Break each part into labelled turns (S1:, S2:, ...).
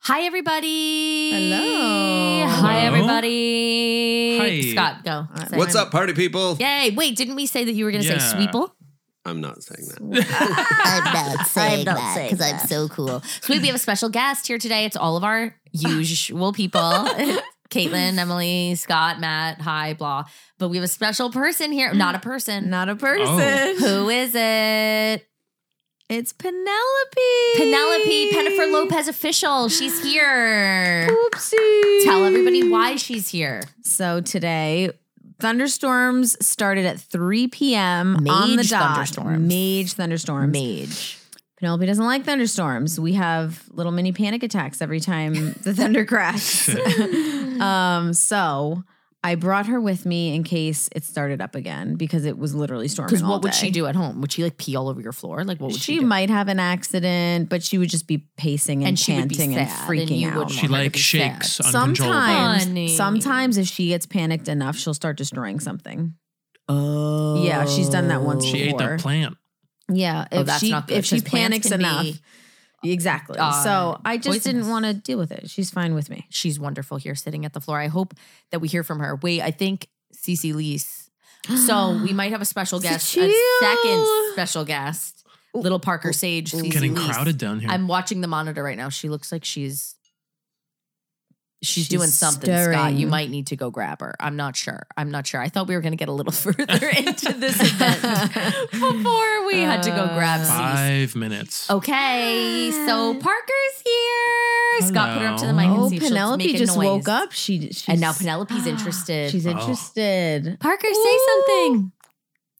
S1: Hi, everybody.
S2: Hello.
S1: Hi,
S3: Hello.
S1: everybody.
S3: Hi.
S1: Scott, go.
S2: right.
S1: Say
S3: What's
S1: hi.
S3: up, party people?
S1: Yay. Wait, didn't we say that you were going to
S3: Yeah.
S1: say Sweeple?
S3: I'm not saying that.
S2: I'm not saying
S1: not
S2: that
S1: saying
S2: because I'm
S1: that.
S2: so cool.
S1: Sweet, we have a special guest here today. It's all of our usual people Caitlin, Emily, Scott, Matt, hi, blah. But we have a special person here. Not a person.
S2: Not a
S3: person.
S1: Who is it?
S2: It's Penelope.
S1: Penelope Pennifer Lopez official. She's here.
S2: Oopsie.
S1: Tell everybody why she's here.
S2: So today, thunderstorms started at 3 p.m. on the
S1: Mage
S2: dot.
S1: thunderstorms.
S2: Mage thunderstorms.
S1: Mage.
S2: Penelope doesn't like thunderstorms. We have little mini panic attacks every time the thunder cracks. um, so I brought her with me in case it started up again because it was literally storming.
S1: Because
S2: all
S1: what would
S2: day.
S1: she do at home? Would she like pee all over your floor? Like what would she,
S2: She
S1: do?
S2: might have an accident, but she would just be pacing and,
S1: And she would be
S2: chanting and
S1: sad, and
S2: freaking
S1: you
S2: out.
S1: wouldn't want her
S3: She
S1: to
S3: like
S1: be
S3: shakes
S1: sad.
S3: uncontrollably.
S2: Sometimes,
S1: Honey.
S2: sometimes if she gets panicked enough, she'll start destroying something.
S1: Oh.
S2: Yeah, she's done that once
S3: Oh. She ate
S2: Or-
S3: the plant.
S2: Yeah, if
S1: Oh, that's
S2: she
S1: not good.
S2: if she
S1: 'cause plants
S2: panics
S1: can be-
S2: enough, exactly.
S1: uh,
S2: so I just didn't
S1: poisonous.
S2: want to deal with it. She's fine with me.
S1: she's wonderful here sitting at the floor. I hope that we hear from her. Wait, I think Cece Lease. So we might have a special guest, a second
S2: Cecile.
S1: special guest, little Parker Sage. Cece
S3: Getting
S1: Lease.
S3: crowded down here.
S1: I'm watching the monitor right now. She looks like she's she's,
S2: She's
S1: doing something, Scott.
S2: stirring.
S1: You might need to go grab her. I'm not sure. I'm not sure. I thought we were going to get a little further into this event before we had to go grab
S2: Uh,
S1: Cece.
S3: Five minutes.
S1: Oh, Okay, so
S2: Hi.
S1: Parker's here. Scott, put her up to the mic and
S2: Oh,
S1: see if she'll
S2: Penelope
S1: make a
S2: just
S1: noise.
S2: woke up. She she's,
S1: and now Penelope's interested.
S2: She's
S3: Oh.
S2: interested.
S1: Parker, say
S2: Ooh.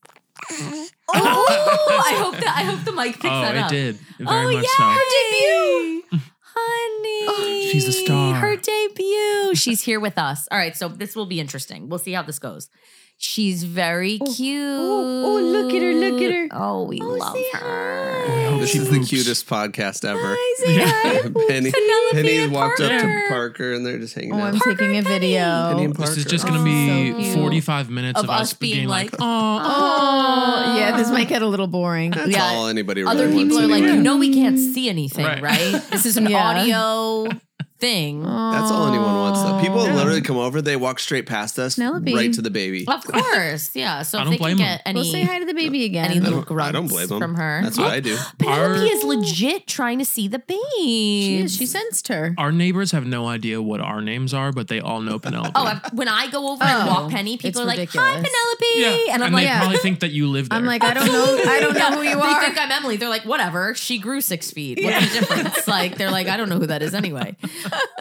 S1: something. Oh, I hope that I hope the mic picks
S3: oh,
S1: that
S3: it
S1: up.
S3: did. Very
S1: oh
S3: much
S1: yeah,
S3: so.
S1: her debut,
S2: Oh,
S1: honey.
S3: She's a star.
S1: Her debut. She's here with us. All right, so this will be interesting. We'll see how this goes. She's very cute.
S2: ooh, Oh, look at her, look at her.
S1: Oh, we love
S2: say
S1: her.
S3: Oh,
S4: This
S3: she
S4: is the
S3: poops.
S4: cutest podcast ever.
S3: Yeah.
S4: Penny,
S1: Penelope
S4: Penny
S1: and
S4: walked up
S1: Parker.
S4: to Parker and they're just hanging
S2: Oh, I'm
S4: out.
S2: taking a
S4: Penny
S2: video.
S4: and
S3: This is
S4: Parker.
S3: just going to
S2: Oh, so
S3: be
S2: cute.
S3: 45 minutes
S1: Of
S3: of,
S1: us being like,
S2: Oh, yeah, this might get a little boring.
S4: That's
S1: Yeah.
S4: all anybody really
S1: Other
S4: wants
S1: people are like,
S4: anyway.
S1: you know, we can't see anything, right?
S3: Right.
S1: This is an
S2: Yeah. Oh.
S1: audio thing.
S4: That's all anyone wants though. People
S2: Yeah.
S4: literally come over, they walk straight past us,
S2: Penelope.
S4: right to the baby.
S1: Of course, yeah. So
S3: I
S1: if
S3: don't
S1: they can
S3: blame
S1: get any,
S2: We'll say hi to the baby again.
S1: any little
S4: don't- I
S1: grunts
S4: don't blame 'em.
S1: from her.
S4: That's what I do.
S1: Penelope
S3: Our-
S1: is legit trying to see the babe.
S2: She is. She sensed her.
S3: Our neighbors have no idea what our names are, but they all know Penelope.
S1: oh, I- when I go over and
S2: Oh,
S1: walk Penny, people
S2: it's
S1: are like,
S2: ridiculous.
S1: "Hi, Penelope,"
S3: yeah.
S1: and I'm
S3: they
S1: like,
S2: yeah.
S3: probably think that you live there.
S2: I'm like, I don't know. I don't know who you
S1: They
S2: are.
S1: think I'm Emily. They're like, whatever. She grew six feet. What's the difference? Like, they're like, I don't know who that is anyway.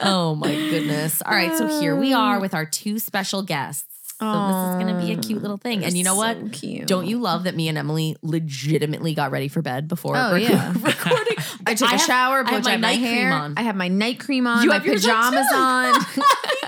S1: Oh my goodness. All right. So here we are with our two special guests. So this is going to be a cute little thing. And you know what?
S2: So cute.
S1: Don't you love that me and Emily legitimately got ready for bed before
S2: Oh,
S1: rec-
S2: yeah.
S1: recording?
S2: I took a
S1: have-
S2: shower,
S1: I
S2: blow
S1: have my
S2: dry my,
S1: night cream
S2: hair.
S1: on.
S2: I have my night cream on.
S1: You
S2: my
S1: have yours on,
S2: pajamas
S1: too.
S2: on.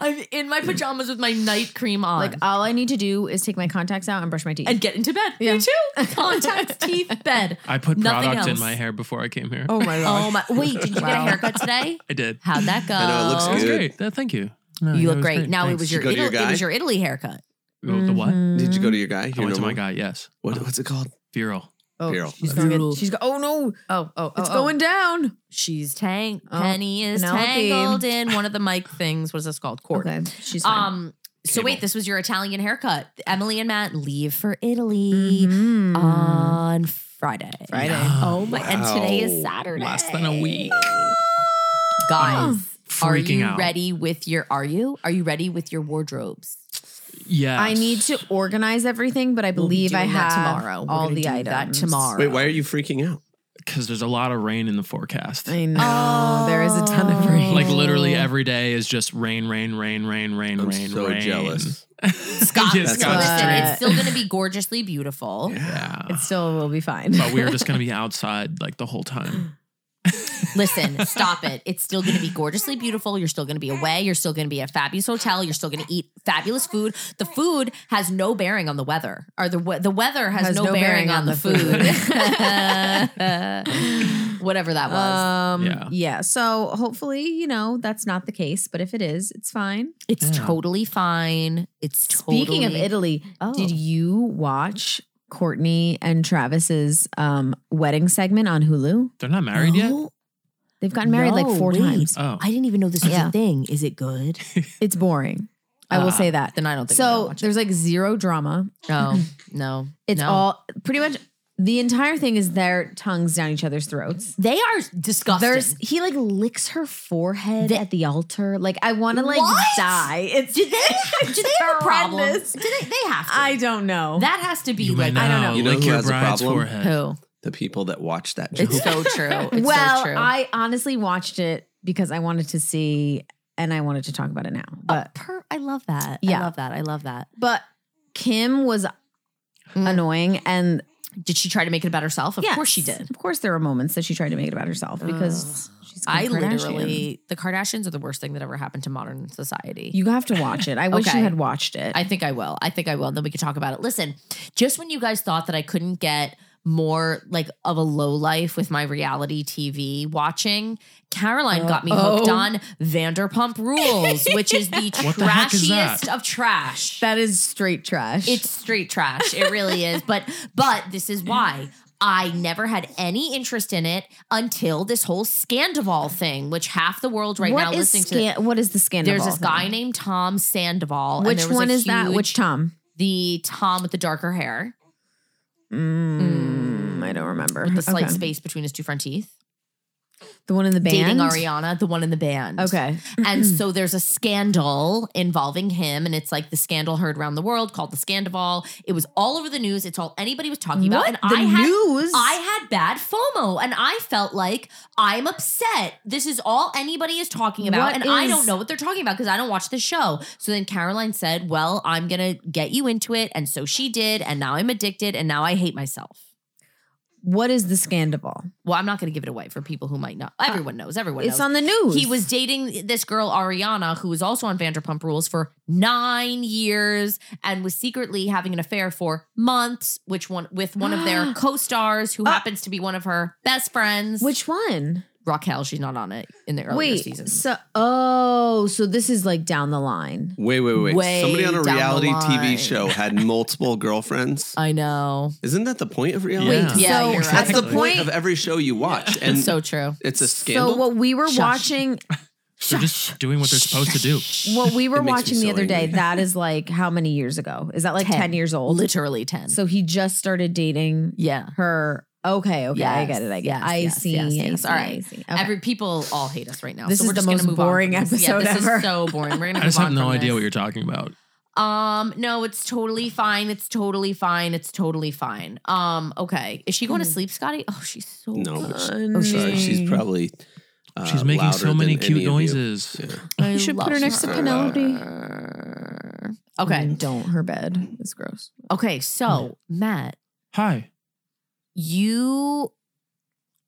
S1: I'm in my pajamas with my night cream on.
S2: like all I need to do is take my contacts out and brush my teeth.
S1: and get into bed.
S2: Yeah.
S1: You too. Contacts, teeth, bed.
S3: I put
S1: Nothing
S3: product in
S1: else.
S3: my hair before I came here.
S2: oh my
S1: Oh my! Wait, did you get a
S2: Wow.
S1: haircut today?
S3: I did.
S1: How'd that go?
S4: know, it looks
S3: That was
S4: Good.
S3: great. That- thank you. No,
S1: You
S3: that
S1: look great. Now Oh, it
S3: Thanks.
S1: was your, Mm-hmm.
S4: Did you go to
S1: Italy,
S4: your
S1: it was
S4: guy?
S1: your Italy haircut.
S3: Oh, the what? I
S4: Did you
S2: Mm-hmm.
S4: go to your guy? Your
S3: went to my
S4: normal-
S3: guy. Yes.
S4: What, what's it called?
S3: Viral.
S2: Oh,
S4: Viral.
S2: she's going.
S1: Viral.
S2: Get, she's go. Oh no.
S1: Oh, oh,
S2: It's going down.
S1: She's tang.
S2: Oh,
S1: Penny is
S2: Penelope.
S1: tangled in one of the mic things. What is this called? Cord.
S2: Okay, she's fine.
S1: Um. So wait,
S3: Cable.
S1: this was your Italian haircut. Emily and Matt leave for Italy
S2: Mhm.
S1: on Friday.
S2: Friday.
S1: Oh my! And today is
S4: Wow.
S1: Saturday.
S3: Less than a week.
S1: Guys, are
S3: Freaking
S1: you
S3: out.
S1: ready with your? Are you? Are you ready with your wardrobes?
S3: Yes.
S2: I need to organize everything, but I
S1: We'll be
S2: believe I
S1: doing that
S2: have
S1: tomorrow. We're
S2: all
S1: gonna
S2: the
S1: do
S2: items
S1: that tomorrow.
S3: Uh,
S4: Wait, why are you freaking out?
S3: because there's a lot of rain in the forecast.
S2: I know there is a ton of rain.
S3: Like literally every day is just rain, rain, rain, rain, rain,
S4: I'm
S3: rain.
S4: so
S3: rain.
S4: jealous.
S1: Scott,
S3: Yeah,
S1: listen,
S3: Scott's
S1: listen,
S2: dream.
S1: it's still going to be gorgeously beautiful.
S3: Yeah.
S2: it still will be fine.
S1: Oh,
S3: but we are just gonna be outside like the whole time.
S1: Listen, stop it. It's still going to be gorgeously beautiful. You're still going to be away. You're still going to be at a fabulous hotel. You're still going to eat fabulous food. The food has no bearing on the weather, or the we- the weather has, no, bearing, on, the food. Whatever that was.
S2: Um, yeah.
S3: Yeah.
S2: So hopefully, you know, that's not the case. But if it is, it's fine.
S1: it's
S3: yeah.
S1: totally fine. It's totally.
S2: Speaking of Italy,
S1: Oh.
S2: did you watch Courtney and Travis's um, wedding segment on Hulu?
S3: They're not married yet.
S1: No. Uh,
S2: They've gotten married
S5: No,
S2: like four
S5: wait.
S2: times.
S3: Oh.
S5: I didn't even know this was
S2: Yeah.
S5: a thing. Is it good?
S2: It's boring. I
S3: Ah,
S2: will say that.
S1: uh, Then I don't think I'm gonna
S2: So
S1: watch it.
S2: there's like zero drama.
S1: no, no,
S2: It's
S1: no.
S2: all pretty much the entire thing is their tongues down each other's throats.
S1: They are disgusting.
S2: There's he like licks her forehead
S5: They-
S2: at the altar. Like I want to like
S1: What?
S2: die. It's
S1: do they do they have a problem? Do
S2: horrendous.
S1: they? They have to.
S2: I don't know.
S1: that has to be
S3: You
S1: like
S3: may
S1: I don't
S3: now
S1: know
S4: You know
S3: lick
S4: who
S3: your
S4: has a
S3: bride's
S4: problem?
S3: forehead.
S1: who.
S4: The people that watch that joke.
S1: It's so true. It's
S2: well,
S1: so true.
S2: I honestly watched it because I wanted to see and I wanted to talk about it now.
S1: Oh,
S2: But
S1: Per- I love that. I
S2: Yeah.
S1: love that. I love that.
S2: but Kim was annoying and
S1: Did she try to make it about herself? Hmm. Of
S2: yes,
S1: course she did.
S2: Of course there were moments that she tried to make it about herself because she's Kim
S1: I
S2: Kardashian.
S1: literally, the Kardashians are the worst thing that ever happened to modern society.
S2: You have to watch it. I wish
S1: Okay.
S2: you had watched it.
S1: I think I will. I think I will. And then we could talk about it. Listen, just when you guys thought that I couldn't get more like of a low life with my reality TV watching, Caroline got me hooked
S2: Uh-oh.
S1: on Vanderpump Rules, which is the
S3: What the heck is that?
S1: trashiest of trash.
S2: that is straight trash.
S1: It's straight trash. It really is. But but this is why I never had any interest in it until this whole Scandival thing, which half the world right now
S2: What is
S1: listening to.
S2: scan- what is the scandal?
S1: There's this guy named Tom Sandoval. and
S2: Which
S1: there was a
S2: one is that?
S1: huge-
S2: Which Tom?
S1: the Tom with the darker hair,
S2: Mm, I don't remember.
S1: with the slight
S2: Okay.
S1: space between his two front teeth,
S2: The one in the band.
S1: dating Ariana, the one in the band.
S2: Okay.
S1: and so there's a scandal involving him, and it's like the scandal heard around the world called the Scandival. It was all over the news. It's all anybody was talking about.
S2: What?
S1: And
S2: the
S1: I had
S2: news.
S1: I had bad FOMO and I felt like I'm upset. This is all anybody is talking about.
S2: What
S1: and I
S2: is-
S1: don't know what they're talking about because I don't watch the show. So then Caroline said, Well, I'm going to get you into it. And so she did. And now I'm addicted. And now I hate myself.
S2: what is the scandal?
S1: Well, I'm not going to give it away for people who might not. Everyone knows. Everyone
S2: It's
S1: knows.
S2: on the news.
S1: he was dating this girl Ariana, who was also on Vanderpump Rules for nine years, and was secretly having an affair for months, which one with one of their co-stars, who
S2: Ah.
S1: happens to be one of her best friends.
S2: Which one?
S1: Raquel, she's not on it in the earlier
S2: Wait.
S1: seasons.
S2: So oh, so this is like down the line.
S4: Wait, wait, wait.
S1: Way
S4: Somebody on a
S1: down the
S4: reality
S1: line. Uh,
S4: TV show had multiple girlfriends.
S1: I know.
S4: Isn't that the point of reality?
S3: Wait,
S2: Wait.
S1: Yeah,
S2: so
S1: you're right.
S4: That's the
S3: Exactly.
S4: point of every show you watch. And
S1: It's so true.
S4: it's a
S2: So
S4: scandal.
S2: what we were
S1: Shush.
S2: watching,
S3: They're just doing what they're supposed to do.
S2: what we were
S4: It makes me
S2: watching the
S4: so
S2: other day,
S4: angry.
S2: that is like how many years ago? Is that like
S1: 10.
S2: ten, years old?
S1: Literally ten.
S2: So he just started dating
S1: yeah.
S2: her. Okay, okay, I
S1: Yes,
S2: get it. I get.
S1: yes,
S2: it. I
S1: yes,
S2: see.
S1: yes,
S2: I
S1: yes.
S2: see,
S1: All
S2: I
S1: right.
S2: see. Okay.
S1: Every people all hate us right now.
S2: This
S1: so
S2: is
S1: we're
S2: the
S1: just gonna
S2: most
S1: move on
S2: boring
S1: from this.
S2: episode
S1: yeah, this
S2: ever.
S1: Is so boring. We're gonna.
S3: I just
S1: move
S3: have
S1: on
S3: no
S1: from
S3: idea
S1: this.
S3: what you're talking about.
S1: Um, no, it's totally fine. It's totally fine. It's totally fine. Um, okay. Is she going
S2: Hmm.
S1: to sleep, Scotty? Oh, she's so
S4: No, but she-
S1: good.
S4: I'm sorry. She's
S2: Mm.
S4: probably. Uh,
S3: She's making
S4: louder
S3: so many
S4: than
S3: cute
S4: any of you.
S3: noises.
S4: Yeah.
S1: I
S2: You should put
S1: love
S2: her next to
S1: her.
S2: Penelope. Hmm.
S1: Okay.
S2: Don't her bed. It's gross.
S1: Okay, so
S2: Hmm.
S1: Matt,
S3: Hi.
S1: you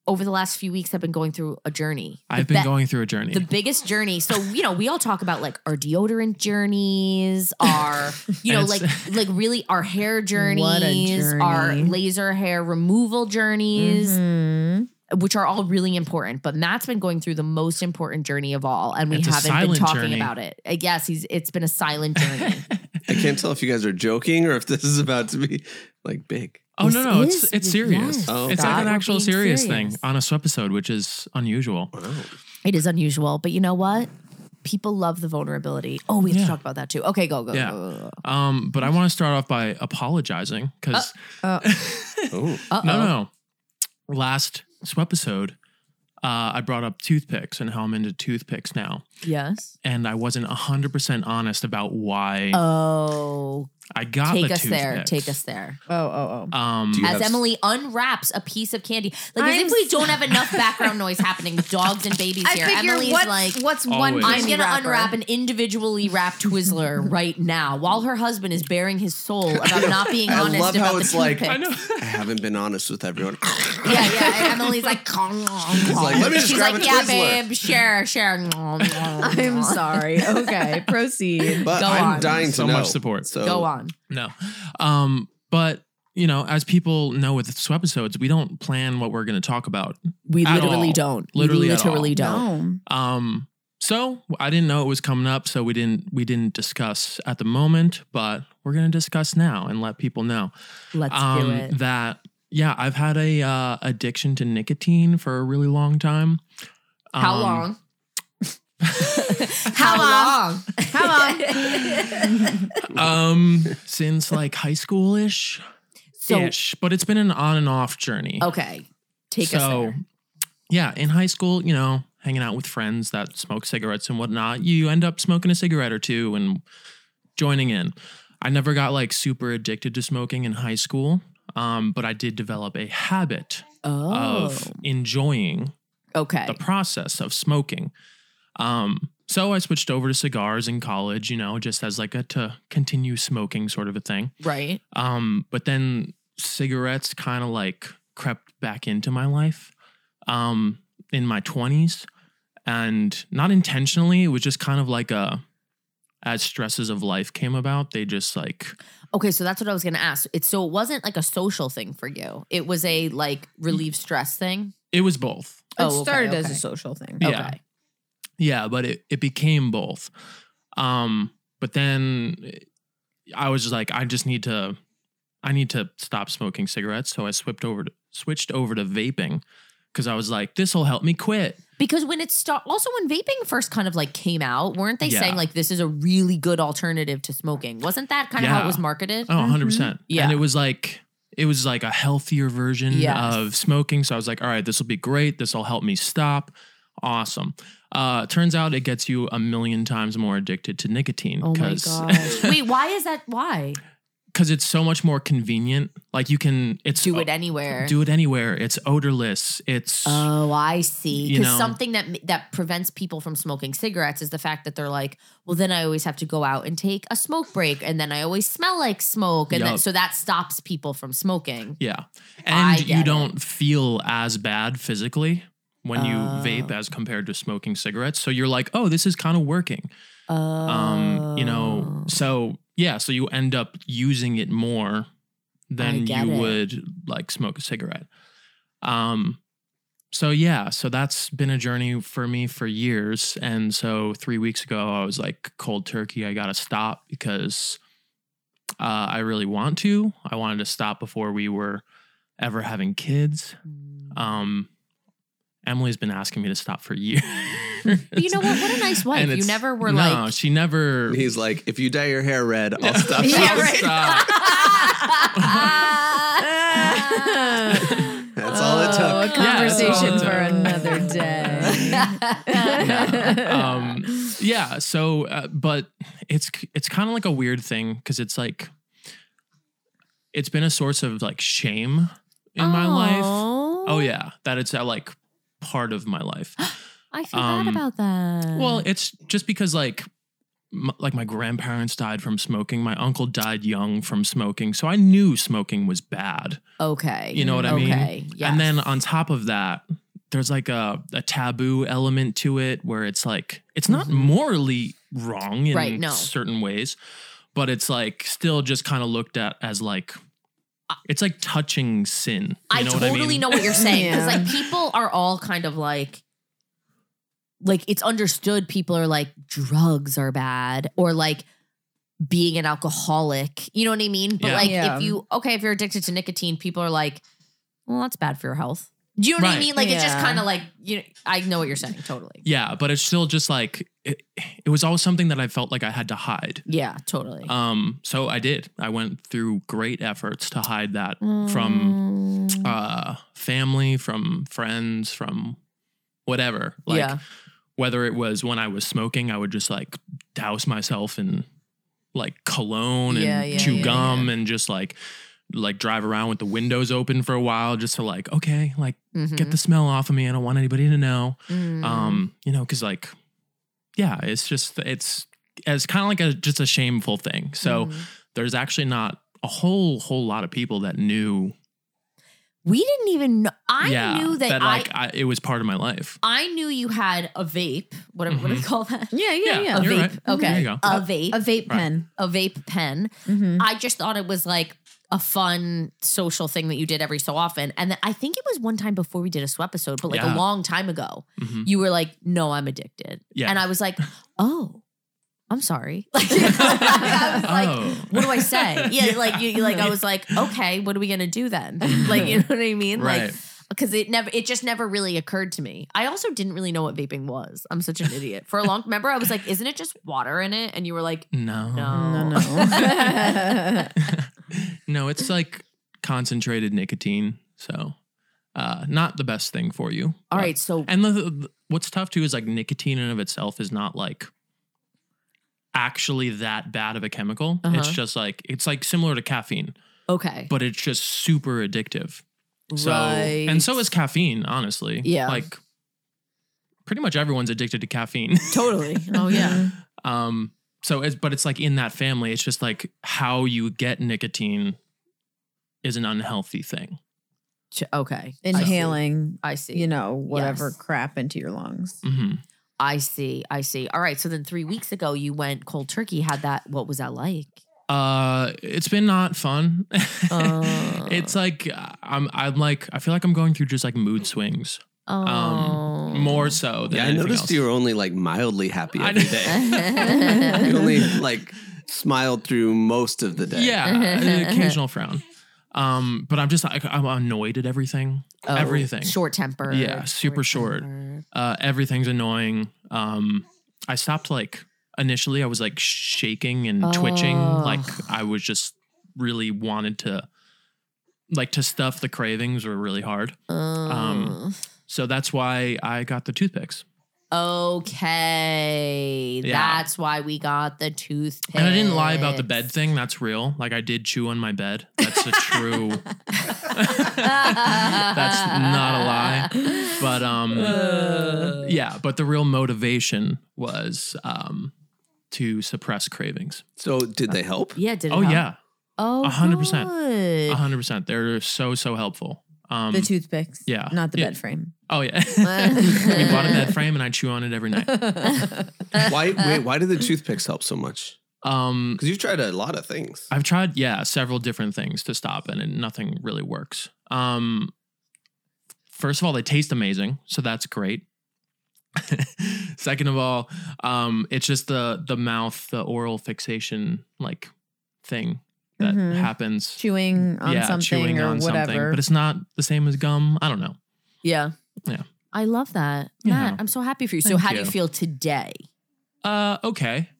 S1: over the last few weeks have been going through a journey. The
S3: I've been
S1: be-
S3: going through a journey.
S1: the biggest journey. So, you know, we all talk about like our deodorant journeys, our, you know,
S3: And
S1: like
S3: it's-
S1: like really our hair journeys,
S2: What a
S1: our
S2: journey.
S1: laser hair removal journeys.
S2: Mhm.
S1: which are all really important. But Matt's been going through the most important journey of all, and we
S3: It's a
S1: haven't been
S3: silent
S1: talking
S3: journey.
S1: about it. Uh, Yes, he's it's been a silent journey.
S4: I can't tell if you guys are joking or if this is about to be like big.
S3: oh no, no,
S1: This
S3: it's
S1: is-
S3: it's serious.
S1: yes,
S4: Oh,
S3: It's
S4: God,
S3: like an
S1: we're
S3: actual
S1: being
S3: serious,
S1: serious.
S3: thing on a sweep episode, which is unusual.
S4: Wow.
S1: it is unusual, but you know what? People love the vulnerability. Oh, we have
S3: Yeah.
S1: to talk about that too. Okay, go go.
S3: Yeah.
S1: go, go, go.
S3: Um, but I want to start off by apologizing because
S4: Oh,
S1: Uh, Uh-oh.
S3: no, no, no. Last sweep episode, uh, I brought up toothpicks and how I'm into toothpicks now,
S1: Yes.
S3: and I wasn't hundred percent honest about why
S1: Oh,
S3: I got
S1: take
S3: the
S1: us there.
S3: toothpicks.
S1: Take us there.
S2: Oh, oh, oh.
S3: Um,
S4: Do you-
S1: As
S4: have-
S1: Emily unwraps a piece of candy, like as
S2: I'm
S1: if we
S2: s-
S1: don't have enough background noise happening with dogs and babies
S2: I
S1: here.
S2: figure
S1: Emily's
S2: what's,
S1: like,
S2: what's
S3: Always.
S2: one?
S1: I'm
S2: Disney
S1: gonna
S2: rapper?
S1: unwrap an individually wrapped Twizzler right now while her husband is bearing his soul about not being
S4: I
S1: honest
S4: love
S1: about
S4: how
S1: the
S4: it's like-
S1: toothpick.
S3: I know.
S4: I haven't been honest with everyone.
S1: Yeah, yeah. and Emily's like,
S4: "Let me just
S1: she's
S4: grab
S1: like,
S4: a
S1: yeah,
S4: Twizzler."
S1: babe, share, share. I'm
S2: I'm sorry. Okay, proceed.
S4: But
S1: Go
S4: I'm
S1: on.
S4: dying to
S3: So
S4: know.
S3: much support.
S4: So
S1: Go on.
S3: No. Um, but you know, as people know with sweep episodes, we don't plan what we're going to talk about.
S1: We
S3: At
S1: literally
S3: all.
S1: don't.
S3: Literally
S1: we
S3: at
S1: literally
S3: all.
S1: don't.
S3: Um, so I didn't know it was coming up, so we didn't we didn't discuss at the moment, but we're going to discuss now and let people know Um,
S1: Let's
S4: Um,
S1: do it.
S3: that yeah, I've had a uh, addiction to nicotine for a really long time.
S1: How
S3: Um,
S1: long? How long?
S2: How long?
S3: Um, since like high school ish,
S1: So Oh,
S3: ish, but it's been an on and off journey.
S1: okay, take us
S3: so,
S1: there.
S3: yeah, in high school, you know, hanging out with friends that smoke cigarettes and whatnot, you end up smoking a cigarette or two and joining in. I never got like super addicted to smoking in high school, um, but I did develop a habit
S1: Oh,
S3: of enjoying
S1: okay.
S3: the process of smoking. Um, so I switched over to cigars in college, you know, just as like a to continue smoking sort of a thing.
S1: right.
S3: Um, but then cigarettes kind of like crept back into my life um, in my 20s. And not intentionally, it was just kind of like a, as stresses of life came about, they just like,
S1: Okay, so that's what I was gonna ask. It's so it wasn't like a social thing for you. It was a like relieve stress thing.
S3: it was both.
S2: It
S1: Oh, okay,
S2: started as a
S1: okay.
S2: social thing.
S3: Yeah.
S1: Okay.
S3: Yeah, but it, it became both. Um, but then I was just like, I just need to, I need to stop smoking cigarettes. So I swept over to, switched over to vaping because I was like, this will help me quit.
S1: Because when it start, also when vaping first kind of like came out, weren't they
S3: Yeah.
S1: saying like this is a really good alternative to smoking? Wasn't that kind of how
S3: Yeah.
S1: it was marketed?
S3: Oh, 100 percent.
S1: Mm-hmm. Yeah.
S3: And it was like it was like a healthier version
S1: Yes.
S3: of smoking. So I was like, all right, this will be great. This will help me stop. Awesome. Uh, turns out it gets you a million times more addicted to nicotine
S1: Oh my gosh. Wait, why is that? Why
S3: because it's so much more convenient. Like you can, it's
S1: Oh. do it anywhere?
S3: do it anywhere. It's odorless. It's
S1: Oh, I see.
S3: You
S1: Because
S3: know.
S1: something that that prevents people from smoking cigarettes is the fact that they're like, well, then I always have to go out and take a smoke break, and then I always smell like smoke, and then
S3: Yup.
S1: so that stops people from smoking.
S3: yeah,
S1: I
S3: and
S1: get
S3: you
S1: it.
S3: don't feel as bad physically when you
S1: Oh.
S3: vape as compared to smoking cigarettes. So you're like, oh, this is kind of working.
S1: Oh,
S3: um you know so yeah so you end up using it more than
S1: get
S3: you
S1: it.
S3: would like smoke a cigarette um so yeah so that's been a journey for me for years and so 3 weeks ago I was like cold turkey I got to stop because uh I really want to I wanted to stop before we were ever having kids
S1: Mm.
S3: um Emily's been asking me to stop for years
S1: But you know what? What a nice wife.
S3: And
S1: You
S3: it's-
S1: never were
S3: no,
S1: like-
S3: she never.
S4: He's like, if you dye your hair red, I'll stop.
S2: Yeah,
S4: I'll
S2: right.
S4: stop. That's all it
S2: Oh,
S4: took.
S2: a
S3: Yeah, that's all
S2: conversation
S3: it
S2: for
S3: took. uh,
S2: another day.
S3: Yeah. Um, yeah. So, uh, but it's it's kind of like a weird thing because it's like it's been a source of like shame in my life. Oh yeah, that it's uh, like part of my life.
S1: I forgot
S3: Um,
S1: about that.
S3: Well, it's just because like m- like my grandparents died from smoking, my uncle died young from smoking, so I knew smoking was bad.
S1: okay.
S3: You know what I mean?
S1: Okay. Yes.
S3: And then on top of that, there's like a, a taboo element to it where it's like it's not morally wrong in
S1: Mm-hmm. Right, no.
S3: certain ways, but it's like still just kind of looked at as like it's like touching sin. You
S1: I
S3: know
S1: totally
S3: what I mean?
S1: know what you're saying because
S2: Yeah.
S1: like people are all kind of like like it's understood people are like drugs are bad or like being an alcoholic you know what i mean but
S3: Yeah.
S1: like
S2: Yeah.
S1: if you okay if you're addicted to nicotine people are like well that's bad for your health do you know what i
S3: Right.
S1: mean like it's just
S2: Yeah.
S1: kind of like you know, i know what you're saying totally
S3: Yeah, but it's still just like it, it was always something that I felt like I had to hide.
S1: yeah totally
S3: Um, so I did. I went through great efforts to hide that from
S1: from
S2: Mm.
S3: uh family from friends from whatever like
S1: Yeah.
S3: whether it was when i was smoking i would just like douse myself in like cologne and
S1: Yeah, yeah,
S3: chew
S1: yeah,
S3: gum and just like like drive around with the windows open for a while just to like okay like
S1: Mm-hmm.
S3: get the smell off of me i don't want anybody to know
S2: Mm-hmm.
S3: um you know because like yeah it's just it's it's kind of like a just a shameful thing so
S1: Mm-hmm.
S2: Mm-hmm.
S3: there's actually not a whole whole lot of people that knew
S1: we didn't even know i knew that, i
S3: like I, it was part of my life.
S1: I knew you had a vape. Whatever,
S3: Mm-hmm.
S1: what do they call that?
S2: Yeah, yeah, yeah.
S1: A
S3: you're
S1: vape.
S3: right.
S1: Okay.
S3: There you go.
S1: A vape.
S2: A vape
S3: Right. Mm-hmm.
S2: pen.
S1: A vape pen.
S2: Mhm.
S1: I just thought it was like a fun social thing that you did every so often. And then I think it was one time before we did a sweat episode, but like a
S3: Yeah.
S1: long time ago,
S3: Mhm.
S1: you were like, no, I'm addicted.
S3: Yeah.
S1: And I was like, oh, I'm sorry. Like, I was like,
S3: oh,
S1: what do I say? Yeah, like you, you- like I was like, okay, what are we gonna do then? Like, you know what I mean? Like,
S3: Right.
S1: because it never it just never really occurred to me. I also didn't really know what vaping was. I'm such an idiot. For a long remember I was like, isn't it just water in it? And you were like,
S3: No.
S1: No.
S2: No, no.
S3: no, it's like concentrated nicotine. So, uh, not the best thing for you.
S1: all
S3: But-
S1: right, so
S3: And the, the- what's tough too is like nicotine in and of itself is not like actually that bad of a chemical. It's
S1: Uh-huh.
S3: just like it's like similar to caffeine,
S1: okay.
S3: but it's just super addictive. So and so
S1: Right.
S3: is caffeine, honestly.
S1: Yeah.
S3: Like pretty much everyone's addicted to caffeine.
S1: totally.
S2: oh yeah.
S3: Um, so it's but it's like in that family, it's just like how you get nicotine is an unhealthy thing.
S1: Ch- Okay.
S2: Inhaling,
S1: I see.
S2: you know, whatever
S1: Yes.
S2: crap into your lungs.
S3: hmm
S1: I see. I see. All right. So then three weeks ago, you went cold turkey. Had that? What was that like?
S3: Uh, it's been not fun.
S1: Oh.
S3: it's like I'm I'm like I feel like I'm going through just like mood swings
S1: Oh.
S3: Um, more so than
S4: Yeah, I
S3: anything
S4: noticed
S3: else.
S4: you were only like mildly happy
S3: I
S4: every
S3: know.
S4: day.
S1: I
S4: you only like smiled through most of the day.
S3: yeah, an occasional frown. Um, but I'm just like I'm annoyed at everything.
S1: Oh,
S3: everything.
S1: Short temper.
S3: Yeah, super short. Uh, everything's annoying. Um, I stopped like initially I was like shaking and twitching,
S1: Oh.
S3: like I was just really wanted to like to stuff the cravings were really hard.
S1: Um,
S3: Um, So that's why I got the toothpicks.
S1: okay.
S3: Yeah.
S1: That's why we got the toothpick.
S3: And I didn't lie about the bed thing. That's real. Like I did chew on my bed. That's a true. That's not a lie. But um
S1: Uh.
S3: yeah, but the real motivation was um to suppress cravings.
S4: So did they help?
S1: Yeah, did it
S3: Oh
S1: help?
S3: yeah.
S1: Oh,
S3: 100%.
S1: good.
S3: 100%. They're so so helpful. Um
S2: The toothpicks.
S3: yeah.
S2: Not the
S3: Yeah.
S2: bed frame.
S3: Oh yeah. we bought a bed frame and I chew on it every night.
S4: Why? Wait, why did the toothpicks help so much?
S3: Um
S4: Because you've tried a lot of things.
S3: I've tried, yeah, several different things to stop it, and nothing really works. Um, first of all, they taste amazing, so that's great. Second of all, um, it's just the the mouth, the oral fixation like thing that
S1: Mm-hmm.
S2: Mhm.
S3: happens.
S2: Chewing on something or whatever.
S3: but it's not the same as gum. I don't know.
S1: Yeah.
S3: Yeah.
S1: I love that.
S3: Yeah.
S1: Matt, I'm so happy for you. So
S3: Thank
S1: how do you
S3: you.
S1: feel today?
S3: Uh, okay.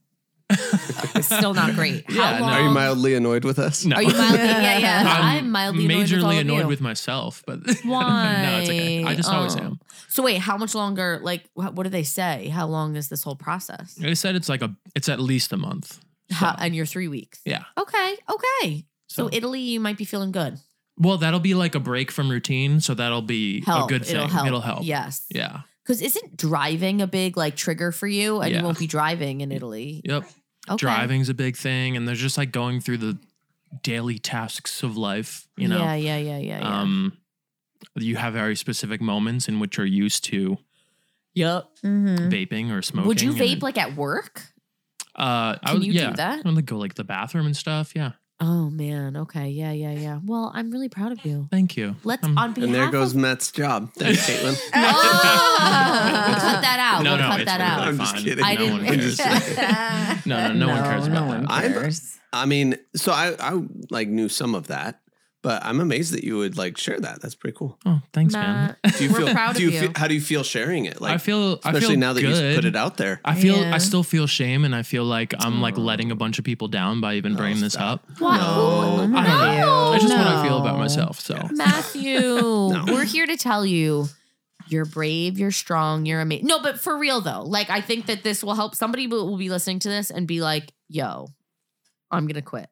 S1: Still not great. How
S3: Yeah, no.
S1: long?
S4: Are you mildly annoyed with us?
S3: No.
S1: Are you mildly? Yeah, yeah. I'm,
S3: I'm
S1: mildly annoyed with all of
S3: majorly annoyed
S1: you.
S3: with myself, but
S1: Why?
S3: no, it's okay. I just always
S1: Oh.
S3: am.
S1: So wait, how much longer? Like, wh- what do they say? How long is this whole process?
S3: They said it's like a, it's at least a month.
S1: How, and you're three weeks.
S3: Yeah.
S1: Okay. Okay. So, Italy, you might be feeling good.
S3: Well, that'll be like a break from routine, so that'll be
S1: Help.
S3: a good thing.
S1: It'll help. Yes.
S3: Yeah.
S1: Because isn't driving a big like trigger for you, and
S3: Yeah.
S1: you won't be driving in Italy?
S3: Yep.
S1: Okay.
S3: Driving's a big thing, and there's just like going through the daily tasks of life. You know,
S1: Yeah. Yeah. Yeah. Yeah. yeah.
S3: um, you have very specific moments in which you're used to
S1: yep.
S2: Mhm.
S3: vaping or smoking.
S1: Would you
S3: and-
S1: vape like at work?
S3: Uh, I
S1: Can
S3: would,
S1: you do
S3: yeah,
S1: that?
S3: I would like, go like the bathroom and stuff. Yeah.
S1: Oh man. Okay. Yeah. Yeah. Yeah. Well, I'm really proud of you.
S3: Thank you.
S1: Let's
S3: Um,
S1: on behalf.
S4: And there goes
S1: Of-
S4: Matt's job. Thanks, Caitlin.
S1: oh, We'll cut that out.
S3: No,
S1: we'll
S3: no,
S1: cut
S3: it's
S1: that
S3: really
S1: out.
S4: I'm just
S3: fine.
S4: kidding.
S1: I
S3: No
S1: didn't.
S3: one cares. No, no, no, one cares
S2: no
S3: about
S2: one
S3: that.
S4: I'm-
S2: cares.
S4: I mean, so I, I like knew some of that, but I'm amazed that you would like share that. That's pretty cool.
S3: Oh, thanks, man.
S1: Matt,
S4: Do you
S1: We're
S4: feel?
S1: proud
S4: do
S1: of
S4: you
S1: you.
S4: Feel, how do you feel sharing it? Like,
S3: I feel, I
S4: especially
S3: feel
S4: now that
S3: good.
S4: you put it out there.
S3: I feel
S2: Yeah. Oh.
S3: I still feel shame and I feel like I'm like
S1: Aw.
S3: letting a bunch of people down by even
S4: No,
S3: bringing this
S4: Oh, stop.
S3: up.
S1: What?
S5: Oh,
S4: No.
S1: Who-
S3: I don't know.
S1: No.
S3: It's just what I feel
S2: Oh, No.
S3: about myself. So
S4: Yeah.
S1: Matthew, we're here to tell you you're brave, you're strong, you're amazing. No, but for real though, like I think that this will help somebody will will be listening to this and be like, yo, I'm gonna quit.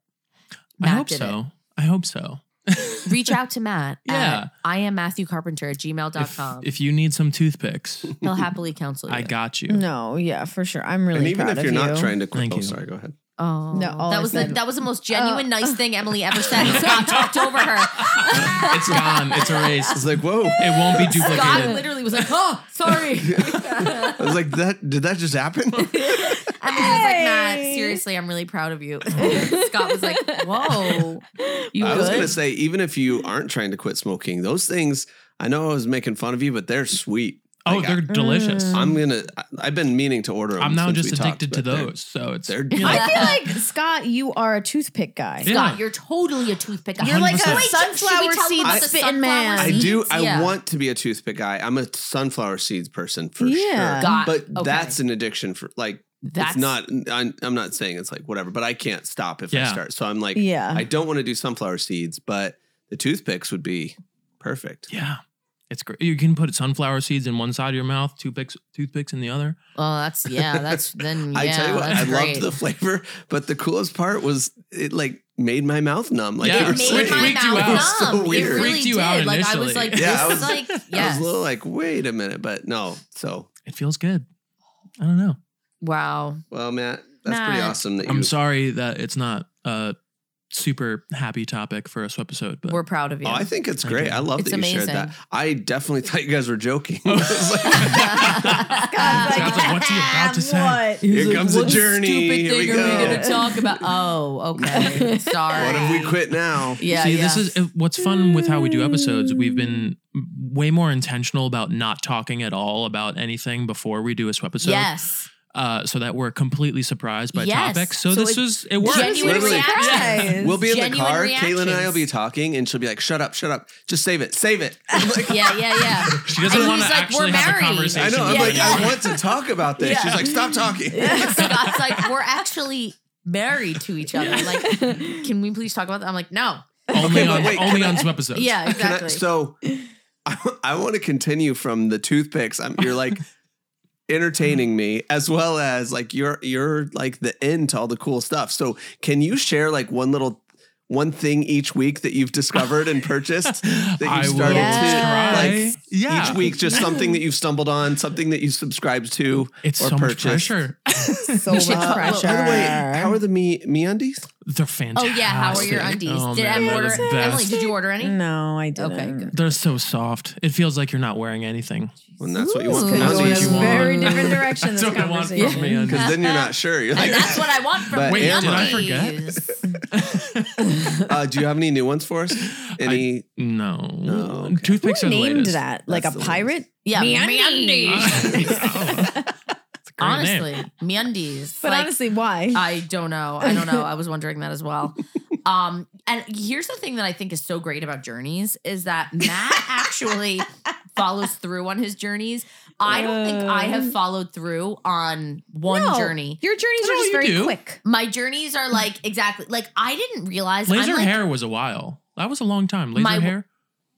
S3: I
S1: Matt
S3: hope
S1: did
S3: so. I hope so.
S1: It. Reach out to Matt
S3: Yeah.
S1: at I am Matthew Carpenter at
S3: If,
S1: gmail.com.
S3: if you need some toothpicks,
S1: He'll happily counsel you.
S3: I got you.
S2: No, yeah, for sure. I'm really
S4: and even
S2: proud
S4: if
S2: of
S4: you're
S2: you.
S4: not trying to quit,
S3: Thank
S4: oh,
S3: you.
S4: sorry, go ahead.
S1: Oh,
S2: No, all
S1: that
S2: I
S1: was the,
S2: said-
S1: that was the most genuine,
S2: Oh.
S5: Uh,
S1: nice thing Emily ever said. and Scott talked over her.
S3: It's gone. It's
S4: It's
S3: erased.
S4: like, whoa.
S3: It won't be duplicated.
S1: Scott literally was like, "Oh, sorry."
S4: I was like, that did that just happen?
S1: Emily was like, Matt,
S2: Hey.
S1: seriously, I'm really proud of you. Scott was like, whoa. You
S4: I
S1: good?
S4: was gonna say, even if you aren't trying to quit smoking, those things I know I was making fun of you, but they're sweet.
S3: Oh,
S4: Like,
S3: they're delicious.
S2: Mm.
S3: I'm,
S4: I'm gonna. I- I've been meaning to order them.
S3: now
S4: since
S3: just
S4: we talked,
S3: addicted to
S4: but they're-
S3: those. So it's
S4: They're
S1: Yeah.
S4: like,
S1: I
S5: feel like Scott, you are a toothpick guy.
S3: Yeah.
S1: Scott, you're totally a toothpick guy.
S5: You're like a
S3: 100%.
S5: sunflower seed spitting man.
S4: I do. I
S1: Yeah.
S4: want to be a toothpick guy. I'm a sunflower seeds person for
S5: Yeah.
S4: sure.
S1: Got-
S4: but
S1: okay.
S4: that's an addiction for like.
S1: That's
S4: it's not. I'm, I'm not saying it's like whatever, but I can't stop if
S3: Yeah.
S4: I start. So I'm like,
S5: Yeah.
S4: I don't want to do sunflower seeds, but the toothpicks would be perfect.
S3: yeah, it's great. You can put sunflower seeds in one side of your mouth, toothpicks, toothpicks in the other.
S1: Oh, that's yeah. That's then. Yeah,
S4: I tell you what,
S1: that's
S4: I
S1: great.
S4: loved the flavor, but the coolest part was it like made my mouth numb. Like
S3: Yeah.
S4: you were
S1: It
S3: It
S1: made
S4: saying.
S1: my
S3: freaked you
S1: mouth
S3: out. It
S1: numb.
S3: was
S4: so
S1: It
S4: weird.
S1: really
S3: Freaked you
S1: did.
S3: out
S1: like I was
S3: initially.
S1: like,
S4: Yeah, I
S1: this is
S4: was-
S1: like,
S4: I was
S1: yes.
S4: a little like, wait a minute, but no. So,
S3: It feels good. I don't know.
S1: wow.
S4: well, Matt, that's pretty
S2: Matt.
S4: awesome that you.
S3: I'm sorry that it's not a super happy topic for us episode, but
S1: We're proud of you.
S4: Oh, I think it's
S3: I
S4: great.
S3: do.
S4: I love
S1: It's
S4: that you shared
S1: amazing.
S4: that. I definitely thought you guys were joking.
S1: Uh,
S5: Scott's
S3: Scott's like, "What's he about to say?"
S5: What?
S4: Here comes the journey.
S1: Stupid
S4: Here
S1: thing
S4: we
S1: are we
S4: go.
S1: gonna talk about? Oh, okay. Sorry.
S4: what if we quit now?
S1: Yeah,
S3: See,
S1: yeah.
S3: this is if- what's fun with how we do episodes. We've been way more intentional about not talking at all about anything before we do a swep episode,
S1: yes.
S3: uh, so that we're completely surprised by
S1: Yes.
S3: topics. So,
S1: So
S3: this
S1: it-
S3: is it works.
S1: Genuine
S4: Literally.
S1: reaction.
S5: Guys.
S4: We'll be in the
S1: Genuine
S4: car. Caitlin and I will
S1: reactions.
S4: be talking, and she'll be like, "Shut up, shut up, just save it, save it." I'm like,
S1: Yeah, yeah, yeah.
S3: She doesn't
S1: And
S3: want
S1: he's
S3: to
S1: like,
S3: actually
S1: "We're
S3: have a
S1: married."
S3: conversation.
S4: I know. I'm
S3: about
S4: like,
S3: it.
S4: I want to talk about this.
S5: Yeah.
S4: She's like, "Stop talking."
S1: Scott's like, we're actually married to each other. I'm like, can we please talk about that? I'm like, no.
S3: only
S4: Okay,
S3: on
S4: but wait,
S3: only
S4: can
S3: on swep episodes.
S1: Yeah,
S4: Can I-
S1: exactly.
S4: so, I, I want to continue from the toothpicks. I'm, you're like entertaining me as well as like you're you're like the end to all the cool stuff. So, can you share like one little one thing each week that you've discovered and purchased that you
S3: I will
S4: started
S3: try.
S4: to like
S3: yeah.
S4: each week just something that you've stumbled on, something that you subscribed to.
S3: It's so
S4: or
S3: much
S4: purchased.
S3: pressure.
S5: So much
S4: Uh,
S5: pressure.
S4: well, by the way, how are the me me undies?
S3: They're
S1: Oh
S3: fantastic.
S1: yeah, how are your undies?
S3: Oh,
S1: did
S3: man,
S1: Em
S3: they're
S1: order?
S3: the
S1: Emily,
S3: best.
S1: did you order any?
S2: No, I didn't.
S1: Okay, good.
S3: They're so soft. It feels like you're not wearing anything.
S4: And that's what you want.
S2: Ooh.
S4: From
S3: That's
S4: that's
S3: what
S2: Going
S4: what
S3: you
S2: in a
S3: want.
S2: very different direction.
S3: That's
S2: this
S3: what I want from
S2: conversation.
S3: me. undies.
S4: Because then you're not sure. You're
S1: And
S4: like,
S1: that's what I want from
S4: But
S1: Wait,
S4: Wait,
S1: Emily.
S4: did I uh, do you have any new ones for us? Any?
S3: No.
S4: Oh, okay.
S3: Toothpicks
S5: Who
S3: are the
S5: named
S3: latest.
S5: that? Like
S4: That's
S5: a
S4: the
S5: pirate?
S1: Yeah, MeUndies.
S3: It's a great name.
S1: Honestly, MeUndies.
S5: But
S1: Like, uh,
S5: honestly, why?
S1: I don't know. I don't know. I was wondering that as well. Um, and here's the thing that I think is so great about journeys is that Matt actually follows through on his journeys. I don't think I have followed through on one
S5: Um, No.
S1: journey.
S5: Your journeys
S3: No,
S5: are just
S3: you
S5: very
S3: do.
S5: quick.
S1: My journeys are like exactly like I didn't realize
S3: Laser
S1: I'm like,
S3: hair was a while. That was a long time. Laser
S1: My-
S3: hair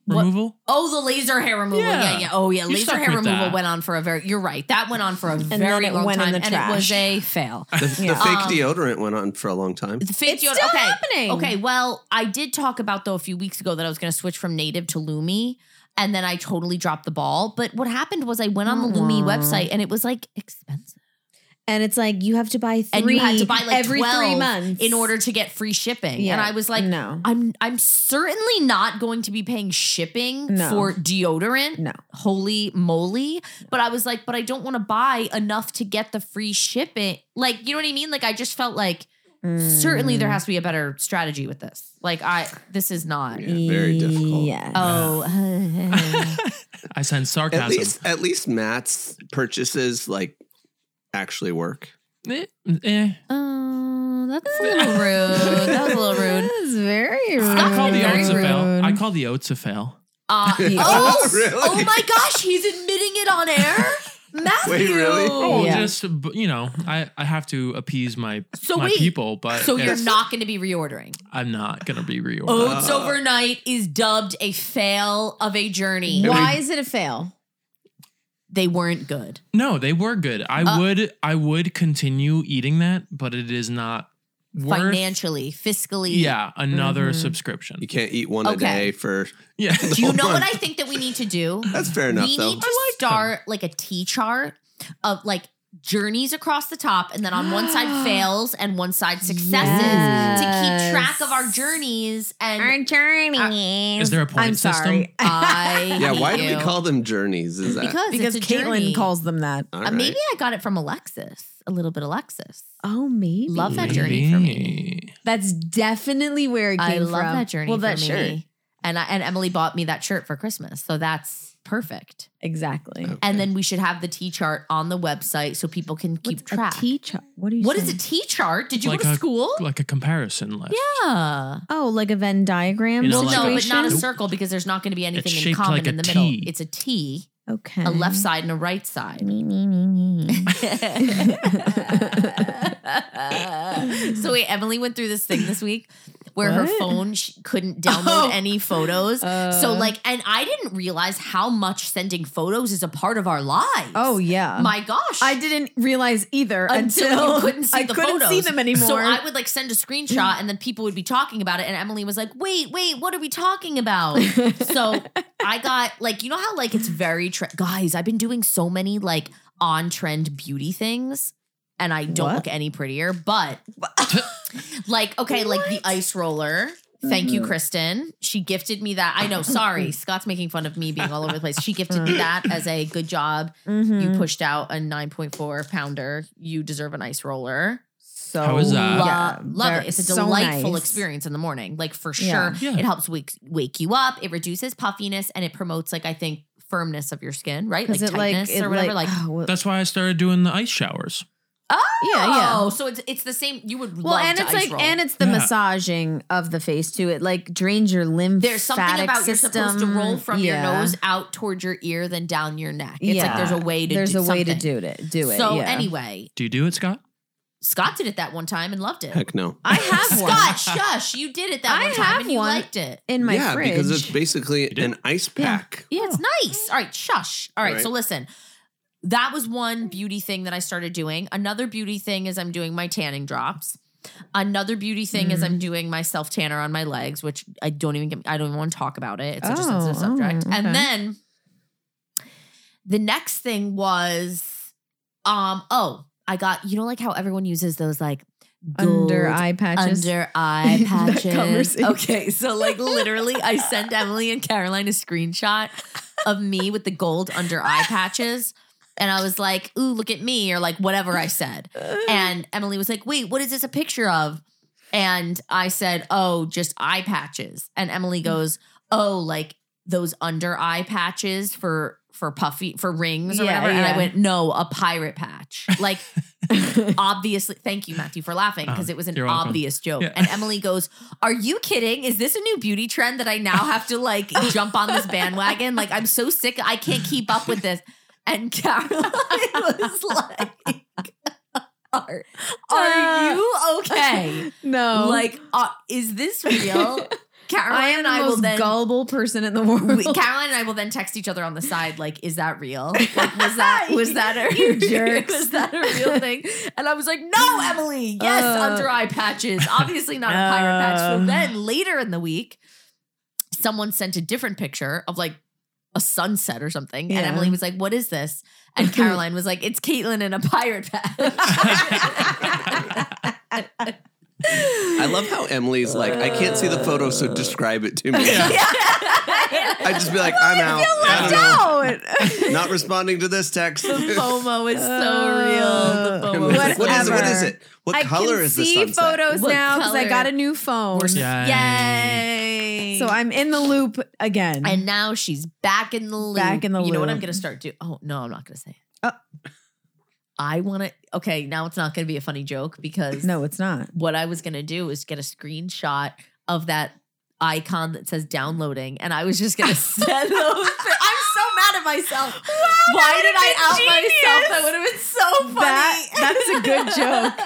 S1: what-
S3: removal.
S1: Oh, the laser hair removal. Yeah,
S3: Yeah.
S1: yeah. Oh, yeah.
S3: You
S1: laser
S3: stuck
S1: hair
S3: with
S1: removal
S3: that.
S1: went on for a very. You're right. That went on for a
S5: then
S1: very
S5: it
S1: long
S5: went in
S1: time,
S5: the
S1: and it was
S5: trash.
S1: a fail.
S4: The, the
S5: Yeah.
S4: fake
S1: Um,
S4: deodorant went on for a long time.
S1: The
S5: It's
S1: fake deodorant-
S5: still
S1: okay.
S5: happening.
S1: Okay. Well, I did talk about though a few weeks ago that I was going to switch from native to Lumi, and then I totally dropped the ball. But what happened was I went on the Lumi
S2: Aw.
S1: website, and it was like expensive,
S2: And it's like you have to buy three
S1: and you had to buy like
S2: every
S1: twelve
S2: three months
S1: in order to get free shipping.
S2: Yeah.
S1: And I was like, "Uh,
S2: no.
S1: I'm I'm certainly not going to be paying shipping
S2: No.
S1: for deodorant.
S2: No.
S1: Holy moly. But I was like, but I don't want to buy enough to get the free shipping. Like, you know what I mean? Like I just felt like certainly
S2: Mm.
S1: there has to be a better strategy with this. Like I this is not.
S4: Yeah, very difficult.
S2: Yes.
S1: Oh.
S3: I sense sarcasm.
S4: At least, at least Matt's purchases like actually work.
S3: Eh, eh.
S1: oh, that's a little rude. That was a little rude.
S2: It's very rude.
S3: I call the
S1: Very
S3: oats a fail.
S2: rude.
S3: I call the oats a fail.
S1: Uh,
S2: Yeah.
S1: oh,
S4: Really?
S1: oh my gosh, he's admitting it on air. Matthew.
S4: really?
S1: Oh,
S3: Well,
S2: Yeah.
S3: just you know, I, I have to appease my
S1: So
S3: my
S1: wait.
S3: people, but
S1: So you're
S3: it's-
S1: not going to be reordering.
S3: I'm not gonna be reordered.
S1: Oats
S4: Uh,
S1: Overnight is dubbed a fail of a journey.
S2: Why is it a fail?
S1: They weren't good.
S3: No, they were good. I
S1: Uh,
S3: would I would continue eating that, but it is not worth
S1: Financially, Mm-hmm. fiscally.
S3: yeah another
S2: Mhm.
S3: subscription.
S4: You can't eat one a
S1: Okay.
S4: day for.
S3: Yeah,
S1: Do you know what I think that we need to do?
S4: That's fair enough,
S1: we
S4: though.
S1: need to start like a T chart of like journeys across the top, and then on one side fails and one side successes to keep track of our
S2: Yes.
S1: journeys. And
S2: Our journeys.
S3: Is there a point
S2: Uh, I'm
S3: system?
S2: sorry.
S1: I
S4: Yeah,
S1: hate
S4: why do
S1: you.
S4: we call them journeys? Is that
S1: because
S5: Because
S1: it's a
S5: Caitlin
S1: journey.
S5: calls them that.
S4: all
S1: Uh,
S4: right.
S1: Maybe I got it from Alexis. A little bit Alexis.
S2: Oh, maybe.
S1: Love that journey. for
S3: me?
S2: That's definitely where it came
S1: I
S2: from.
S1: love that journey.
S2: Well,
S1: for
S2: that
S1: me.
S2: shirt.
S1: And I, and Emily bought me that shirt for Christmas. So that's perfect.
S2: Exactly.
S4: Oh.
S1: And then we should have the T chart on the website so people can keep track.
S2: A T chart. What are you?
S1: what is
S2: saying?
S1: a T chart? Did you
S3: Like
S1: go to
S3: a-
S1: school?
S3: like a comparison list.
S1: yeah.
S2: Oh, like a Venn diagram.
S3: You know,
S1: Well,
S3: like
S1: no,
S3: a-
S1: but not a
S3: Nope.
S1: circle because there's not going to be anything in
S3: shaped
S1: common
S3: like
S1: in
S3: a
S1: the middle.
S3: T.
S1: It's a T,
S2: okay.
S1: a left side and a right side.
S2: Me me me me.
S1: so wait, Emily went through this thing this week where her
S2: What? Oh. Uh.
S1: phone she couldn't download any photos. so like, and I didn't realize how much sending photos is a part of our lives.
S2: oh yeah.
S1: my gosh!
S2: I didn't realize either
S1: until,
S2: until,
S1: you couldn't see
S2: I
S1: the
S2: couldn't
S1: photos.
S2: see them anymore.
S1: So I would like send a screenshot and then people would be talking about it and Emily was like, "Wait, wait, what are we talking about?" so I got like you know how like it's very tre- guys, I've been doing so many like on trend beauty things and I don't
S2: What?
S1: look any prettier, but like okay, like the ice roller Thank you, Kristen. She gifted me that. I know. Sorry, Scott's making fun of me being all over the place. She gifted me that as a good job.
S2: Mm-hmm.
S1: You pushed out a 9.4 pounder. You deserve an ice roller.
S2: so
S3: How is that?
S1: Lo-
S2: yeah,
S1: love
S2: they're
S1: it. It's a
S2: so
S1: delightful
S2: nice.
S1: experience in the morning. Like for
S2: Yeah.
S1: sure,
S3: Yeah.
S1: it helps wake wake you up. It reduces puffiness and it promotes like I think firmness of your skin, right? Like
S2: 'Cause it
S1: tightness
S2: it
S1: or whatever. Like,
S2: oh, well-
S3: That's why I started doing the ice showers.
S2: yeah, yeah.
S1: oh, so it's it's the same. You would
S2: Well,
S1: love
S2: and
S1: to
S2: it's
S1: ice
S2: like,
S1: roll.
S2: and it's the
S3: Yeah.
S2: massaging of the face too. It like drains your lymphatic
S1: there's something about you're
S2: system.
S1: supposed to roll from your
S2: Yeah.
S1: nose out towards your ear, then down your neck. It's like
S2: Yeah.
S1: there's a way to
S2: There's
S1: do
S2: a way to
S1: something.
S2: do it. Do it.
S1: So
S2: yeah.
S1: anyway,
S3: Do you do it, Scott?
S1: Scott did it that one time and loved it.
S4: Heck no.
S2: I have one
S1: Scott, shush, you did it that
S2: I
S1: one time
S2: have
S1: and you
S2: one.
S1: liked it.
S2: in my
S4: yeah,
S2: fridge.
S4: because it's basically
S3: did?
S4: an ice pack.
S1: Yeah, it's
S2: Oh.
S1: nice. All right, shush. All right,
S4: Right.
S1: so listen. That was one beauty thing that I started doing. Another beauty thing is I'm doing my tanning drops. Another beauty thing is
S2: Mm.
S1: I'm doing my self tanner on my legs, which I don't even get, I don't even want to talk about it. It's such a
S2: Oh,
S1: sensitive subject.
S2: oh, okay.
S1: And then the next thing was um oh, I got you know like how everyone uses those like
S2: under
S1: gold
S2: eye patches.
S1: under eye
S2: That
S1: patches.
S2: conversation.
S1: Okay, so like literally, I sent Emily and Caroline a screenshot of me with the gold under eye patches. And I was like, ooh, look at me, or like whatever I said. And Emily was like, wait, what is this a picture of? And I said, oh, just eye patches. And
S2: Mm.
S1: Emily goes, oh, like those under eye patches for for puffy for rings or
S2: Yeah,
S1: whatever. And
S2: yeah.
S1: I went, no, a pirate patch. Like obviously, thank you, Matthew, for laughing because
S3: Oh,
S1: it was an
S3: you're welcome.
S1: obvious joke.
S3: Yeah.
S1: And Emily goes, Are you kidding? Is this a new beauty trend that I now have to like jump on this bandwagon? Like, I'm so sick. I can't keep up with this. And Caroline was like, Are, are
S2: Uh,
S1: you okay?
S2: no,
S1: Like, uh, is this real? Caroline
S2: I am
S1: and
S2: the
S1: I will
S2: most
S1: then.
S2: gullible person in the world.
S1: we- Caroline and I will then text each other on the side, like, "Is that real? Like, was that was that a
S2: You jerks.
S1: was that a real thing?" And I was like, "No, Emily, yes,
S2: Uh.
S1: under eye patches. Obviously not a pirate patch." So
S2: Um.
S1: then later in the week, someone sent a different picture of like a sunset or something, and
S2: Yeah.
S1: Emily was like, "What is this?" And Caroline was like, "It's Caitlin in a pirate patch."
S4: I love how Emily's like, I can't see the photo, so describe it to me. I'd just be like, I'm out. I don't know. Not responding to this text.
S1: FOMO is so
S2: Uh,
S1: real. The FOMO.
S4: Emily's like, what is it? What
S2: Whatever.
S4: is it? What
S2: I
S4: color
S2: can
S4: is the
S2: see
S4: sunset?
S2: photos
S1: What
S2: now because I
S1: color?
S2: got a new phone,
S3: Yeah.
S1: Yay.
S2: so I'm in the loop again.
S1: and now she's back in the loop.
S2: Mm-hmm. Back in the
S1: you know what
S2: loop.
S1: I'm gonna start doing? Oh no, I'm not gonna say it.
S2: Oh.
S1: I wanna okay, now it's not gonna be a funny joke because
S2: no, it's not.
S1: what I was gonna do is get a screenshot of that icon that says downloading, and I was just gonna send those. pi- I'm so mad at myself. Why did I out myself? That would have been so funny.
S2: That that is a good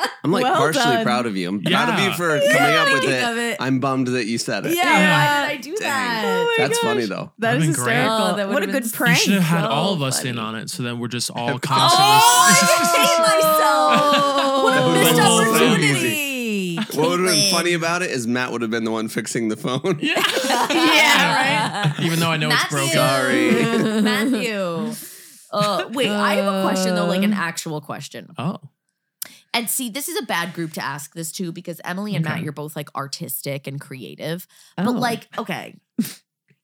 S2: joke.
S4: I'm like
S2: Well
S4: partially
S2: done.
S4: proud of you. I'm proud of
S3: Yeah.
S4: you for coming up with
S1: thinking
S4: it.
S1: of it.
S4: I'm bummed that you said it.
S1: yeah,
S3: Yeah.
S1: why did I do
S4: Dang.
S1: that?
S2: oh my
S4: That's
S2: gosh.
S4: funny though.
S2: That is
S3: That'd been great.
S2: hysterical.
S1: Oh, that
S2: what a
S1: would've been
S2: good
S3: You
S2: prank.
S3: should have had
S1: so
S3: all of us
S1: funny.
S3: in on it, so then we're just all constantly.
S1: Oh, I hate myself.
S4: Oh.
S1: What a missed
S4: So
S1: opportunity.
S4: What would have
S1: Caitlin.
S4: been funny about it is Matt would have been the one fixing the phone.
S1: Oh,
S2: Yeah,
S3: Even though I know it's broken.
S4: Sorry.
S1: Matthew. Uh, wait, I have a question though, like
S3: Uh.
S1: an actual question.
S3: Oh.
S1: And see, this is a bad group to ask this to because Emily and
S3: Okay.
S1: Matt, you're both like artistic and creative.
S2: Oh.
S1: But like, okay,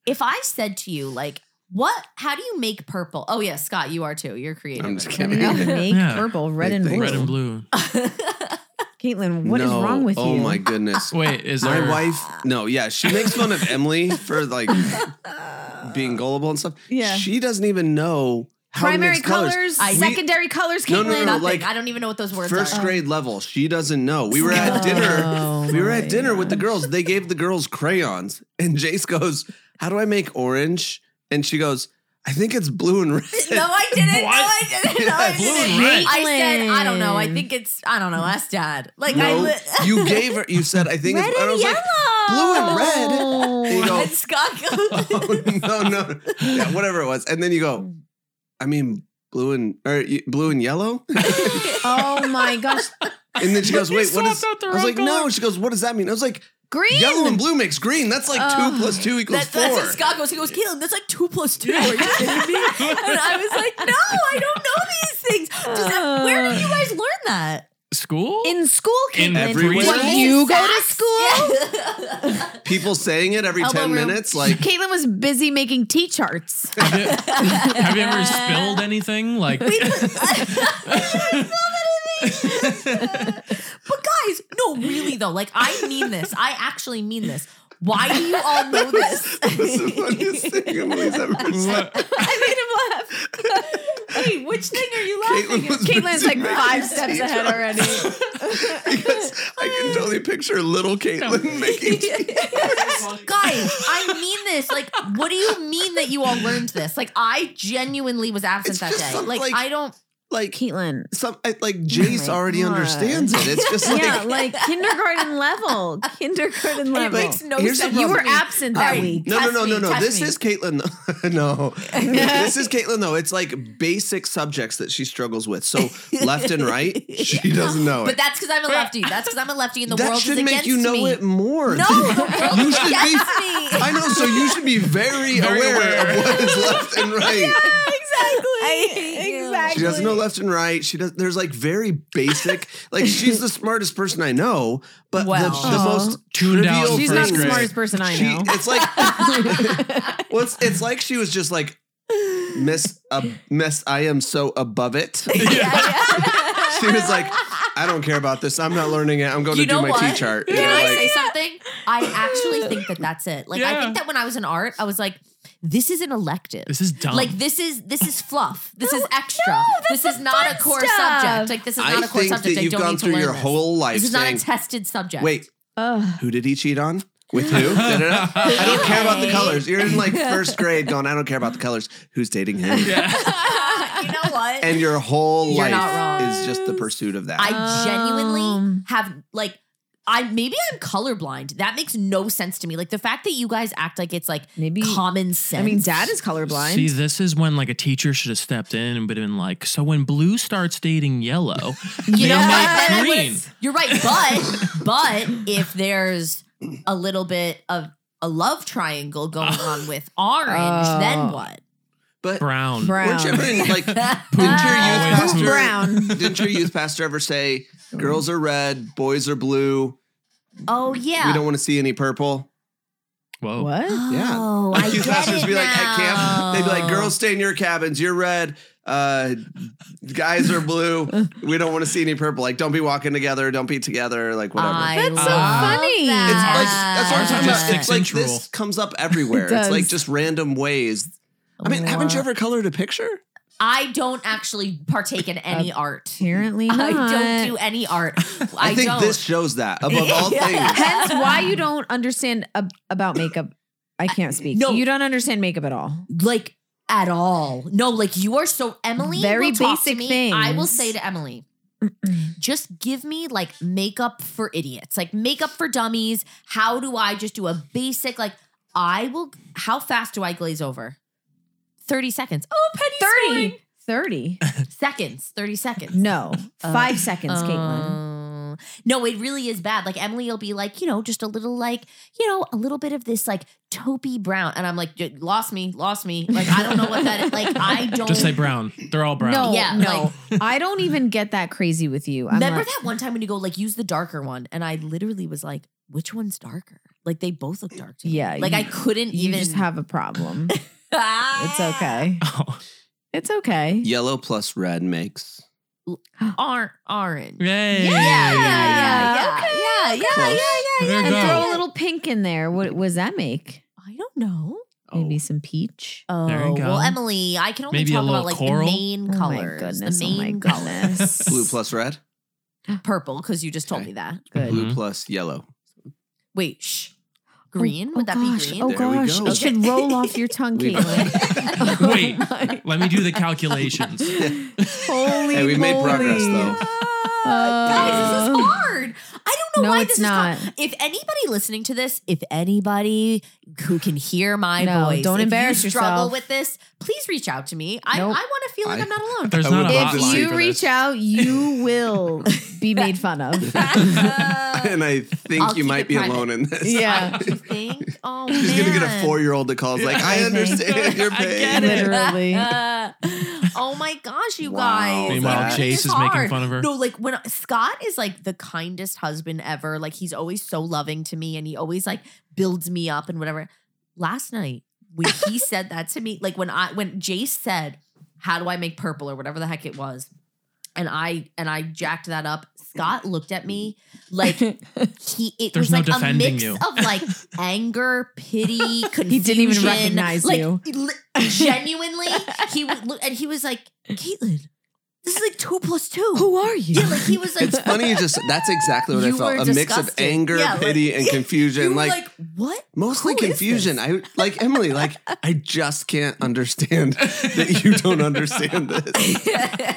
S1: if I said to you, like, what? How do you make purple? Oh yeah, Scott, you are too. You're creative.
S4: I'm just
S2: How do you
S4: kidding.
S2: make
S3: Yeah.
S2: purple, red
S4: Make
S2: and
S4: things.
S2: blue.
S3: Red and blue.
S2: Caitlin, what is
S4: No.
S2: wrong with
S4: oh
S2: you?
S4: Oh my goodness.
S3: Wait, is
S4: My
S3: there?
S4: wife, no, yeah, she makes fun of Emily for like being gullible and stuff.
S2: Yeah.
S4: She doesn't even know how to
S2: Primary
S4: mix colors.
S2: colors,
S1: I-
S2: secondary colors,
S4: No,
S2: Caitlin.
S4: no, no,
S1: Nothing.
S4: like,
S1: I don't even know what those words
S4: First
S1: are.
S4: grade level. She doesn't know. We were at
S2: Oh,
S4: dinner. We were
S2: my
S4: at dinner with the girls. They gave the girls crayons. And Jace goes, How do I make orange? And she goes, I think it's blue and red.
S1: No, I didn't. No, I
S3: What?
S1: didn't. No, I
S4: Yeah,
S3: blue
S1: didn't.
S3: and red.
S1: I said, I don't know. I
S2: Caitlin.
S1: think it's, I don't know. Ask dad. Like, I
S4: No,
S1: li-
S4: you gave her, you said, I think
S1: red
S4: it's, and I
S1: and
S4: was
S1: yellow.
S4: like, blue and red. And you
S2: Oh.
S4: go,
S1: And Scott goes,
S4: oh, no, no, yeah, whatever it was. And then you go, I mean, blue and or y- blue and yellow.
S2: Oh my gosh.
S4: And then she goes,
S3: You
S4: wait,
S3: swapped
S4: what is?
S3: out the
S4: I was
S3: wrong
S4: like, no.
S3: color.
S4: She goes, what does that mean? I was like,
S2: Green.
S4: yellow and blue makes green. That's like two plus two equals
S1: that,
S4: four.
S1: that's what Scott goes. He goes, Caitlin, that's like two plus two. Are you kidding me? And I was like, no, I don't know these things. Does that, where did you guys learn that?
S3: School?
S2: In school,
S3: In
S2: Caitlin.
S3: everywhere.
S2: When you go to school,
S4: People saying it every
S1: Elbow
S4: ten
S1: room.
S4: minutes. Like,
S2: Caitlin was busy making tea charts.
S3: have, you, have you ever spilled anything? Like,
S1: But guys, no, really though. Like, I mean this. I actually mean this. Why do you all know this?
S4: this is the funniest thing Emily's ever said.
S3: what?
S1: I made him laugh. Hey, which thing are you laughing
S4: Caitlin
S1: at?
S4: was
S2: Caitlin's
S4: busy
S2: like
S4: making
S2: five steps
S4: tea
S2: ahead
S4: charts.
S2: already.
S4: Because I can totally picture little Caitlin making. tea.
S1: Guys, I mean this. Like, what do you mean that you all learned this? Like, I genuinely was absent
S4: It's
S1: that
S4: just
S1: day.
S4: some,
S1: Like,
S4: like-
S1: I don't.
S4: Like
S2: Caitlin.
S4: some, I- like
S1: Oh
S4: Jace
S2: my
S4: already
S2: God.
S4: understands it. It's just like.
S2: Yeah, like kindergarten level. Kindergarten level.
S1: makes no
S4: here's the
S1: sense.
S2: you
S4: problem.
S2: were absent
S1: All
S2: that
S1: right.
S2: week.
S4: No,
S1: Test
S4: no, no,
S1: me,
S4: no, no.
S1: test
S4: This
S1: me.
S4: is Caitlin. no, this is Caitlin though. It's like basic subjects that she struggles with. So left and right, she doesn't know
S1: But
S4: it.
S1: that's because I'm a lefty. That's because I'm a lefty, and the
S4: that
S1: world is
S4: should
S1: against
S4: make you know
S1: me.
S4: it more.
S1: No, the world
S4: you
S1: is
S4: should
S1: against
S4: be.
S1: me.
S4: I know. So you should be very,
S3: Very
S4: aware,
S3: aware.
S4: of what is left and right.
S1: Exactly.
S4: She doesn't know left and right. She does. There's like very basic. Like she's the smartest person I know, but the-
S1: Well.
S4: the,
S2: Aw.
S4: most
S3: Tuned out
S4: trivial
S3: in
S2: She's not
S3: first
S2: the
S4: things-
S3: grade.
S2: smartest person I
S4: she,
S2: know.
S4: It's like well, it's, it's like she was just like Miss uh, Miss I am so above it. she was like, I don't care about this. I'm not learning it. I'm going
S1: You
S4: to do
S1: know
S4: my
S1: what?
S4: T chart.
S1: Can
S4: You know,
S1: I
S4: like,
S1: say something? I actually think that that's it. Like, I
S3: Yeah.
S1: think that when I was in art, I was like, this is an elective.
S3: This is dumb.
S1: Like this is this is fluff. This is extra. this is not a core
S2: stuff.
S1: subject. Like this is
S4: I
S1: not a core
S4: think
S1: subject.
S4: that
S1: I
S4: you've
S1: don't
S4: gone
S1: need to
S4: through
S1: learn
S4: your
S1: this.
S4: whole life
S1: This is not a
S4: saying,
S1: tested subject.
S4: wait,
S2: Ugh.
S4: who did he cheat on? With who? Da, da, da. I don't care about the colors. You're in like first grade going, I don't care about the colors. Who's dating him?
S1: you know what?
S4: And your whole
S1: You're
S4: life
S1: not wrong.
S4: is just the pursuit of that.
S1: I genuinely
S2: Um.
S1: have like I maybe I'm colorblind. That makes no sense to me. Like the fact that you guys act like it's like
S2: Maybe-
S1: common sense.
S2: I mean, dad is colorblind.
S3: See, this is when like a teacher should have stepped in and been like, so when blue starts dating yellow,
S1: you
S3: they
S1: know what?
S3: make
S1: That
S3: green.
S1: was- You're right, but but if there's a little bit of a love triangle going on with orange, then
S2: Oh.
S1: what?
S4: but
S3: Brown.
S2: Brown.
S4: weren't you ever in like didn't your youth
S3: Always
S4: pastor
S2: Brown.
S4: didn't your youth pastor ever say girls are red, boys are blue,
S1: Oh yeah.
S4: we don't want to see any purple?
S3: Whoa.
S2: What?
S4: Yeah.
S1: Oh, I
S4: youth
S1: get
S4: pastors
S1: it
S4: be
S1: now.
S4: like at camp, they'd be like, "Girls, stay in your cabins. You're red. Uh, guys are blue. We don't want to see any purple. Like, don't be walking together. Don't be together. Like, whatever."
S1: I
S2: That's so
S3: love
S2: funny.
S1: that.
S4: it's like
S1: Ah.
S4: that's what I'm
S1: Ours are
S4: talking
S1: just
S4: about. It's
S3: six
S4: like
S3: inch
S4: this
S3: rule.
S4: comes up everywhere.
S2: It
S4: It's like
S2: does.
S4: just random ways. I mean, haven't you ever colored a picture?
S1: I don't actually partake in any art.
S2: Apparently not.
S1: I don't do any art. I,
S4: I, think
S1: don't.
S4: this shows that above all things.
S2: Hence why you don't understand ab- about makeup. I can't speak.
S1: No.
S2: You don't understand makeup at all.
S1: like at all. No, like you are so Emily.
S2: Very
S1: will talk to
S2: basic
S1: me.
S2: things.
S1: I will say to Emily, just give me like makeup for idiots, like makeup for dummies. How do I just do a basic like? I will. How fast do I glaze over? Thirty seconds. Oh, Penny.
S2: 30. 30.
S1: seconds. Thirty seconds.
S2: No.
S1: Uh,
S2: Five seconds, Caitlin.
S1: Um, No, it really is bad. Like Emily will be like, you know, just a little like, you know, a little bit of this like taupey brown, and I'm like, "J- lost me, lost me. Like I don't know what that is. Like I don't.
S3: Just say brown. They're all brown.
S2: No,
S1: Yeah,
S2: no. I don't even get that crazy with you. I'm
S1: Remember
S2: like,
S1: that one time when you go like use the darker one, and I literally was like, which one's darker? Like they both look dark. To me.
S2: Yeah.
S1: Like
S2: you,
S1: I couldn't
S2: you
S1: even.
S2: just have a problem. it's
S1: Ah!
S2: okay.
S3: Oh,
S2: It's okay.
S4: Yellow plus red makes
S1: aren't orange.
S3: Yay.
S1: Yeah, yeah,
S2: Okay,
S1: yeah, yeah, yeah, yeah,
S4: close.
S1: yeah, yeah, yeah.
S3: There you
S2: And
S3: go.
S2: throw a little pink in there. What was that make?
S1: I don't know.
S4: oh,
S2: Maybe some peach.
S1: Oh
S3: There you go.
S1: well, Emily, I can only
S3: Maybe a
S1: talk about
S3: little
S1: like
S3: coral?
S1: the main
S2: Oh my
S1: colors,
S2: goodness,
S1: the
S2: oh my
S1: main
S2: goodness.
S1: colors.
S4: blue plus red,
S1: purple, because you just told
S4: Okay.
S1: me that.
S2: Good.
S4: blue plus yellow.
S1: Wait, shh. Green?
S2: Oh,
S1: Would that
S2: gosh,
S1: be green?
S2: Oh
S4: There we
S2: gosh,
S4: go.
S2: it should roll off your tongue,
S4: We-
S2: Caitlin.
S3: Wait, let me do the calculations.
S2: Holy Uh,
S4: Hey, we made progress, though.
S1: Guys, this is hard. I don't know
S2: No,
S1: why
S2: it's
S1: this
S2: not.
S1: is hard. If anybody listening to this, if anybody who can hear my
S2: No,
S1: voice,
S2: don't
S1: if
S2: embarrass
S1: you struggle
S2: yourself.
S1: with this, please reach out to me. I,
S2: Nope.
S1: I want to feel like
S4: I-
S1: I, am not alone.
S3: There's
S4: I
S3: not a
S4: would love
S3: hotline.
S2: If
S4: Obviously.
S2: you
S3: for
S2: reach
S3: this.
S2: out, you will be made fun of.
S4: and I think
S1: Uh, I'll
S4: you
S1: keep
S4: might
S1: it
S4: be
S1: private.
S4: alone in this.
S2: Yeah.
S1: You think? Oh man.
S4: She's gonna get a four-year-old that calls like, "I understand your
S3: I
S4: pain."
S3: get it.
S2: Literally.
S1: Uh, oh my gosh, you guys!
S4: Wow, Meanwhile,
S1: Like,
S4: Jace
S1: this
S3: is making
S1: hard.
S3: fun of her.
S1: No, like when Scott is like the kindest husband ever. Like he's always so loving to me, and he always like builds me up and whatever. Last night when he said that to me, like when I when Jace said, "How do I make purple?" or whatever the heck it was, and I and I jacked that up. Scott looked at me like he it was
S3: There's no
S1: like a
S3: defending
S1: mix
S3: you.
S1: of like anger, pity, confusion.
S2: didn't even recognize
S1: like,
S2: you.
S1: li- genuinely, he would look and he was like, Caitlin, this is like two plus two.
S2: Who are you?
S1: yeah, like he was like,
S4: It's funny you just that's exactly what I
S1: You
S4: felt. A
S1: were
S4: mix of
S1: disgusted.
S4: anger,
S1: Yeah, like-
S4: pity, and
S1: you
S4: confusion.
S1: were
S4: Like,
S1: like, what?
S4: mostly
S1: who is
S4: confusion.
S1: this?
S4: I like Emily, like I just can't understand that you don't understand this.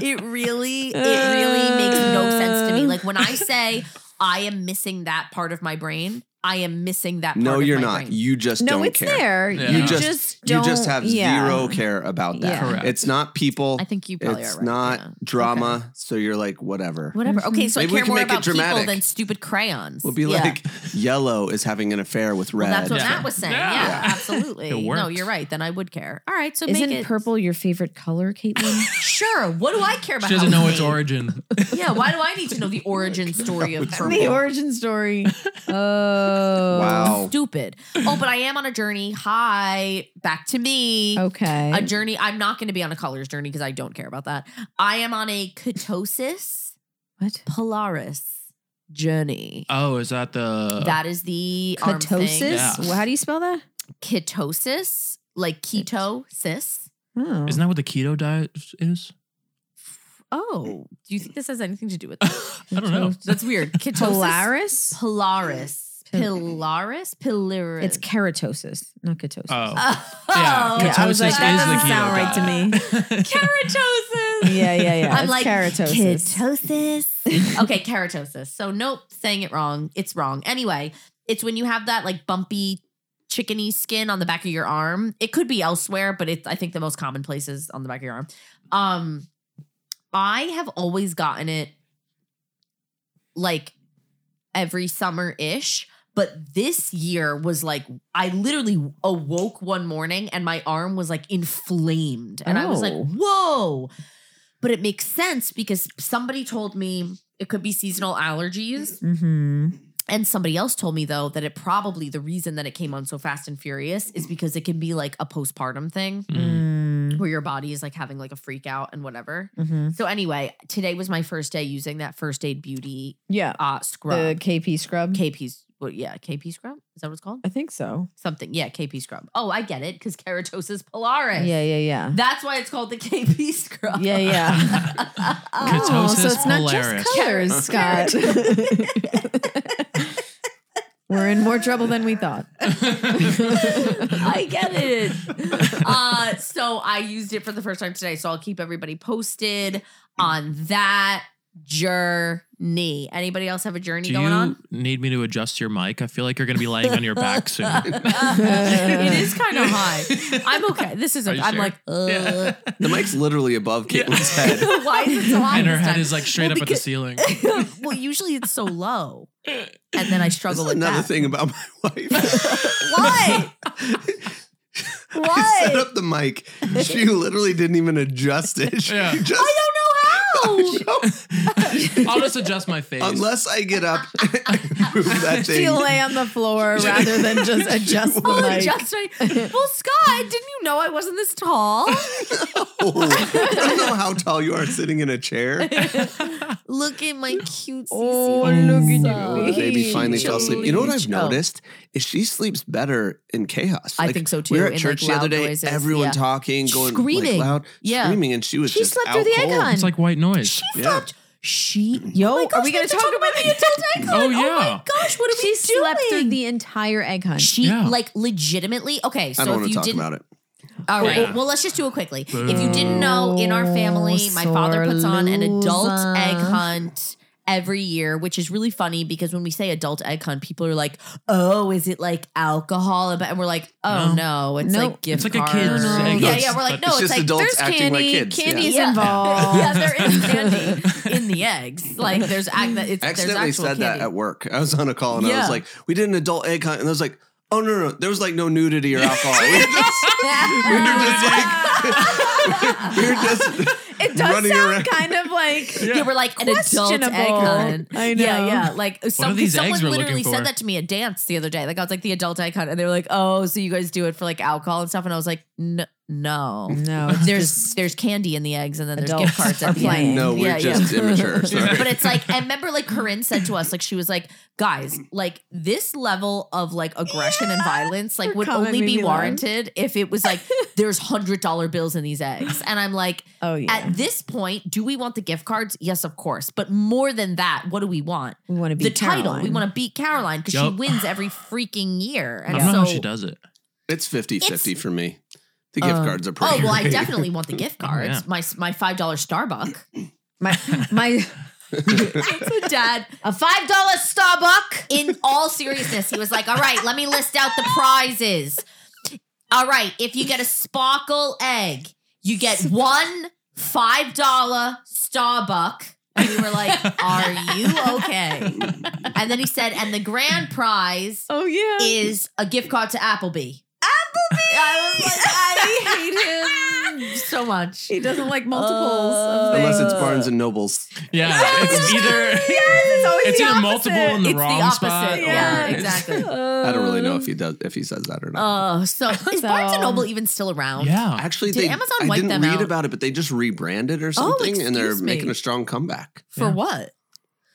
S1: it really, it really makes no sense to me. Like when I say I am missing that part of my brain, I am missing that part
S4: No,
S1: of
S4: you're
S1: my
S4: not.
S1: brain.
S4: You just
S2: no,
S4: don't
S2: it's
S4: care.
S2: there.
S3: Yeah.
S4: You
S2: You
S4: just,
S2: just
S4: you
S2: don't.
S4: just have
S2: yeah.
S4: zero care about that.
S2: Yeah.
S3: Correct.
S4: It's not people.
S1: I think you probably
S4: It's
S1: are right.
S4: not
S1: yeah.
S4: drama. So you're like whatever.
S1: Whatever. Okay, so
S4: Maybe
S1: I
S4: we
S1: care
S4: can
S1: more
S4: make it
S1: about people
S4: dramatic.
S1: than stupid crayons.
S4: We'll be
S1: Yeah.
S4: like yellow is having an affair with red.
S1: Well, that's what
S3: Yeah.
S1: Matt was saying.
S3: Yeah.
S1: Yeah,
S3: Yeah.
S1: absolutely.
S3: It
S1: No,
S3: worked.
S1: you're right. Then I would care. All right, so
S2: Isn't
S1: make it
S2: purple your favorite color, Caitlin?
S1: Sure. What do I care about?
S3: She doesn't
S1: how
S3: know
S1: it's
S3: its
S1: made?
S3: origin.
S1: Yeah. Why do I need to know the origin story of purple?
S2: the origin story. Oh.
S4: wow.
S1: Stupid. Oh, but I am on a journey. Hi, back to me.
S2: Okay.
S1: A journey. I'm not going to be on a colors journey because I don't care about that. I am on a ketosis
S2: what?
S1: polaris journey.
S3: Oh, is that the
S1: that is the arm thing.
S2: Ketosis?
S3: Yeah.
S2: Well, How do you spell that?
S1: ketosis, like ketosis.
S2: Oh.
S3: Isn't that what the keto diet is?
S1: Oh, do you think this has anything to do with that?
S3: I don't know.
S1: That's weird. Ketosis.
S2: Polaris?
S1: Polaris. Pilaris? Pilaris.
S2: It's keratosis, not ketosis.
S3: Oh.
S1: Oh.
S3: Yeah,
S2: Yeah, I was
S3: Ketosis
S2: like, that
S3: is the
S2: doesn't sound right to
S3: keto
S2: me.
S1: Uh, Keratosis.
S2: Yeah, yeah, yeah.
S1: I'm
S2: it's
S1: like
S2: keratosis.
S1: ketosis. okay, keratosis. So nope, saying it wrong. It's wrong. Anyway, it's when you have that like bumpy chickeny skin on the back of your arm. It could be elsewhere, but it's I think the most common place is on the back of your arm. Um I have always gotten it like every summer ish. But this year was like, I literally awoke one morning and my arm was like inflamed. And I was like,
S2: Oh.
S1: whoa. But it makes sense because somebody told me it could be seasonal allergies.
S2: Mm-hmm.
S1: And somebody else told me, though, that it probably, the reason that it came on so fast and furious is because it can be like a postpartum thing
S3: Mm.
S1: where your body is like having like a freak out and whatever.
S2: Mm-hmm.
S1: So, anyway, today was my first day using that first aid beauty
S2: Yeah.
S1: uh,
S2: The
S1: scrub.
S2: KP scrub. I
S1: KP's, well, yeah, KP scrub? Is that what it's called?
S2: think so.
S1: Something. Yeah, KP scrub. Oh, I get it because keratosis pilaris.
S2: Yeah, yeah, yeah.
S1: That's why it's called the KP scrub.
S2: Yeah, yeah.
S3: Ketosis
S2: oh, so it's not just
S3: polaris.
S2: colors, Scott. We're in more trouble than we thought.
S1: I get it. Uh, so I used it for the first time today. So I'll keep everybody posted on that journey. Anybody else have a journey
S3: Do you
S1: going on?
S3: need me to adjust your mic? I feel like you're going to be laying on your back soon.
S1: it is kind of high. I'm okay. This is
S3: Are
S1: okay.
S3: you
S1: I'm
S3: sure?
S1: like, uh,
S4: The mic's literally above Caitlin's head.
S1: why is it so high?
S3: and her
S1: this
S3: head
S1: time?
S3: is like straight
S1: Well,
S3: up at the
S1: because-
S3: ceiling.
S1: well, usually it's so low, and then I
S4: This
S1: struggle
S4: is
S1: with
S4: another
S1: that.
S4: thing about my wife.
S1: Why?
S4: I set
S1: Why?
S4: up the mic. She literally didn't even adjust it. She
S3: Yeah.
S4: just
S1: I
S3: I'll just adjust my face.
S4: Unless I get up and move that thing.
S5: She lay on the floor rather than just adjust the
S1: Well,
S5: mic.
S1: adjust my- well, Scott, didn't you know I wasn't this tall?
S4: I don't know how tall you are sitting in a chair.
S1: Look at my cute
S5: Oh,
S1: CC.
S5: look
S4: Oh,
S5: at
S4: the
S5: you.
S4: baby finally fell asleep. You know what
S1: Jolie
S4: I've
S1: Joe.
S4: noticed is she sleeps better in chaos.
S1: Oh. I think so, too,
S4: We were
S1: in,
S4: at
S1: like,
S4: church the other
S1: loud
S4: day,
S1: noises.
S4: everyone
S1: Yeah.
S4: talking, going like,
S1: Screaming.
S4: loud,
S1: Yeah.
S4: screaming, and she was
S1: She
S4: just
S1: slept
S4: out
S1: through the egg
S4: cold.
S1: hunt.
S3: it's like white noise.
S1: She
S4: Yeah.
S1: slept. She.
S5: Yo,
S1: oh my gosh,
S5: are we gonna
S1: have to
S5: talk about
S1: the adult egg hunt?
S3: Oh, yeah.
S1: my gosh, what are
S2: She
S1: we
S2: slept through
S1: doing?
S2: the entire egg hunt.
S1: She
S3: Yeah.
S1: like legitimately. Okay, so
S4: I don't
S1: if
S4: want
S1: you
S4: to talk
S1: didn't,
S4: about it.
S1: all right.
S3: Yeah.
S1: Well, let's just do it quickly. If you didn't know, in our family, my father puts on an adult egg
S2: Sorlosa.
S1: hunt every year, which is really funny because when we say adult egg hunt, people are like, "Oh, is it like alcohol?" And we're like, "Oh no, it's
S2: No.
S1: like gift
S3: It's like a
S1: cards.
S3: kid's egg
S1: yeah,
S3: hunt,
S1: yeah. We're like,
S3: but
S1: no,
S4: it's
S1: it's,
S4: just
S1: like
S4: adults
S1: there's
S4: acting
S1: candy,
S4: like kids.
S5: Candy's
S1: Yeah.
S5: involved.
S1: yeah, there is candy in the eggs. Like there's act that it's
S4: I
S1: there's
S4: accidentally
S1: actual
S4: said
S1: candy.
S4: that at work. I was on a call and I
S1: Yeah.
S4: was like, "We did an adult egg hunt," and I was like, "Oh no, no, no. there was like no nudity or alcohol. we were just, we were just like, we were just
S5: It does
S4: running
S5: sound
S4: around.
S5: kind of like
S1: Yeah, we're like an adult egg
S5: Questionable.
S1: hunt.
S5: I
S1: Yeah,
S5: know.
S1: yeah. Like some,
S3: these
S1: someone
S3: eggs we're
S1: literally
S3: looking
S1: said
S3: for?
S1: that to me at dance the other day. Like I was like the adult egg hunt, and they were like, "Oh, so you guys do it for like alcohol and stuff?" And I was like, "N- "No,
S5: no.
S1: there's there's candy in the eggs, and then there's
S5: Adults
S1: gift cards
S5: are
S1: at the
S5: playing.
S1: end."
S4: no, we're
S1: Yeah, yeah.
S4: just immature." Sorry.
S1: but it's like, I remember like Corinne said to us, like she was like, guys, like this level of like aggression and violence like
S5: Her
S1: would
S5: comment
S1: only
S5: made
S1: be
S5: me laugh.
S1: warranted if it was like there's hundred dollar bills in these eggs. And I'm like,
S5: Oh yeah.
S1: at this point, do we want the gift cards? Yes, of course. But more than that, what do we want?
S2: we want to
S1: the title. We want to beat Caroline because she
S3: Yup.
S1: wins every freaking year.
S3: I
S1: And
S3: don't know how
S1: so
S3: she does it.
S4: It's 50 50 for me. The gift cards are pretty.
S1: Oh well, I
S4: great.
S1: definitely want the gift cards.
S3: yeah.
S1: My my five dollar Starbucks.
S2: my my
S1: So dad, a five dollar Starbucks. In all seriousness, he was like, "All right, let me list out the prizes. All right, if you get a sparkle egg, you get one five dollar Starbucks." And we were like, "Are you okay?" And then he said, "And the grand prize
S5: oh yeah.
S1: is a gift card to Applebee." Applebee. I was like, I hate him so much.
S5: He doesn't like multiples.
S1: Uh,
S5: of things.
S4: Unless it's Barnes and Nobles.
S3: Yeah, it's either
S5: It's always
S3: it's
S5: the
S3: either
S5: opposite.
S3: multiple in the
S1: It's the
S3: wrong spot.
S1: opposite.
S3: or
S1: Yeah,
S3: it's-
S1: exactly.
S4: I don't really know if he does if he says that or not.
S1: Oh, so is Barnes
S5: um,
S1: and Noble even still around?
S3: Yeah,
S4: Actually,
S1: did
S4: they
S1: Amazon
S4: I
S1: wipe
S4: didn't
S1: them
S4: read
S1: out?
S4: about it, but they just rebranded or something, and they're
S1: excuse me.
S4: making a strong comeback.
S1: For
S3: Yeah.
S1: what?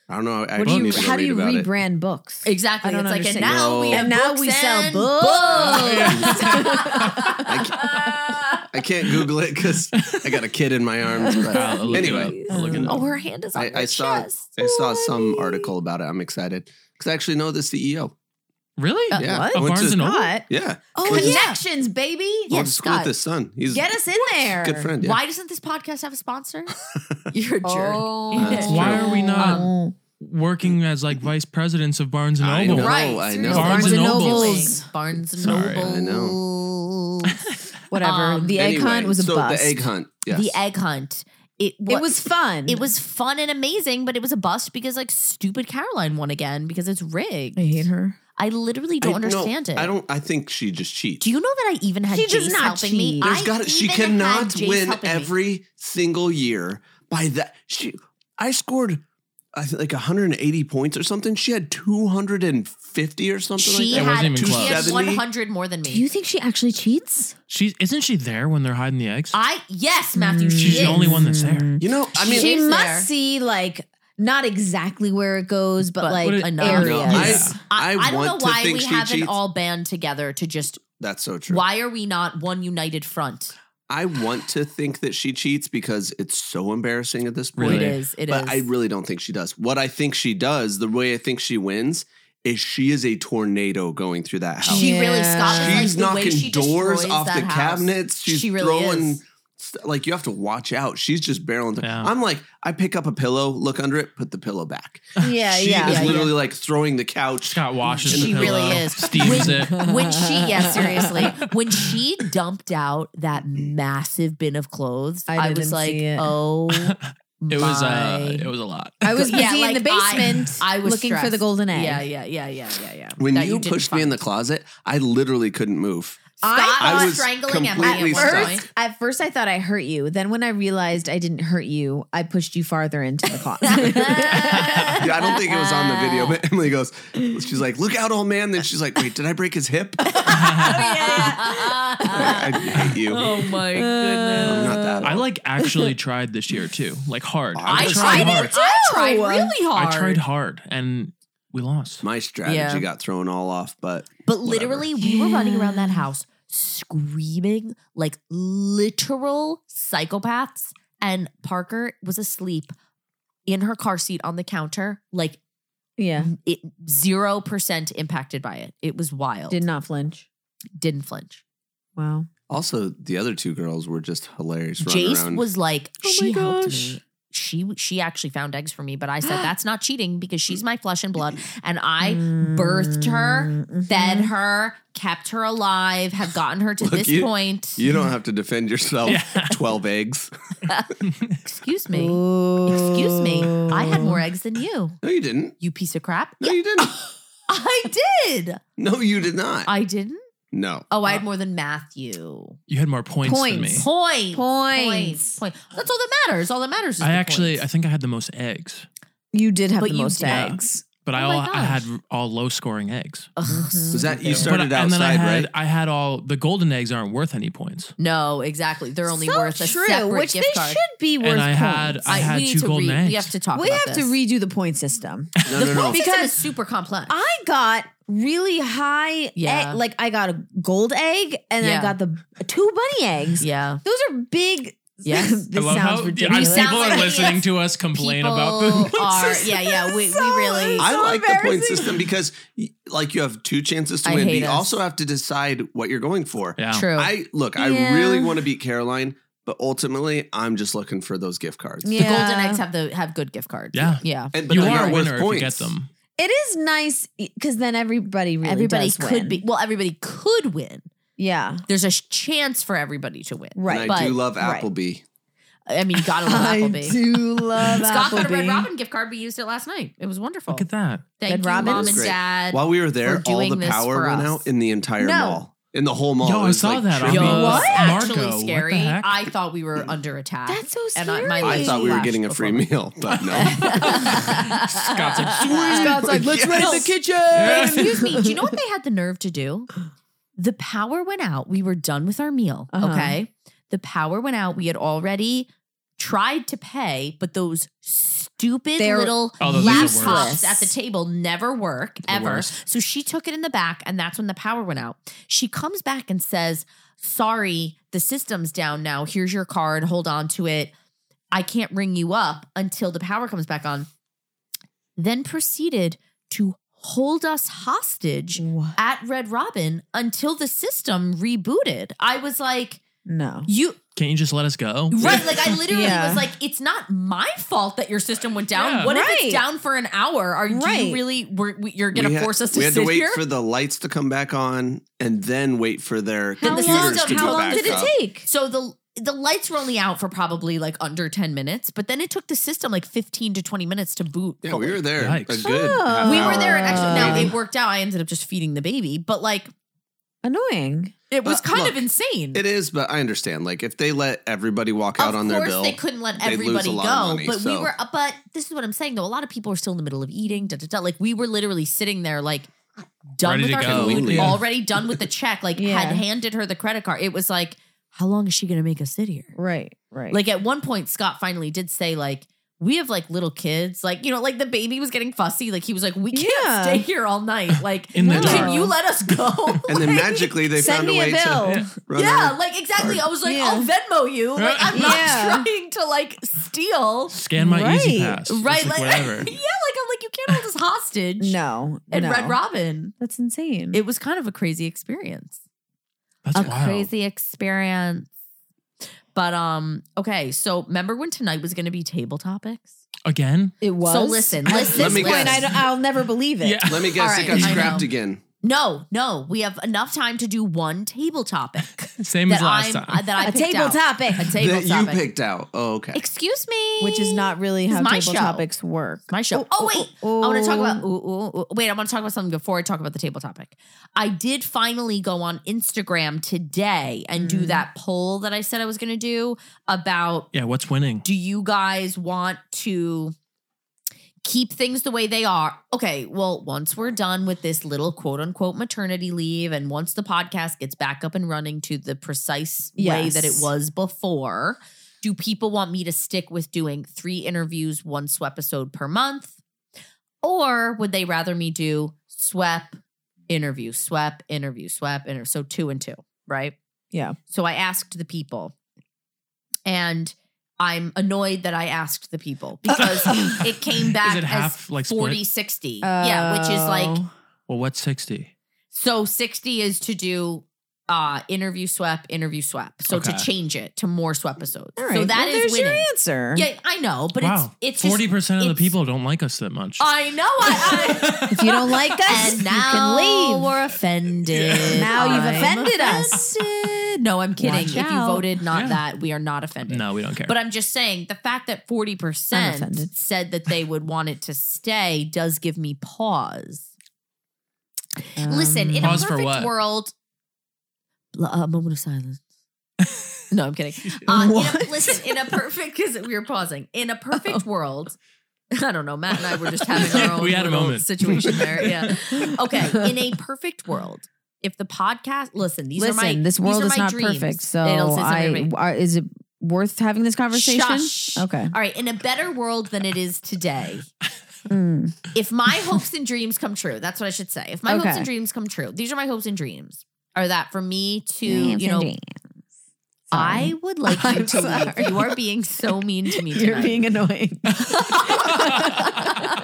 S4: I don't know. I
S2: what do
S4: actually
S2: you
S4: need to
S2: how do
S4: read
S2: you
S4: about it.
S2: rebrand books?
S1: Exactly.
S2: I don't
S1: It's like and
S2: understand.
S1: now
S4: No.
S1: we have
S2: And now
S1: books
S2: we sell
S1: and
S2: books.
S4: I can't Google it because I got a kid in my arms. But
S3: I'll look it
S4: anyway,
S3: up. I'll look it
S1: oh,
S3: up.
S1: her hand is on
S4: I,
S1: her
S4: I saw
S1: chest.
S4: I saw some article about it. I'm excited because I actually know the CEO.
S3: Really?
S4: yeah,
S1: what?
S3: A
S4: I went
S3: Barnes
S4: to-
S3: and Noble.
S4: Yeah,
S1: Oh,
S4: Went to-
S1: yeah.
S2: Uh, Connections, baby.
S4: went
S1: Yes,
S4: to school
S1: Scott.
S4: with his son. He's
S2: Get us in there.
S4: a good friend. Yeah.
S1: Why doesn't this podcast have a sponsor? You're a jerk.
S4: That's
S1: Oh.
S3: Why
S4: true.
S3: are we not
S2: Um,
S3: working as like vice presidents of Barnes and
S4: I
S3: Noble?
S4: know.
S1: Right.
S4: I
S1: seriously.
S4: know.
S3: Barnes and Nobles.
S1: Barnes and
S3: Sorry,
S1: Nobles.
S4: I
S2: Whatever.
S1: Um,
S2: the egg
S4: Anyway,
S2: hunt was a
S4: so
S2: bust.
S4: The egg hunt. Yes.
S1: The egg hunt. It
S2: It was fun.
S1: It was fun and amazing, but it was a bust because like stupid Caroline won again because it's rigged.
S2: I hate her.
S1: I literally
S4: I-
S1: don't
S4: no,
S1: understand it.
S4: I don't. I think she just cheats.
S1: Do you know that I even had
S2: She
S1: Jace
S2: does not
S1: helping me?
S2: cheat.
S4: There's
S1: I
S4: got to She
S1: even had
S4: cannot
S1: Jace
S4: win
S1: helping me.
S4: every single year by that. She, I scored. I think like 180 points or something. She had 250 or something
S1: She
S4: like
S3: It
S4: that.
S1: had
S3: wasn't even
S1: she
S3: close.
S1: had
S4: 270.
S1: 100 more than me.
S2: Do you think she actually cheats?
S3: She isn't she there when they're hiding the eggs?
S1: I yes, Matthew. She
S3: She's the
S1: is.
S3: only one that's there.
S4: You know, I mean,
S2: she
S1: is
S2: must
S1: there.
S2: see like not exactly where it goes, but,
S1: But
S2: like
S3: what it-
S2: areas.
S1: No,
S3: I-
S1: I,
S4: I
S1: I don't
S4: want
S1: know
S4: to
S1: why
S4: think
S1: we
S4: she
S1: haven't
S4: cheats.
S1: all band together to just.
S4: that's so true.
S1: Why are we not one united front?
S4: I want to think that she cheats because it's so embarrassing at this point.
S3: Really?
S1: It is. It is.
S4: but I really don't think she does. What I think she does, the way I think she wins, is she is a tornado going through that house.
S1: she really
S2: Yeah.
S1: Scott was
S4: She's
S1: like, the way
S4: knocking
S1: she
S4: doors
S1: destroys
S4: off the
S1: that house.
S4: cabinets. She's
S1: She really
S4: throwing
S1: is.
S4: st- like you have to watch out. She's just barreling. through.
S3: Yeah.
S4: I'm like, I pick up a pillow, look under it, put the pillow back.
S2: yeah,
S4: she
S2: yeah.
S4: is
S1: yeah.
S4: literally like throwing the couch.
S3: Scott washes
S1: She
S3: the pillow.
S1: really is.
S3: Steams
S1: when,
S3: it.
S1: when she, yeah, seriously, when she dumped out that massive bin of clothes,
S2: I
S1: I,
S2: didn't
S1: was like,
S2: see it.
S1: oh,
S3: It was
S1: my
S3: uh, it was a lot.
S2: I was busy
S1: Yeah,
S2: in the
S1: like, I-
S2: basement
S1: I was
S2: looking for
S1: stressed.
S2: the golden egg.
S1: Yeah, yeah, yeah, yeah, yeah, yeah, yeah.
S4: When
S1: That
S4: you
S1: didn't
S4: pushed me in the
S1: find.
S4: closet, I literally couldn't move.
S2: I
S1: Scott
S4: I
S1: was
S4: was
S1: strangling Emily
S4: completely
S1: at one
S4: stuck.
S1: point.
S2: At first, I thought I hurt you. Then, when I realized I didn't hurt you, I pushed you farther into the closet.
S4: Yeah, I don't think it was on the video, but Emily goes, she's like, look out, old man. Then she's like, wait, did I break his hip? I hate you.
S1: oh
S2: Uh,
S1: my goodness.
S4: I'm not that.
S3: I
S4: old.
S3: like actually tried this year too, like hard.
S4: I
S3: I,
S1: I
S3: tried
S1: tried
S3: hard.
S1: it too. I tried really hard.
S3: I tried hard, and we lost.
S4: My strategy
S1: Yeah.
S4: got thrown all off, but
S1: But literally, we were running around that house screaming like literal psychopaths. And Parker was asleep in her car seat on the counter, like
S2: yeah,
S1: it zero percent impacted by it. It was wild.
S2: did not flinch.
S1: Didn't flinch.
S2: Wow.
S4: also the other two girls were just hilarious. running
S1: Jace
S4: around.
S1: was like,
S5: Oh
S1: she
S5: my
S1: helped
S5: gosh.
S1: me. She she actually found eggs for me, but I said that's not cheating because she's my flesh and blood, and I birthed her,
S4: Mm-hmm.
S2: Mm,
S1: fed
S2: mhm.
S1: her, kept her alive, have gotten her to
S4: Look,
S1: this
S4: you-
S1: point.
S4: You don't have to defend yourself.
S3: Yeah.
S4: 12 eggs.
S1: Excuse me. Excuse me. I had
S2: Mm.
S1: more eggs than you.
S4: No, you didn't.
S1: You piece of crap.
S4: No,
S1: Yeah,
S4: you didn't.
S1: I did.
S4: No, you did not.
S1: I didn't.
S4: no.
S1: Oh, I had more than Matthew.
S3: You had more points, than me.
S2: Uh,
S1: Point.
S2: Points. Points.
S1: Point. That's all that matters. All that matters is
S3: I
S1: the
S3: actually, I
S1: points.
S3: think I had the most eggs,
S2: You did have
S1: But
S2: the
S1: you
S2: most
S1: did.
S2: eggs.
S3: but I
S1: Oh my
S3: all I had
S1: gosh.
S3: all low scoring eggs.
S1: Ugh,
S2: Mm.
S4: Was that you
S1: stupid.
S4: started
S3: but, and then I
S4: outside,
S3: had,
S4: right?
S3: I had all the golden eggs aren't worth any points.
S1: No, exactly. They're only worth a separate
S2: which
S1: gift
S2: they
S1: card.
S2: should be worth
S3: and I had
S2: points.
S3: I had
S1: we need
S3: two
S1: to
S3: golden
S1: read-
S3: eggs.
S1: We have to talk.
S2: we
S1: about
S2: have
S1: this.
S2: to redo the point system.
S4: No, no, no.
S1: because
S2: Because-
S1: it's super complex.
S2: I got really high,
S1: Yeah.
S2: egg, like I got a gold egg and
S1: Yeah.
S2: I got the two bunny eggs.
S1: yeah,
S2: Those are big.
S1: Yes.
S2: this sounds ridiculous.
S1: sound
S3: people
S1: like
S3: are listening
S1: idiots.
S3: to us complain
S1: people
S3: about the points.
S1: are. Yeah, yeah. We, we really.
S4: I
S2: so
S4: like the point
S2: embarrassing.
S4: system because, y- like, you have two chances to
S1: I
S4: win. But
S1: hate
S4: you
S1: us.
S4: also have to decide what you're going for.
S3: Yeah.
S1: true.
S4: I look. I
S2: Yeah.
S4: really want to beat Caroline, but ultimately, I'm just looking for those gift cards.
S1: the golden eggs have the have good gift cards.
S3: Yeah.
S1: yeah.
S4: And,
S3: you
S4: they're
S3: are
S4: not
S3: a
S4: worth
S3: winner if you get them.
S2: It is nice because then everybody really
S1: everybody
S2: does
S1: could
S2: win.
S1: be. Well, everybody could win.
S2: Yeah,
S1: There's a sh- chance for everybody to win.
S4: And I
S2: right.
S1: But-
S4: do love
S2: right.
S4: Applebee.
S1: I mean, you gotta love Applebee.
S2: do love
S1: Scott got a Red Robin gift card. We used it last night. It was wonderful.
S3: Look at that.
S1: Thank
S2: Red
S1: you,
S2: Robin.
S1: mom
S4: It was
S1: and
S4: great.
S1: dad.
S4: While we were
S1: for
S4: there, all
S1: doing
S4: the
S1: this
S4: power
S1: for
S4: went
S1: us.
S4: out in the entire
S2: No.
S4: mall. In the whole mall.
S3: Yo,
S4: It
S3: I
S4: was,
S3: saw
S4: like,
S3: that on
S4: tripping.
S1: Yo,
S3: Robin.
S1: it was
S3: What?
S1: actually
S3: Marco, what the
S1: scary.
S3: heck?
S1: I thought we were under attack.
S2: That's so
S1: And
S2: scary.
S1: I- my
S4: I
S1: life
S4: thought we were
S1: flashed
S4: getting a
S1: before
S4: free
S1: my-
S4: meal, but no.
S3: Scott's like,
S5: Scott's like, let's run in the
S4: Yes.
S5: kitchen.
S1: But excuse me. Do you know what they had the nerve to do? The power went out. We were done with our meal.
S2: Uh-huh.
S1: Okay. The power went out. We had already tried to pay, but those stupid
S2: They're-
S1: little
S3: Oh, those are the
S1: laptops
S2: worst.
S1: at the table never work
S3: The
S1: ever.
S3: worst.
S1: So she took it in the back, and that's when the power went out. She comes back and says, Sorry, the system's down now. Here's your card. Hold on to it. I can't ring you up until the power comes back on. Then proceeded to hold us hostage
S2: What?
S1: at Red Robin until the system rebooted. I was like,
S2: No.
S1: you
S3: Can't you just let us go?
S1: right? Like I literally
S2: Yeah.
S1: was like, it's not my fault that your system went down.
S3: Yeah.
S1: What if
S2: Right.
S1: it's down for an hour? Are do
S2: Right.
S1: you really? We're, we, you're gonna
S4: We had-
S1: force us to
S4: We had
S1: sit
S4: to wait
S1: here?
S4: for the lights to come back on and then wait for their
S1: Then the
S4: computers
S1: system-
S4: to
S1: how
S4: go
S1: long
S4: back
S1: did it
S4: up.
S2: take?
S1: so the the lights were only out for probably like under ten minutes, but then it took the system like fifteen to twenty minutes to boot.
S4: Yeah,
S1: fully.
S4: we were there. A
S3: Yikes.
S4: good.
S2: Oh.
S4: half
S1: We
S4: hour.
S1: were there, and actually, now
S4: Maybe.
S1: it worked out. I ended up just feeding the baby, but like
S2: Annoying.
S1: it was
S4: Uh,
S1: kind of
S4: look,
S1: insane.
S4: It is, but I understand. Like if they let everybody walk out
S1: of
S4: on
S1: course,
S4: their bill,
S1: they couldn't let
S4: they'd lose
S1: everybody
S4: a
S1: go.
S4: lot of money,
S1: but we
S4: so-
S1: were, uh, but this is what I'm saying though. A lot of people are still in the middle of eating. Da, da, da. Like we were literally sitting there, like done
S3: Ready
S1: with
S3: to
S1: our
S3: go.
S1: food,
S4: Completely.
S1: already done with the check. Like
S2: Yeah.
S1: had handed her the credit card. It was like, how long is she going to make us sit here?
S2: Right. Right.
S1: Like at one point, Scott finally did say like. We have like little kids, like you know, like the baby was getting fussy. Like he was like, "We can't
S2: Yeah.
S1: stay here all night." Like,
S3: In the
S1: can
S2: dark.
S1: you let us go?
S4: and then
S1: Like-
S4: magically they
S2: Send
S4: found a
S2: me a
S4: way
S2: bill.
S4: to run
S1: yeah,
S4: our-
S1: like exactly. I was like,
S2: Yeah.
S1: I'll Venmo you. Like I'm
S2: Yeah.
S1: not trying to like steal.
S3: Scan my easy
S2: Right.
S3: pass. It's
S1: Right, like,
S3: like,
S1: yeah,
S3: whatever.
S1: like I'm like you can't hold us hostage.
S2: no.
S1: And
S2: no.
S1: Red Robin,
S2: That's insane.
S1: it was kind of a crazy experience.
S3: That's
S1: a
S3: wild.
S1: crazy experience. But um, okay. So remember when tonight was going to be table topics?
S3: Again?
S2: It was.
S1: So listen,
S4: Let
S1: listen. listen.
S4: me guess.
S2: I don't, I'll never believe it.
S3: Yeah.
S4: Let me guess,
S1: All
S4: it
S1: right,
S4: got
S1: I
S4: scrapped
S1: know.
S4: again.
S1: No, no, we have enough time to do one table topic
S3: Same
S1: that
S3: as last
S1: I'm
S3: time.
S1: uh, that I
S2: A
S1: picked
S2: table
S1: out.
S2: topic.
S1: A table
S4: that you
S1: topic.
S4: picked out. Oh, okay.
S1: Excuse me,
S5: Which is not really
S1: This is
S5: how
S1: my
S5: table
S1: show.
S5: topics work.
S1: my show. Oh, wait, I want to talk
S2: oh.
S1: about. ooh, ooh, ooh. Wait, I want to talk about something before I talk about the table topic. I did finally go on Instagram today and do
S2: Mm.
S1: that poll that I said I was going to do about
S3: yeah, what's winning?
S1: do you guys want to keep things the way they are? Okay, well, once we're done with this little quote unquote maternity leave, and once the podcast gets back up and running to the precise way that it
S5: Yes.
S1: was before, do people want me to stick with doing three interviews, one sweep episode per month? Or would they rather me do sweep, interview, sweep, interview, sweep, interview? So two and two, right?
S5: Yeah.
S1: So I asked the people, and I'm annoyed that I asked the people because it came back
S3: Is it
S1: as
S3: half like
S1: 40
S3: split?
S1: 60. yeah, which is like
S5: Oh.
S3: Well, what's sixty?
S1: so 60 is to do uh interview swap, interview swap. So to
S3: Okay.
S1: change it to more swap episodes.
S5: All right.
S1: So that
S5: well,
S1: is
S5: there's
S1: winning.
S5: your answer.
S1: Yeah, I know, but
S3: wow,
S1: it's it's just-
S3: forty percent of the
S1: it's-
S3: people don't like us that much.
S1: I know I, I
S2: If you don't like us,
S1: and
S2: you
S1: now
S2: can leave.
S1: we're offended.
S2: Now you've
S1: I'm
S2: offended us.
S1: offended. No, I'm kidding.
S2: Watch
S1: if
S2: out.
S1: you voted not
S3: Yeah.
S1: that, we are not offended.
S3: no, we don't care.
S1: But I'm just saying the fact that 40%
S2: offended.
S1: said that they would want it to stay does give me pause.
S2: Um,
S1: Listen, in
S3: Pause
S1: a
S3: for
S1: perfect
S3: what?
S1: world, L-
S2: uh,
S1: a moment of silence. no, I'm kidding. Uh, in a-
S5: What?
S1: listen, in a perfect, because we were pausing. In a
S2: Oh.
S1: perfect world, I don't know. Matt and I were just having our own
S3: We had a
S1: little
S3: moment.
S1: situation there. Yeah.
S2: Mm.
S1: Okay. In a perfect world, if the podcast, listen, these
S2: Listen,
S1: are my
S2: this world
S1: these are
S2: is
S1: my
S2: not
S1: dreams.
S2: perfect. So
S1: It'll say something to
S2: I,
S1: me.
S2: are, is it worth having this conversation?
S1: Shush.
S2: Okay.
S1: All right, in a better world than it is today,
S2: Mm.
S1: if my hopes and dreams come true, that's what I should say. If my hopes
S2: Okay.
S1: and dreams come true, these are my hopes and dreams. Are that for me to,
S2: Dreams
S1: you
S2: and
S1: know,
S2: dreams.
S1: I would like you
S5: I'm
S1: to leave.
S5: sorry.
S1: You are being so mean to me
S5: You're
S1: tonight.
S5: being annoying.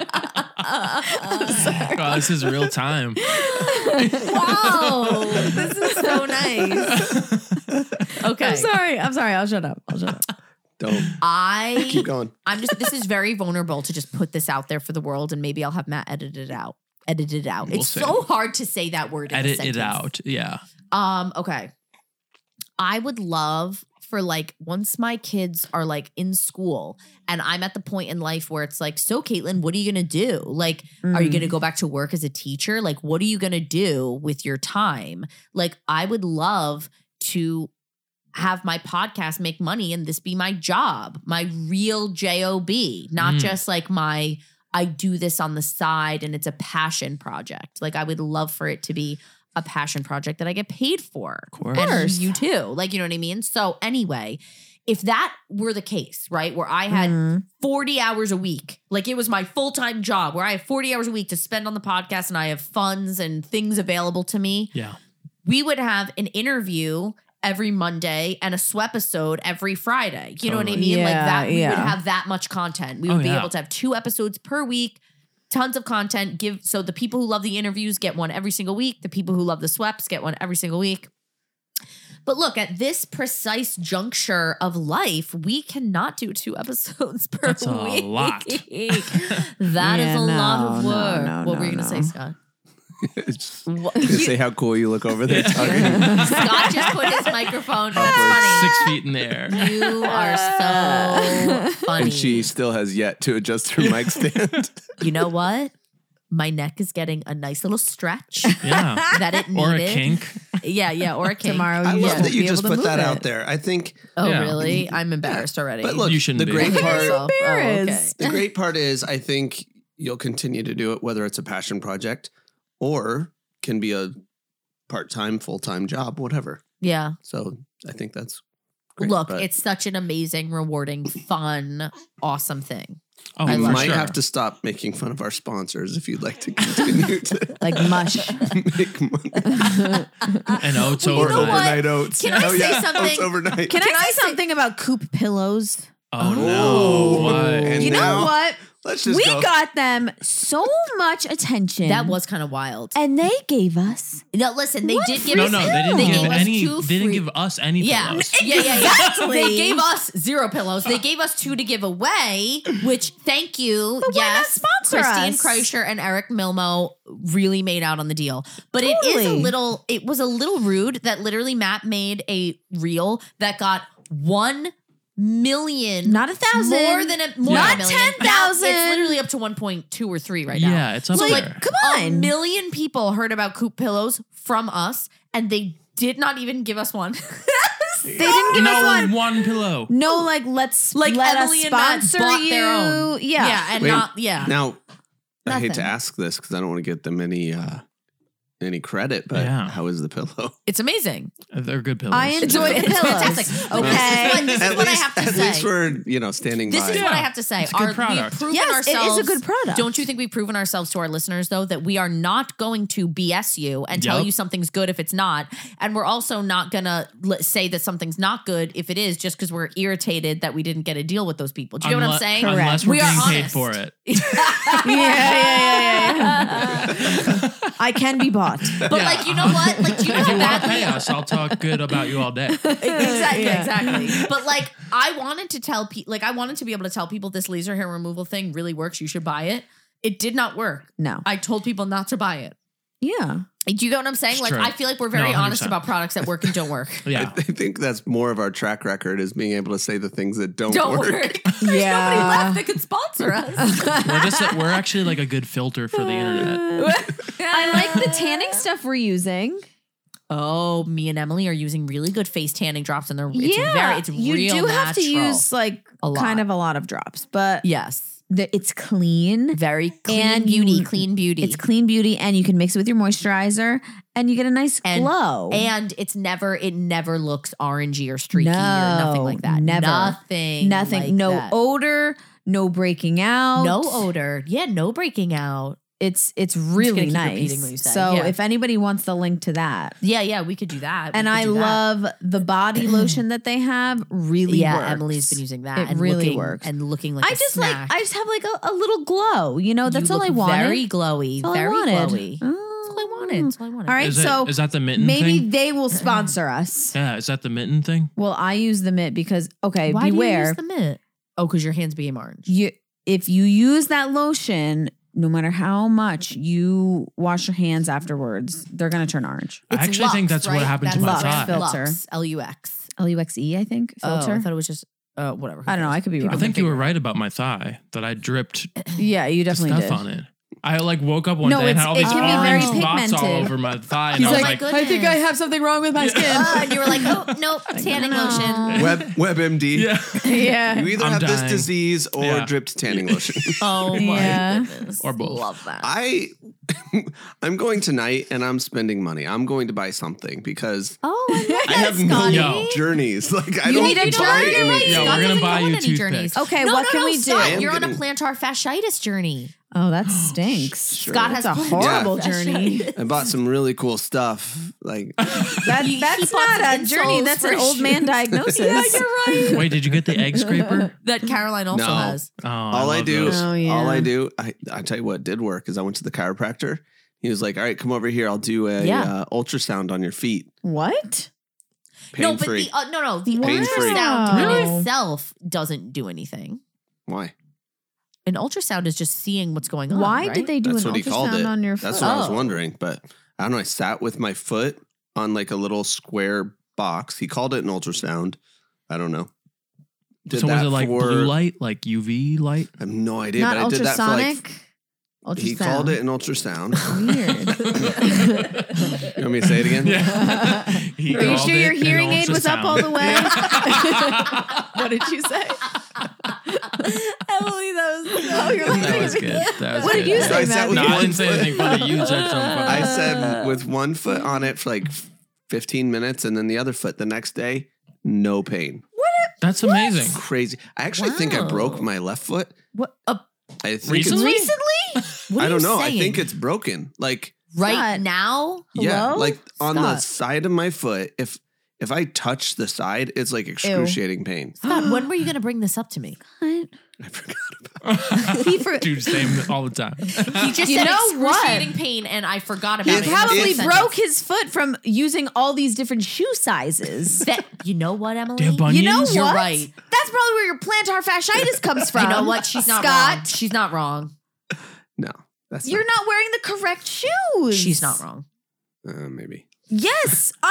S3: wow, Oh, this is real time.
S1: wow, this is so nice.
S5: I'm
S1: Okay,
S5: sorry. I'm sorry. I'll shut up. I'll shut up.
S4: Don't keep
S1: I,
S4: going.
S1: I'm just. This is very vulnerable to just put this out there for the world, and maybe I'll have Matt edit it out. Edit it out.
S3: We'll
S1: it's
S3: see.
S1: so hard to say that word. in a
S3: Edit it
S1: sentence.
S3: out. Yeah.
S1: Um, okay. I would love for like once my kids are like in school and I'm at the point in life where it's like, so Caitlin, what are you gonna do? Like, are you
S2: Mm.
S1: gonna go back to work as a teacher? Like, what are you gonna do with your time? Like, I would love to have my podcast make money and this be my job, my real job, not
S3: Mm.
S1: just like my I do this on the side and it's a passion project. Like I would love for it to be a passion project that I get paid for.
S3: Of course.
S1: And you too. Like, you know what I mean? So anyway, if that were the case, right? Where I had
S2: Mm.
S1: 40 hours a week. Like it was my full time job where I have 40 hours a week to spend on the podcast and I have funds and things available to me.
S3: Yeah.
S1: We would have an interview every Monday and a swepisode every Friday. You know what I
S3: Totally.
S1: mean? like
S5: Yeah,
S1: that, we would
S5: yeah.
S1: have that much content. We
S3: Oh,
S1: would be
S3: yeah.
S1: able to have two episodes per week. Tons of content. Give so the people who love the interviews get one every single week. The people who love the sweps get one every single week. But look, at this precise juncture of life, we cannot do two episodes per
S3: That's a
S1: week.
S3: lot.
S1: That is
S2: Yeah,
S1: a
S2: no,
S1: lot of
S2: no,
S1: work.
S2: no,
S1: what
S2: no,
S1: were you going to
S2: no.
S1: say, Scott?
S4: It's-
S1: What-
S4: I'm gonna say how cool you look over there. Tucker.
S1: Scott just put his microphone. That's
S4: Upwards.
S1: funny.
S3: Six feet in the air.
S1: You are so funny.
S4: and she still has yet to adjust her mic stand.
S1: you know what? My neck is getting a nice little stretch
S3: Yeah.
S1: that it needed.
S3: Or a kink.
S1: Yeah, yeah, or a kink.
S2: Tomorrow,
S4: I
S2: you
S4: love
S2: won't
S4: that you
S2: be
S4: just
S2: able to
S4: put that
S2: move
S4: out
S2: it.
S4: there. I think,
S1: Oh,
S3: Yeah.
S1: really? I'm embarrassed already.
S4: but look,
S3: You shouldn't
S4: the
S3: be.
S4: great
S1: Look at
S4: part.
S1: yourself. Oh, okay.
S5: embarrassed.
S4: The great part is, I think you'll continue to do it, whether it's a passion project or can be a part-time, full-time job, whatever.
S1: Yeah.
S4: So I think that's great.
S1: Look,
S4: but
S1: it's such an amazing, rewarding, fun, awesome thing.
S3: Oh,
S1: I
S4: you
S1: love
S3: for
S4: might
S3: sure.
S4: have to stop making fun of our sponsors if you'd like to continue to
S2: Like mush.
S4: make money.
S3: And oats
S1: Well, you know what?
S3: overnight.
S4: overnight oats.
S1: Can I
S4: oh,
S1: say
S4: yeah,
S1: something?
S4: Oats overnight.
S2: Can, I say something about coop pillows?
S3: Oh no!
S4: Oh.
S3: Why?
S4: And
S2: you know
S4: now-
S2: what?
S4: Let's just
S2: we
S4: go.
S2: got them so much attention.
S1: That was kind of wild.
S2: and they gave us
S1: No, listen, they
S2: What
S1: did give
S3: No,
S1: us
S3: no, they didn't give
S1: gave us
S3: any.
S1: two
S3: They didn't
S1: free-
S3: give us any
S1: yeah.
S3: pillows.
S1: yeah, yeah, yeah.
S2: Exactly.
S1: They gave us zero pillows. They gave us two to give away, which thank you.
S2: But why not
S1: yes,
S2: sponsor
S1: Christine
S2: us?
S1: Kreischer and Eric Milmo really made out on the deal. But it is a
S2: Totally.
S1: little. It was a little rude that literally Matt made a reel that got one million.
S2: not a thousand,
S1: More than a more
S3: Not
S1: than a million.
S2: 10,000.
S1: It's literally up to one point two or three right now.
S3: yeah, it's up
S1: Like,
S3: there.
S2: Come
S1: A
S2: on,
S1: million people heard about Coop Pillows from us, and they did not even give us one.
S2: they didn't give
S3: no
S2: us one.
S3: one pillow.
S2: No, like let's
S1: Like
S2: like let
S1: Emily
S2: us
S1: and Matt
S2: sponsor
S1: bought
S2: you.
S1: their own.
S2: Yeah,
S1: yeah, and
S4: Wait.
S1: not yeah.
S4: Now, I hate to
S1: Nothing.
S4: ask this because I don't want to get them any uh, any credit, but
S3: Yeah.
S4: how is the pillow?
S1: It's amazing.
S3: They're good pillows.
S2: I enjoy the
S1: It's fantastic.
S2: pillows.
S1: But
S2: Okay,
S1: This is
S4: at
S1: what I
S4: least,
S1: have to
S4: at
S1: say.
S4: least we're you know standing
S1: This
S4: by.
S1: is what I have to say.
S3: It's a good
S1: Our-
S3: product.
S1: We've proven
S2: yes, it
S1: ourselves.
S2: is a good product.
S1: Don't you think we've proven ourselves to our listeners though that we are not going to BS you and tell
S3: Yup.
S1: you something's good if it's not, and we're also not gonna l- say that something's not good if it is, just because we're irritated that we didn't get a deal with those people. Do you know what I'm
S3: Unle-
S1: saying?
S3: Unless we're
S1: We are
S3: being paid
S1: honest.
S3: for it.
S2: yeah, yeah, yeah, yeah, yeah. I can be bought.
S1: But like, you know what? Like, do you know
S3: if
S1: how
S3: you want to
S1: badly
S3: pay us, I'll talk good about you all day.
S1: exactly,
S2: Yeah.
S1: exactly. But like, I wanted to tell people, like, I wanted to be able to tell people this laser hair removal thing really works. You should buy it. It did not work.
S2: No.
S1: I told people not to buy it.
S2: Yeah.
S1: Do you get what I'm saying?
S3: It's
S1: like,
S3: true.
S1: I feel like we're very
S3: No,
S1: honest
S3: 100%.
S1: about products that work and don't work.
S3: Yeah.
S4: I think that's more of our track record is being able to say the things that don't,
S1: don't
S4: work.
S1: work. There's nobody
S2: Uh,
S1: left that could sponsor us.
S3: we're just we're actually like a good filter for the internet.
S2: I like the tanning stuff we're using.
S1: oh, me and Emily are using really good face tanning drops, and they're it's
S2: yeah,
S1: very it's
S2: you
S1: real
S2: do have to
S1: natural.
S2: use like
S1: A lot.
S2: kind of a lot of drops, but
S1: yes,
S2: the- it's clean.
S1: very clean
S2: And
S1: beauty,
S2: you-
S1: clean beauty.
S2: It's clean beauty, and you can mix it with your moisturizer, and you get a nice
S1: And-
S2: glow.
S1: And it's never, it never looks orangey or streaky or nothing
S2: No,
S1: like that.
S2: never.
S1: Nothing.
S2: Nothing,
S1: like
S2: no
S1: that.
S2: odor, no breaking out,
S1: No odor. Yeah, no breaking out.
S2: It's it's
S1: gonna
S2: really
S1: keep repeating
S2: nice.
S1: what you said.
S2: So
S1: Yeah.
S2: if anybody wants the link to that,
S1: Yeah, yeah, we could do that. We
S2: and
S1: could
S2: I
S1: do that.
S2: love the body lotion that they have. Really,
S1: Yeah,
S2: works.
S1: Emily's been using that.
S2: It
S1: and
S2: really
S1: looking,
S2: works.
S1: And looking like
S2: I
S1: a
S2: just
S1: snack.
S2: like I just have like a, a little glow. You know,
S1: You
S2: that's all
S1: look
S2: I wanted.
S1: Very glowy.
S2: That's all I
S1: very
S2: wanted. Mm.
S1: glowy. That's all I wanted. That's all I wanted.
S2: All right,
S3: Is, it-
S2: so
S3: is that the mitten
S2: Maybe
S3: thing?
S2: they will sponsor us.
S3: Yeah, is that the mitten thing?
S2: Well, I use the mitt because okay,
S1: Why do you
S2: beware.
S1: use the mitt? Oh, because your hands became orange.
S2: you if you use that lotion, no matter how much you wash your hands afterwards, they're gonna turn orange.
S3: I
S1: It's
S3: actually think
S1: Lux,
S3: that's what
S1: right?
S3: happened to
S1: That's
S3: my
S1: the brand
S3: tie.
S2: filter.
S1: Lux, L-U-X.
S2: L U X E, I think.
S1: Oh, I
S2: Filter.
S1: thought it was just, uh, whatever.
S2: I don't know. I could be
S1: People
S3: I
S2: wrong.
S3: think you were right about my thigh that I dripped
S2: yeah, you definitely
S3: stuff
S2: did.
S3: on it. I like woke up one
S2: No,
S3: day and
S2: it's-
S3: had all
S2: it
S3: these
S2: can
S1: be
S3: orange
S1: very
S3: spots all
S2: pigmented.
S3: over my thigh, and
S2: He's
S3: I was
S1: like,
S3: like,
S1: I think I
S2: have something wrong with my skin.
S1: Oh, and you were like, oh, nope, tanning lotion.
S4: Web WebMD.
S3: yeah,
S4: You
S2: yeah.
S4: either
S3: I'm
S4: have this
S3: dying.
S4: disease or
S3: Yeah.
S4: dripped tanning lotion.
S1: Oh my
S2: Yeah.
S1: goodness.
S3: Or both.
S1: Love that.
S4: I I'm going tonight and I'm spending money. I'm going to buy something because
S1: oh, I love
S4: I have no
S1: Scotty.
S3: Yo.
S4: journeys. Like I
S2: You
S4: don't
S2: need a
S4: buy
S2: journey,
S4: anything.
S1: Right,
S3: Yeah,
S1: Scott
S3: we're gonna
S1: doesn't
S3: buy
S1: go on
S3: you
S1: any
S3: toothpicks.
S1: journeys.
S2: Okay,
S1: No,
S2: what
S1: no,
S2: can
S1: no,
S2: we do?
S1: Scott,
S4: I am
S1: You're on a
S4: getting-
S1: plantar fasciitis journey.
S2: Oh, that stinks.
S4: Sure.
S1: Scott has
S2: That's a horrible journey.
S4: I bought some really cool stuff. Like
S2: That,
S1: You keep
S2: that's
S1: on
S2: not a
S1: insoles
S2: journey. That's
S1: for
S2: an old man
S1: shoes.
S2: diagnosis.
S1: right.
S3: wait, did you get the egg scraper?
S1: That Caroline also
S4: No.
S1: has.
S3: Oh,
S4: all I,
S3: love
S4: do,
S3: those.
S2: Oh, yeah.
S4: all I do, I, I tell you what did work is I went to the chiropractor. He was like, "All right, come over here. I'll do a
S1: Yeah.
S4: uh, ultrasound on your feet,
S2: What?
S4: pain
S1: no, but
S4: free."
S1: the uh, no, no, the
S4: Pain-free.
S1: ultrasound in
S2: Really?
S1: itself doesn't do anything.
S4: Why?
S1: An ultrasound is just seeing what's going on.
S2: Why
S1: right?
S2: did they do
S4: That's
S2: an
S4: what he called
S2: ultrasound
S4: it.
S2: on your foot?
S4: That's what I was
S1: Oh.
S4: wondering. But I don't know. I sat with my foot on like a little square box. He called it an ultrasound. I don't know. Did
S3: So was
S4: that
S3: it like
S4: for-
S3: blue light, like UV light?
S4: I have no idea,
S2: Not
S4: but I did that for like
S2: ultrasonic. ultrasound.
S4: He called it an ultrasound.
S2: Weird.
S4: you want me to say it again?
S3: Yeah. He
S2: Are you
S3: called
S2: sure
S3: it
S2: your
S3: an
S2: hearing aid was up
S3: ultrasound.
S2: all the way?
S1: Yeah.
S2: what did you say?
S1: Emily, that was
S2: Oh, you're like-
S3: That was good. That was
S2: What did
S3: good.
S2: you
S4: So
S2: say,
S4: I sat
S2: Matt?
S4: with
S3: No, I
S4: one
S3: didn't say
S4: foot-
S3: anything funny. You said something
S4: I
S3: funny.
S4: said with one foot on it for like 15 minutes and then the other foot the next day, no pain.
S3: That's amazing.
S4: Crazy. I actually think I
S1: Wow.
S4: broke my left foot.
S1: What? a-
S4: I think
S3: Recently?
S4: It's,
S1: what are
S4: I don't
S1: you
S4: know.
S1: saying?
S4: I think it's broken. Like
S1: right
S2: Scott.
S1: now.
S4: yeah,
S2: Hello?
S4: like on the
S2: Stop.
S4: side of my foot if if I touch the side, it's like excruciating pain.
S1: Scott, when were you going to bring this up to me?
S2: What?
S4: I forgot about
S2: He for-
S3: Dude's name all the time.
S1: He just
S2: You
S1: said
S2: know what?
S1: excruciating pain, and I forgot about
S2: He
S1: it. in the
S2: probably
S1: sentence.
S2: broke his foot from using all these different shoe sizes.
S1: That, you know what, Emily?
S3: Damn
S2: You know
S3: Onions?
S2: what?
S1: You're right.
S2: That's probably where your plantar fasciitis comes from.
S1: You know what? She's not
S2: Scott.
S1: wrong. She's not wrong.
S4: No, that's
S2: You're not wearing the correct shoes.
S1: She's not wrong.
S4: not uh, maybe.
S2: Yes, I'm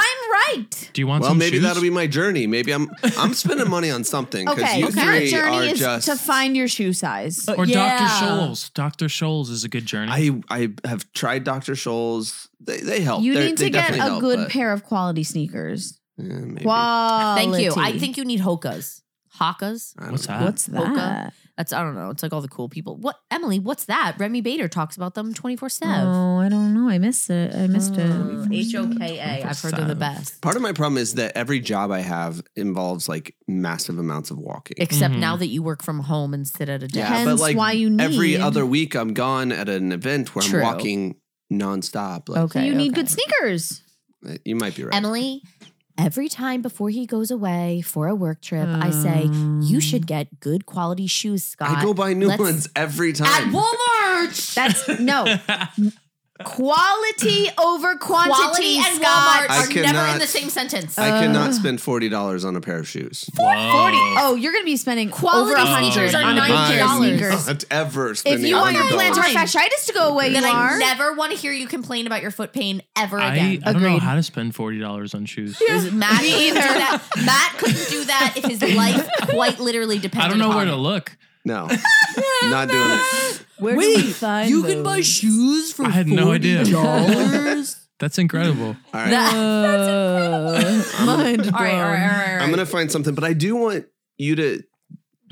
S2: right.
S3: Do you want
S4: Well,
S3: some
S4: maybe
S3: shoes?
S4: that'll be my journey. Mayey I'm I'm spending money on something because
S2: Okay,
S4: you
S2: okay.
S4: three
S2: your
S4: are
S2: journey is
S4: just
S2: to find your shoe size.
S3: Or Dr.
S1: Yeah.
S3: Scholes. Dr. Scholes is a good journey.
S4: I I have tried Dr. Scholl's. They they help.
S2: you
S4: They're-
S2: need
S4: they
S2: to get a
S4: definitely help,
S2: good
S4: but,
S2: pair of quality sneakers.
S4: eh, maybe.
S2: Quality.
S1: Thank you. I think you need hokas. Hokas?
S4: I don't
S3: What's
S4: know.
S3: that?
S2: What's that?
S1: Hoka. That's I don't know. It's like all the cool people. What Emily? What's that? Remy Bader talks about them twenty four seven.
S2: Oh, I don't know. I missed it. I missed it.
S1: H O K A. I've heard they're the
S3: 24/7.
S1: best.
S4: Part of my problem is that every job I have involves like massive amounts of walking.
S1: Except
S3: Mhm.
S1: now that you work from home and sit at a desk.
S4: Mm-hmm. yeah, but
S2: Hence
S4: like
S2: why you
S4: every
S2: need-
S4: other week I'm gone at an event where
S1: True.
S4: I'm walking nonstop. Like
S1: Okay,
S2: you need
S1: okay.
S2: good sneakers.
S4: eh, you might be right.
S1: Emily, every time before he goes away for a work trip, I say, you should get good quality shoes, Scott.
S4: Mm. I go buy new
S1: Let's-
S4: ones every time.
S1: At Walmart!
S2: That's no quality over quantity.
S1: Quality and
S2: Scott.
S1: Walmart
S4: I
S1: are never in
S4: cannot-
S1: the same sentence.
S4: I cannot spend forty dollars on a pair of shoes.
S3: Whoa.
S2: Forty. Oh, you're gonna be spending
S1: Quality
S2: over a
S1: sneakers
S2: hundred
S1: are
S2: on a pair of
S1: $90.
S2: sneakers.
S4: Not ever
S2: If
S4: spending
S2: you want your
S4: $100.
S1: $90.
S2: plantar fasciitis to go away,
S1: then
S2: you
S1: I
S2: are.
S1: never want to hear you complain about your foot pain ever
S3: I,
S1: again.
S3: I don't know
S2: Agreed.
S3: how to spend $40 on shoes.
S1: Is- Matt couldn't do that. Matt couldn't do that if his life quite literally depended.
S3: I don't know
S1: upon
S3: where
S1: it.
S3: to look.
S4: No, not doing it.
S5: Where do we find those?
S1: shoes for
S3: I had no idea.
S1: dollars.
S3: That's incredible.
S4: All right,
S5: Uh, mind blown.
S1: all right, all right, all right.
S4: I'm gonna find something, but I do want you to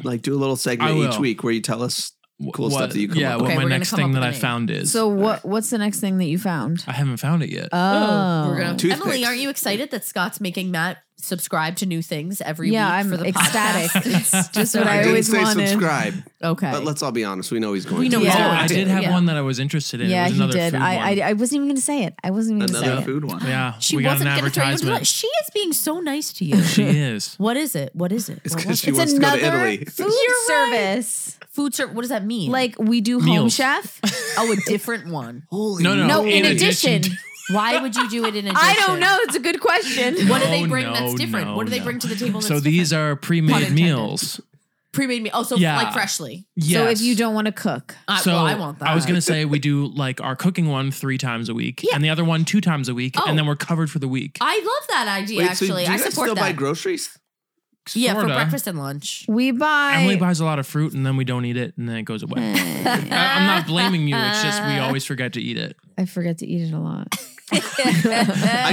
S4: like do a little segment
S3: I
S4: each
S3: will.
S4: week where you tell us.
S3: Wh-
S4: Cool stuff that you come
S3: Yeah,
S4: up
S3: what
S1: with. Okay,
S3: my
S1: we're gonna
S3: next
S1: come up
S3: thing that
S1: with a
S3: I
S1: name.
S3: found is.
S2: So what? What's the next thing that you found?
S3: I haven't found it
S1: Uh,
S3: yet.
S2: Oh,
S1: We're gonna-
S4: Toothpicks.
S1: Emily, aren't you excited that Scott's making Matt subscribe to new things every
S2: yeah,
S1: week
S2: I'm
S1: for the
S2: ecstatic.
S1: podcast?
S2: it's just what
S4: I,
S2: I,
S4: didn't
S2: always
S4: say
S2: wanted.
S4: subscribe,
S1: okay.
S4: but let's all be honest. We know he's going.
S1: We know
S3: Oh,
S4: to.
S1: he's
S2: Yeah.
S3: I did have
S1: Yeah.
S3: one that I was interested in. It
S2: yeah,
S3: was
S2: he
S3: another
S2: did.
S3: food
S2: I,
S3: one.
S2: I I wasn't even gonna say it. I wasn't even
S4: Another
S2: gonna say it.
S4: food one.
S3: yeah,
S1: she
S3: we got
S1: wasn't
S3: an
S1: gonna throw you under the bus.
S3: advertisement.
S1: She is being so nice to you.
S3: She is.
S1: what is it? What is it?
S4: It's
S1: What
S4: 'cause
S1: was
S4: she
S1: it?
S4: wants to go to Italy.
S2: food service.
S1: food service. What does that mean?
S2: Like we do home
S3: Meals.
S2: chef.
S1: oh, a different one.
S4: Holy
S3: No, no.
S2: No, in,
S1: Oh, in
S2: addition,
S3: addition
S1: Why would you do it in addition?
S2: I don't know. It's a good question.
S1: What do they
S4: Oh,
S3: No,
S1: bring that's
S3: no,
S1: different?
S3: no,
S1: what do they
S3: no.
S1: bring to the table? That's
S3: So these are pre-made
S1: intended.
S3: meals.
S1: pre-made meal. Oh, so
S3: Yeah.
S1: like freshly.
S3: Yes.
S2: So if you don't want to cook,
S1: I,
S3: So
S1: well, I want that.
S3: I was gonna say we do like our cooking one three times a week,
S1: Yeah.
S3: and the other one two times a week,
S1: Oh. Uh,
S3: and then we're covered for the week.
S1: I love that idea.
S4: Wait, so
S1: actually,
S4: do you
S1: I
S4: guys
S1: support
S4: still
S1: that.
S4: buy groceries?
S1: yeah, for
S3: Sorta.
S1: breakfast and lunch.
S2: we buy.
S3: Emily buys a lot of fruit, and then we don't eat it, and then it goes away. I, I'm not blaming you. It's just we always forget to eat it.
S2: Eh, I forget to eat it a lot.
S4: I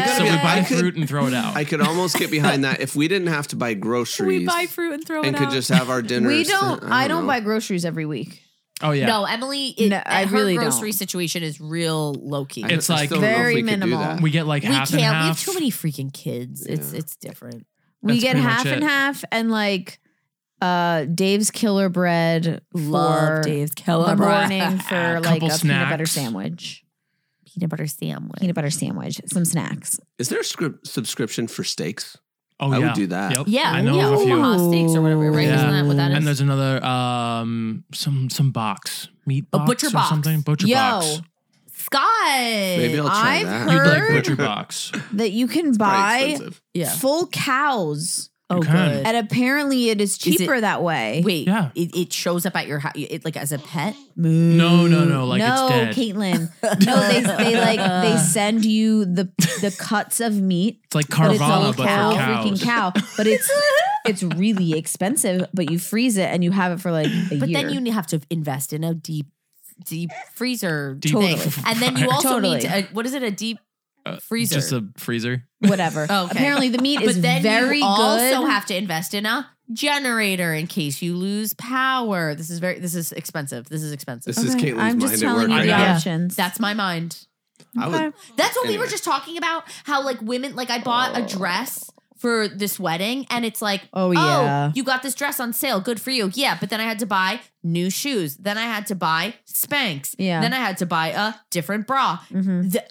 S4: gotta
S3: So
S4: be-
S3: we buy
S4: I could-
S3: fruit and throw it out.
S4: I could almost get behind that if we didn't have to buy groceries.
S1: we buy fruit and throw
S4: and
S1: it
S4: could
S1: out.
S4: just have our dinner.
S2: we don't. I don't
S4: eh, know.
S2: buy groceries every week.
S3: oh yeah.
S1: No, Emily. It,
S2: No, I
S1: her
S2: really
S1: grocery
S2: don't.
S1: situation is real low key.
S4: I-
S1: We
S3: It's
S4: I
S3: like-
S4: still don't know if
S2: Very
S4: we could do
S2: minimal.
S4: that.
S3: We get like half
S1: can't. We
S3: and half.
S1: have too many freaking kids. It's
S4: Yeah.
S1: it's different.
S2: we
S3: That's
S2: get
S3: pretty much
S2: half and
S3: it.
S2: half, and like uh Dave's killer bread for
S1: Love Dave's
S2: the
S1: Keller
S2: morning for like a
S3: Couple
S2: peanut butter
S3: snacks.
S2: sandwich,
S1: peanut butter sandwich.
S2: peanut butter sandwich, some snacks.
S4: Is there a scrip- subscription for steaks?
S3: oh
S4: I
S3: yeah.
S4: would do that.
S3: Yep.
S1: yeah,
S3: I know
S1: yeah,
S3: of a few.
S1: Omaha steaks or whatever. Right?
S3: Yeah.
S1: Isn't that what that is?
S3: And there's another um some some box meat
S1: A
S3: box
S1: butcher
S3: or
S1: box.
S3: something butcher
S2: Yo.
S3: box.
S1: Scott.
S4: Maybe I'll try
S2: I've
S4: that.
S2: heard-
S3: You'd like
S2: Bird?
S3: butcher box.
S2: That you can
S4: Probably
S2: buy
S4: expensive.
S1: yeah.
S2: full cows,
S1: Oh,
S3: You can.
S1: good.
S2: and apparently it is
S1: it-
S2: cheaper that way.
S1: Wait,
S3: Yeah.
S1: it, it shows up at your house, it, like as a pet.
S3: No, no, no. Like
S2: no,
S3: it's dead.
S2: Caitlin. No, they, they like they send you the the cuts of meat,
S3: It's like
S2: but it's all
S3: Carvana, but,
S2: cow,
S3: for
S2: freaking cow.
S3: cows.
S2: But it's it's really expensive. But you freeze it and you have it for like a
S1: But
S2: year.
S1: then you have to invest in a deep, deep freezer
S3: Deep
S1: thing,
S3: Totally.
S1: and then you also
S2: Totally.
S1: need to, uh, what is it? A deep
S3: Uh,
S1: freezer.
S3: Just a freezer.
S2: whatever.
S1: Okay.
S2: Apparently, the meat is
S1: but then
S2: very
S1: you also
S2: good.
S1: have to invest in a generator in case you lose power. This is very. This is expensive. This is expensive.
S4: This is
S2: Okay,
S4: Caitlin's
S2: I'm
S4: mind
S2: just
S4: at work
S2: telling you
S4: right
S2: the
S3: now. Yeah.
S2: options.
S1: That's my mind.
S4: now. I would,
S1: That's what we were
S4: Anyway.
S1: just talking about. How like women, like I bought a dress for this wedding, and it's like,
S2: Oh, yeah.
S1: you got this dress on sale, good for you, yeah. But then I had to buy new shoes. Then I had to buy Spanx.
S2: Yeah.
S1: Then I had to buy a different bra.
S2: Mhm.
S1: The-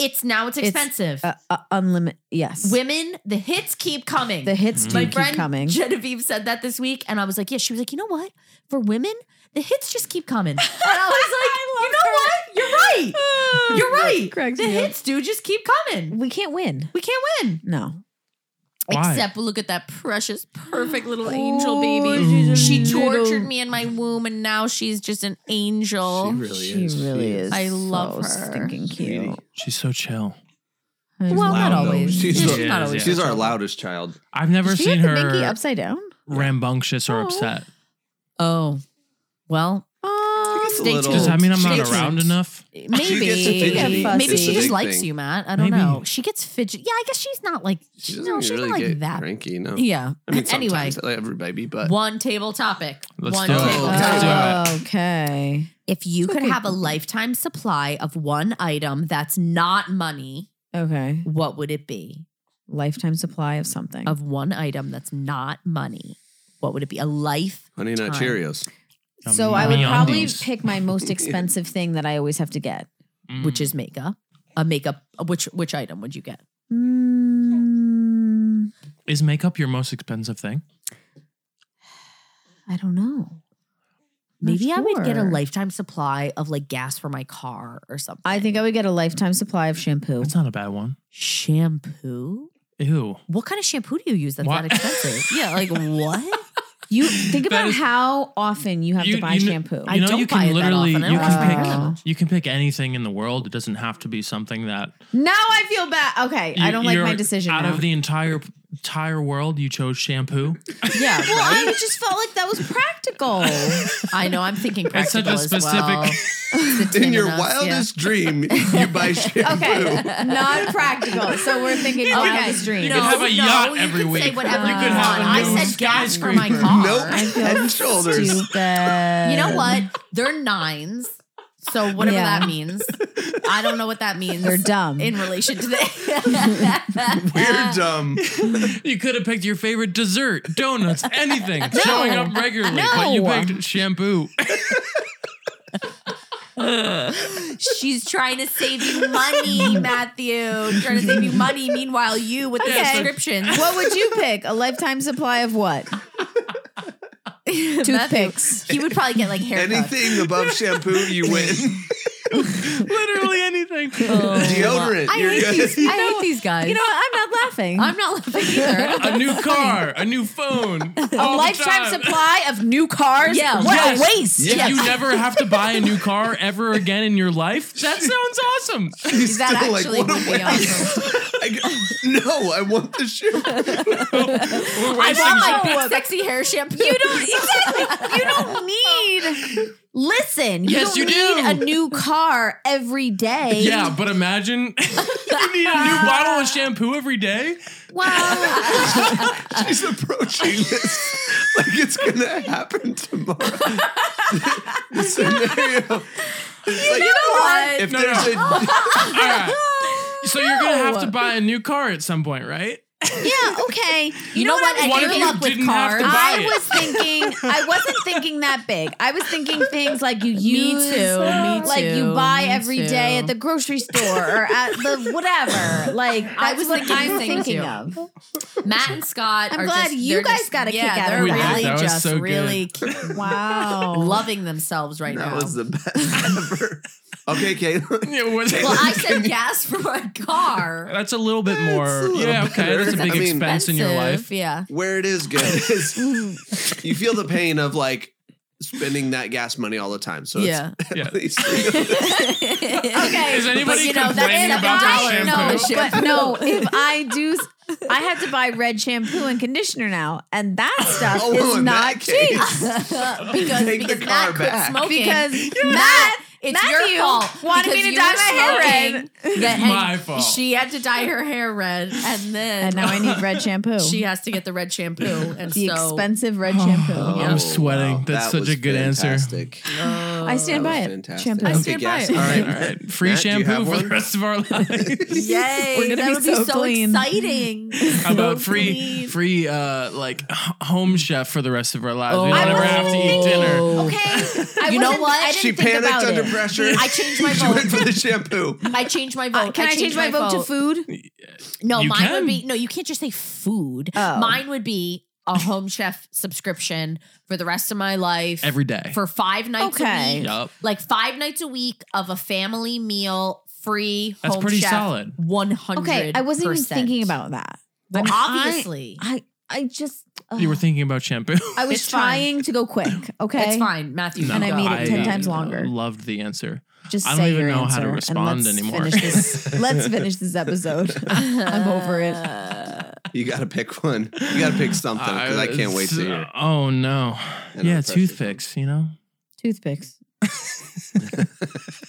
S1: it's now it's
S2: It's,
S1: expensive.
S2: uh, uh, unlimited. Yes,
S1: women, the hits keep coming.
S2: the hits do
S1: My
S2: keep
S1: friend
S2: coming.
S1: Genevieve said that this week, and I was like, yeah. She was like, you know what? For women, the hits just keep coming. And I was like, you know what? You're right. You're right.
S2: cracks
S1: the
S2: me up.
S1: hits do just keep coming.
S2: We can't win.
S1: We can't win.
S2: No.
S3: Why?
S1: Except look at that precious, perfect little angel baby.
S3: she's a
S1: She tortured me in my womb, and now she's just an angel.
S4: She really
S2: She
S4: is. She
S2: really is.
S1: I love
S2: so
S1: her.
S2: Stinking
S4: Sweetie.
S2: cute.
S3: She's so chill.
S1: well,
S4: loud,
S1: not
S4: though.
S1: always.
S4: She's
S1: She's
S4: the-
S1: not
S3: Yeah,
S1: always.
S4: She's our loudest child.
S3: I've never
S2: Did she
S3: seen
S2: have the binky
S3: her
S2: upside down.
S3: rambunctious or
S2: Oh.
S3: upset.
S1: Oh, well,
S2: Oh,
S4: It's a
S1: stay
S4: little-
S3: Does that mean I'm
S1: She
S3: not
S1: gets-
S3: around enough?
S1: Maybe
S4: gets fidgety.
S2: Yeah,
S1: maybe
S2: fussy.
S1: she
S2: It's a
S1: just
S4: big
S1: likes
S4: thing.
S1: you, Matt. I don't
S3: Maybe.
S1: know. She gets fidget. Yeah, I guess she's not like
S4: She
S1: she,
S4: doesn't
S1: no, she's
S4: really
S1: not like
S4: get
S1: that.
S4: cranky. No.
S1: Yeah.
S4: I mean,
S1: anyway,
S4: sometimes every baby, but
S1: one table topic.
S3: Let's
S1: one
S3: do it.
S1: table
S3: Let's
S1: topic.
S3: do it.
S2: Okay.
S1: If you could have a lifetime supply of one item that's not money,
S2: Okay.
S1: what would it be?
S2: Lifetime supply of something.
S1: Of one item that's not money, what would it be? A life?
S4: Honey Nut
S1: Time.
S4: Cheerios.
S2: so I would
S3: Yummy
S2: probably
S3: undies.
S2: pick my most expensive thing that I always have to get.
S3: Mm.
S1: Which is makeup. A makeup. Which which item would you get?
S2: Mm,
S3: is makeup your most expensive thing?
S2: I don't know. Not
S1: Maybe I would get a
S2: sure.
S1: lifetime supply of like gas for my car or something.
S2: I think I would get a lifetime supply of shampoo.
S3: That's not a bad one.
S1: shampoo.
S3: Ew.
S1: What kind of shampoo do you use that's
S3: What?
S1: that expensive? yeah, like what?
S2: You think
S3: That
S2: about
S3: is-
S2: how often you have
S3: You-
S2: to buy
S3: you kn-
S2: shampoo.
S1: I
S3: You know,
S1: don't
S3: you
S1: buy it that
S3: can literally
S1: often. I don't
S3: you
S1: wash my
S3: can
S1: hair
S3: pick
S1: that much.
S3: you can pick anything in the world. It doesn't have to be something that
S2: now I feel bad. Okay, I
S3: You-
S2: don't like my
S3: you're-
S2: decision.
S3: Out
S2: now.
S3: of the entire entire world, you chose shampoo.
S1: Yeah,
S2: well, I
S1: right?
S2: just felt like that was practical.
S1: I know. I'm thinking
S3: It's such
S1: practical
S3: a
S1: as
S3: specific.
S1: well. The
S4: In
S1: tinnitus,
S4: your
S1: yeah.
S4: wildest dream, you buy shampoo.
S2: okay, not practical. So we're thinking okay. wildest dreams.
S1: No,
S3: could have a
S1: no,
S3: yacht
S1: you
S3: every
S1: could
S3: week.
S1: Say whatever
S2: You
S1: you,
S2: could
S1: want.
S2: have a
S1: I
S2: new
S1: said gas for my
S3: skyscraper.
S1: car.
S4: Nope.
S2: I feel
S4: Head and shoulders.
S2: Stupid.
S1: You know what? They're nines. So whatever
S2: Yeah.
S1: that means, I don't know what that means.
S2: They're dumb.
S1: in relation to the
S4: We're dumb.
S3: You could have picked your favorite dessert, donuts, anything showing up regularly, but you
S2: No.
S3: picked shampoo.
S1: She's trying to save you money, Matthew. Trying to save you money. Meanwhile, you with the
S2: Okay.
S1: subscriptions.
S2: what would you pick? A lifetime supply of what? Toothpicks.
S1: He would probably get like haircuts.
S4: Anything above shampoo, you win.
S3: Literally anything.
S4: Deodorant.
S1: I
S4: You're
S1: hate
S4: good.
S1: these. I hate these guys.
S2: You know, what? I'm not laughing.
S1: I'm not laughing either. I don't
S3: a new car, a new phone,
S2: a lifetime supply of new cars.
S1: Yeah,
S2: what
S1: yes.
S2: a waste.
S3: If you never have to buy a new car ever again in your life, that sounds awesome.
S4: He's
S1: That
S4: still like,
S1: actually
S4: what a
S1: would be
S4: waste. I go, no, I want the shampoo.
S3: We're
S1: I
S3: wasting
S1: want my
S2: No.
S1: big sexy hair shampoo. You don't
S2: you don't need. Listen, you
S3: Yes,
S2: don't
S3: you
S2: need
S3: do.
S2: a new car every day.
S3: Yeah, but imagine you need a new bottle of shampoo every day.
S2: Wow.
S4: She's approaching this like it's gonna happen tomorrow. the scenario. It's like,
S1: what? Oh.
S4: if
S3: No,
S4: there's a
S3: All right. So you're gonna have to buy a new car at some point, right?
S2: yeah, okay.
S1: You know what? I
S3: What if
S1: gave
S3: you
S1: up with
S3: didn't have
S1: cars.
S3: to buy
S2: I
S3: it?
S2: was thinking, I wasn't thinking that big. I was thinking things like you
S1: Me
S2: use,
S1: too, me
S2: like
S1: too,
S2: you buy
S1: me
S2: every day
S1: too.
S2: at the grocery store or at the whatever. Like I
S1: was
S2: was
S1: thinking
S2: what
S1: the
S2: I'm
S1: same
S2: thinking
S1: too.
S2: of.
S1: Matt and Scott.
S2: I'm
S1: are
S2: glad
S1: just,
S2: you
S1: they're
S2: guys
S1: just,
S2: got a
S1: yeah,
S2: kick out of
S1: They're
S2: that. We did.
S1: really
S3: That was
S1: just
S3: so good.
S1: really ki-
S2: Wow.
S1: loving themselves right
S4: that
S1: now.
S4: was the best ever. Okay, Caitlin.
S3: It was-
S1: well, I said gas for my car.
S3: that's a little bit more.
S4: a little
S3: yeah, okay.
S4: better.
S3: That's a big
S4: I mean-
S3: expense in your
S1: Expensive,
S3: life.
S1: Yeah.
S4: Where it is good is you feel the pain of like spending that gas money all the time. So
S1: Yeah.
S4: it's
S3: Yeah.
S4: at least three-
S1: okay.
S3: Is anybody
S1: but, you know,
S3: complaining
S1: that's
S3: about
S1: not-
S3: the
S1: I know
S3: shampoo?
S1: the shampoo.
S2: But no, if I do, I had to buy red shampoo and conditioner now, and that stuff
S4: Oh, well,
S2: is
S4: in
S2: not
S4: that case.
S2: cheap.
S1: because,
S4: Take the
S1: because
S4: car
S1: Matt quit
S4: back.
S1: smoking.
S2: Because
S1: Matt, it's
S2: Matthew
S1: your fault.
S2: wanted
S1: because
S2: me to
S1: you were
S2: dye my hair
S1: smoking
S2: red.
S1: that-
S3: My
S1: and
S3: fault.
S1: She had to dye her hair red, and then
S2: And now I need red shampoo.
S1: she has to get the red shampoo. And
S2: the
S1: so oh,
S2: expensive red shampoo.
S3: I'm sweating.
S4: Oh, wow.
S3: That's
S4: That
S3: such
S4: was
S3: a good
S4: fantastic.
S2: I stand
S4: That
S2: by
S4: was
S2: it.
S4: fantastic.
S2: Shampoo.
S1: I
S4: Okay,
S1: stand
S4: gas.
S1: by
S4: All
S1: it.
S4: right.
S3: All right, free
S4: Matt, do you
S3: shampoo
S4: have
S3: for
S4: one?
S3: the rest of our lives.
S1: Yay!
S2: We're gonna
S1: that
S2: be
S1: would be
S2: so
S1: so,
S2: clean.
S1: exciting.
S3: How about
S1: So
S3: free,
S1: clean.
S3: free, uh, like h- home chef for the rest of our lives? we
S1: Oh, I
S3: don't ever
S1: wasn't
S3: have to eat dinner.
S1: thinking-
S2: Okay. I
S1: You know
S2: wasn't-
S1: what?
S2: I didn't
S4: She
S2: think
S4: panicked
S2: about
S4: under
S2: it.
S4: pressure.
S1: I changed my
S4: she went
S1: vote.
S4: for the shampoo.
S1: I changed my vote.
S2: Uh, Can I, change
S1: changed
S2: my vote to food?
S1: No,
S3: You
S1: mine
S3: can.
S1: would be no. You can't just say food.
S2: Oh.
S1: Mine would be a home chef subscription for the rest of my life
S3: every day.
S1: for five nights a
S2: Okay.
S1: week.
S3: Yup.
S1: Like five nights a week of a family meal free.
S3: That's
S1: home
S3: pretty
S1: chef,
S3: solid.
S1: One hundred.
S2: Okay, I wasn't even thinking about that.
S1: Well,
S2: I mean, I-
S1: obviously,
S2: I I just
S3: You were
S2: ugh.
S3: thinking about shampoo.
S2: I was
S1: It's fine.
S2: trying to go quick. Okay,
S1: it's fine, Matthew.
S2: And I
S1: go.
S2: made it 10
S3: I,
S2: times
S3: uh,
S2: longer.
S3: Loved the answer.
S2: Just
S3: I don't
S2: say
S3: even
S2: your
S3: know how
S2: answer
S3: to
S2: and
S3: respond
S2: let's
S3: anymore.
S2: Finish this, let's finish this episode. I'm over it.
S1: Uh,
S4: You got to pick one. You got to pick something because I, can't wait to hear.
S3: Oh no!
S4: And
S3: yeah,
S4: I'm pressing.
S3: toothpicks. You know.
S2: Toothpicks.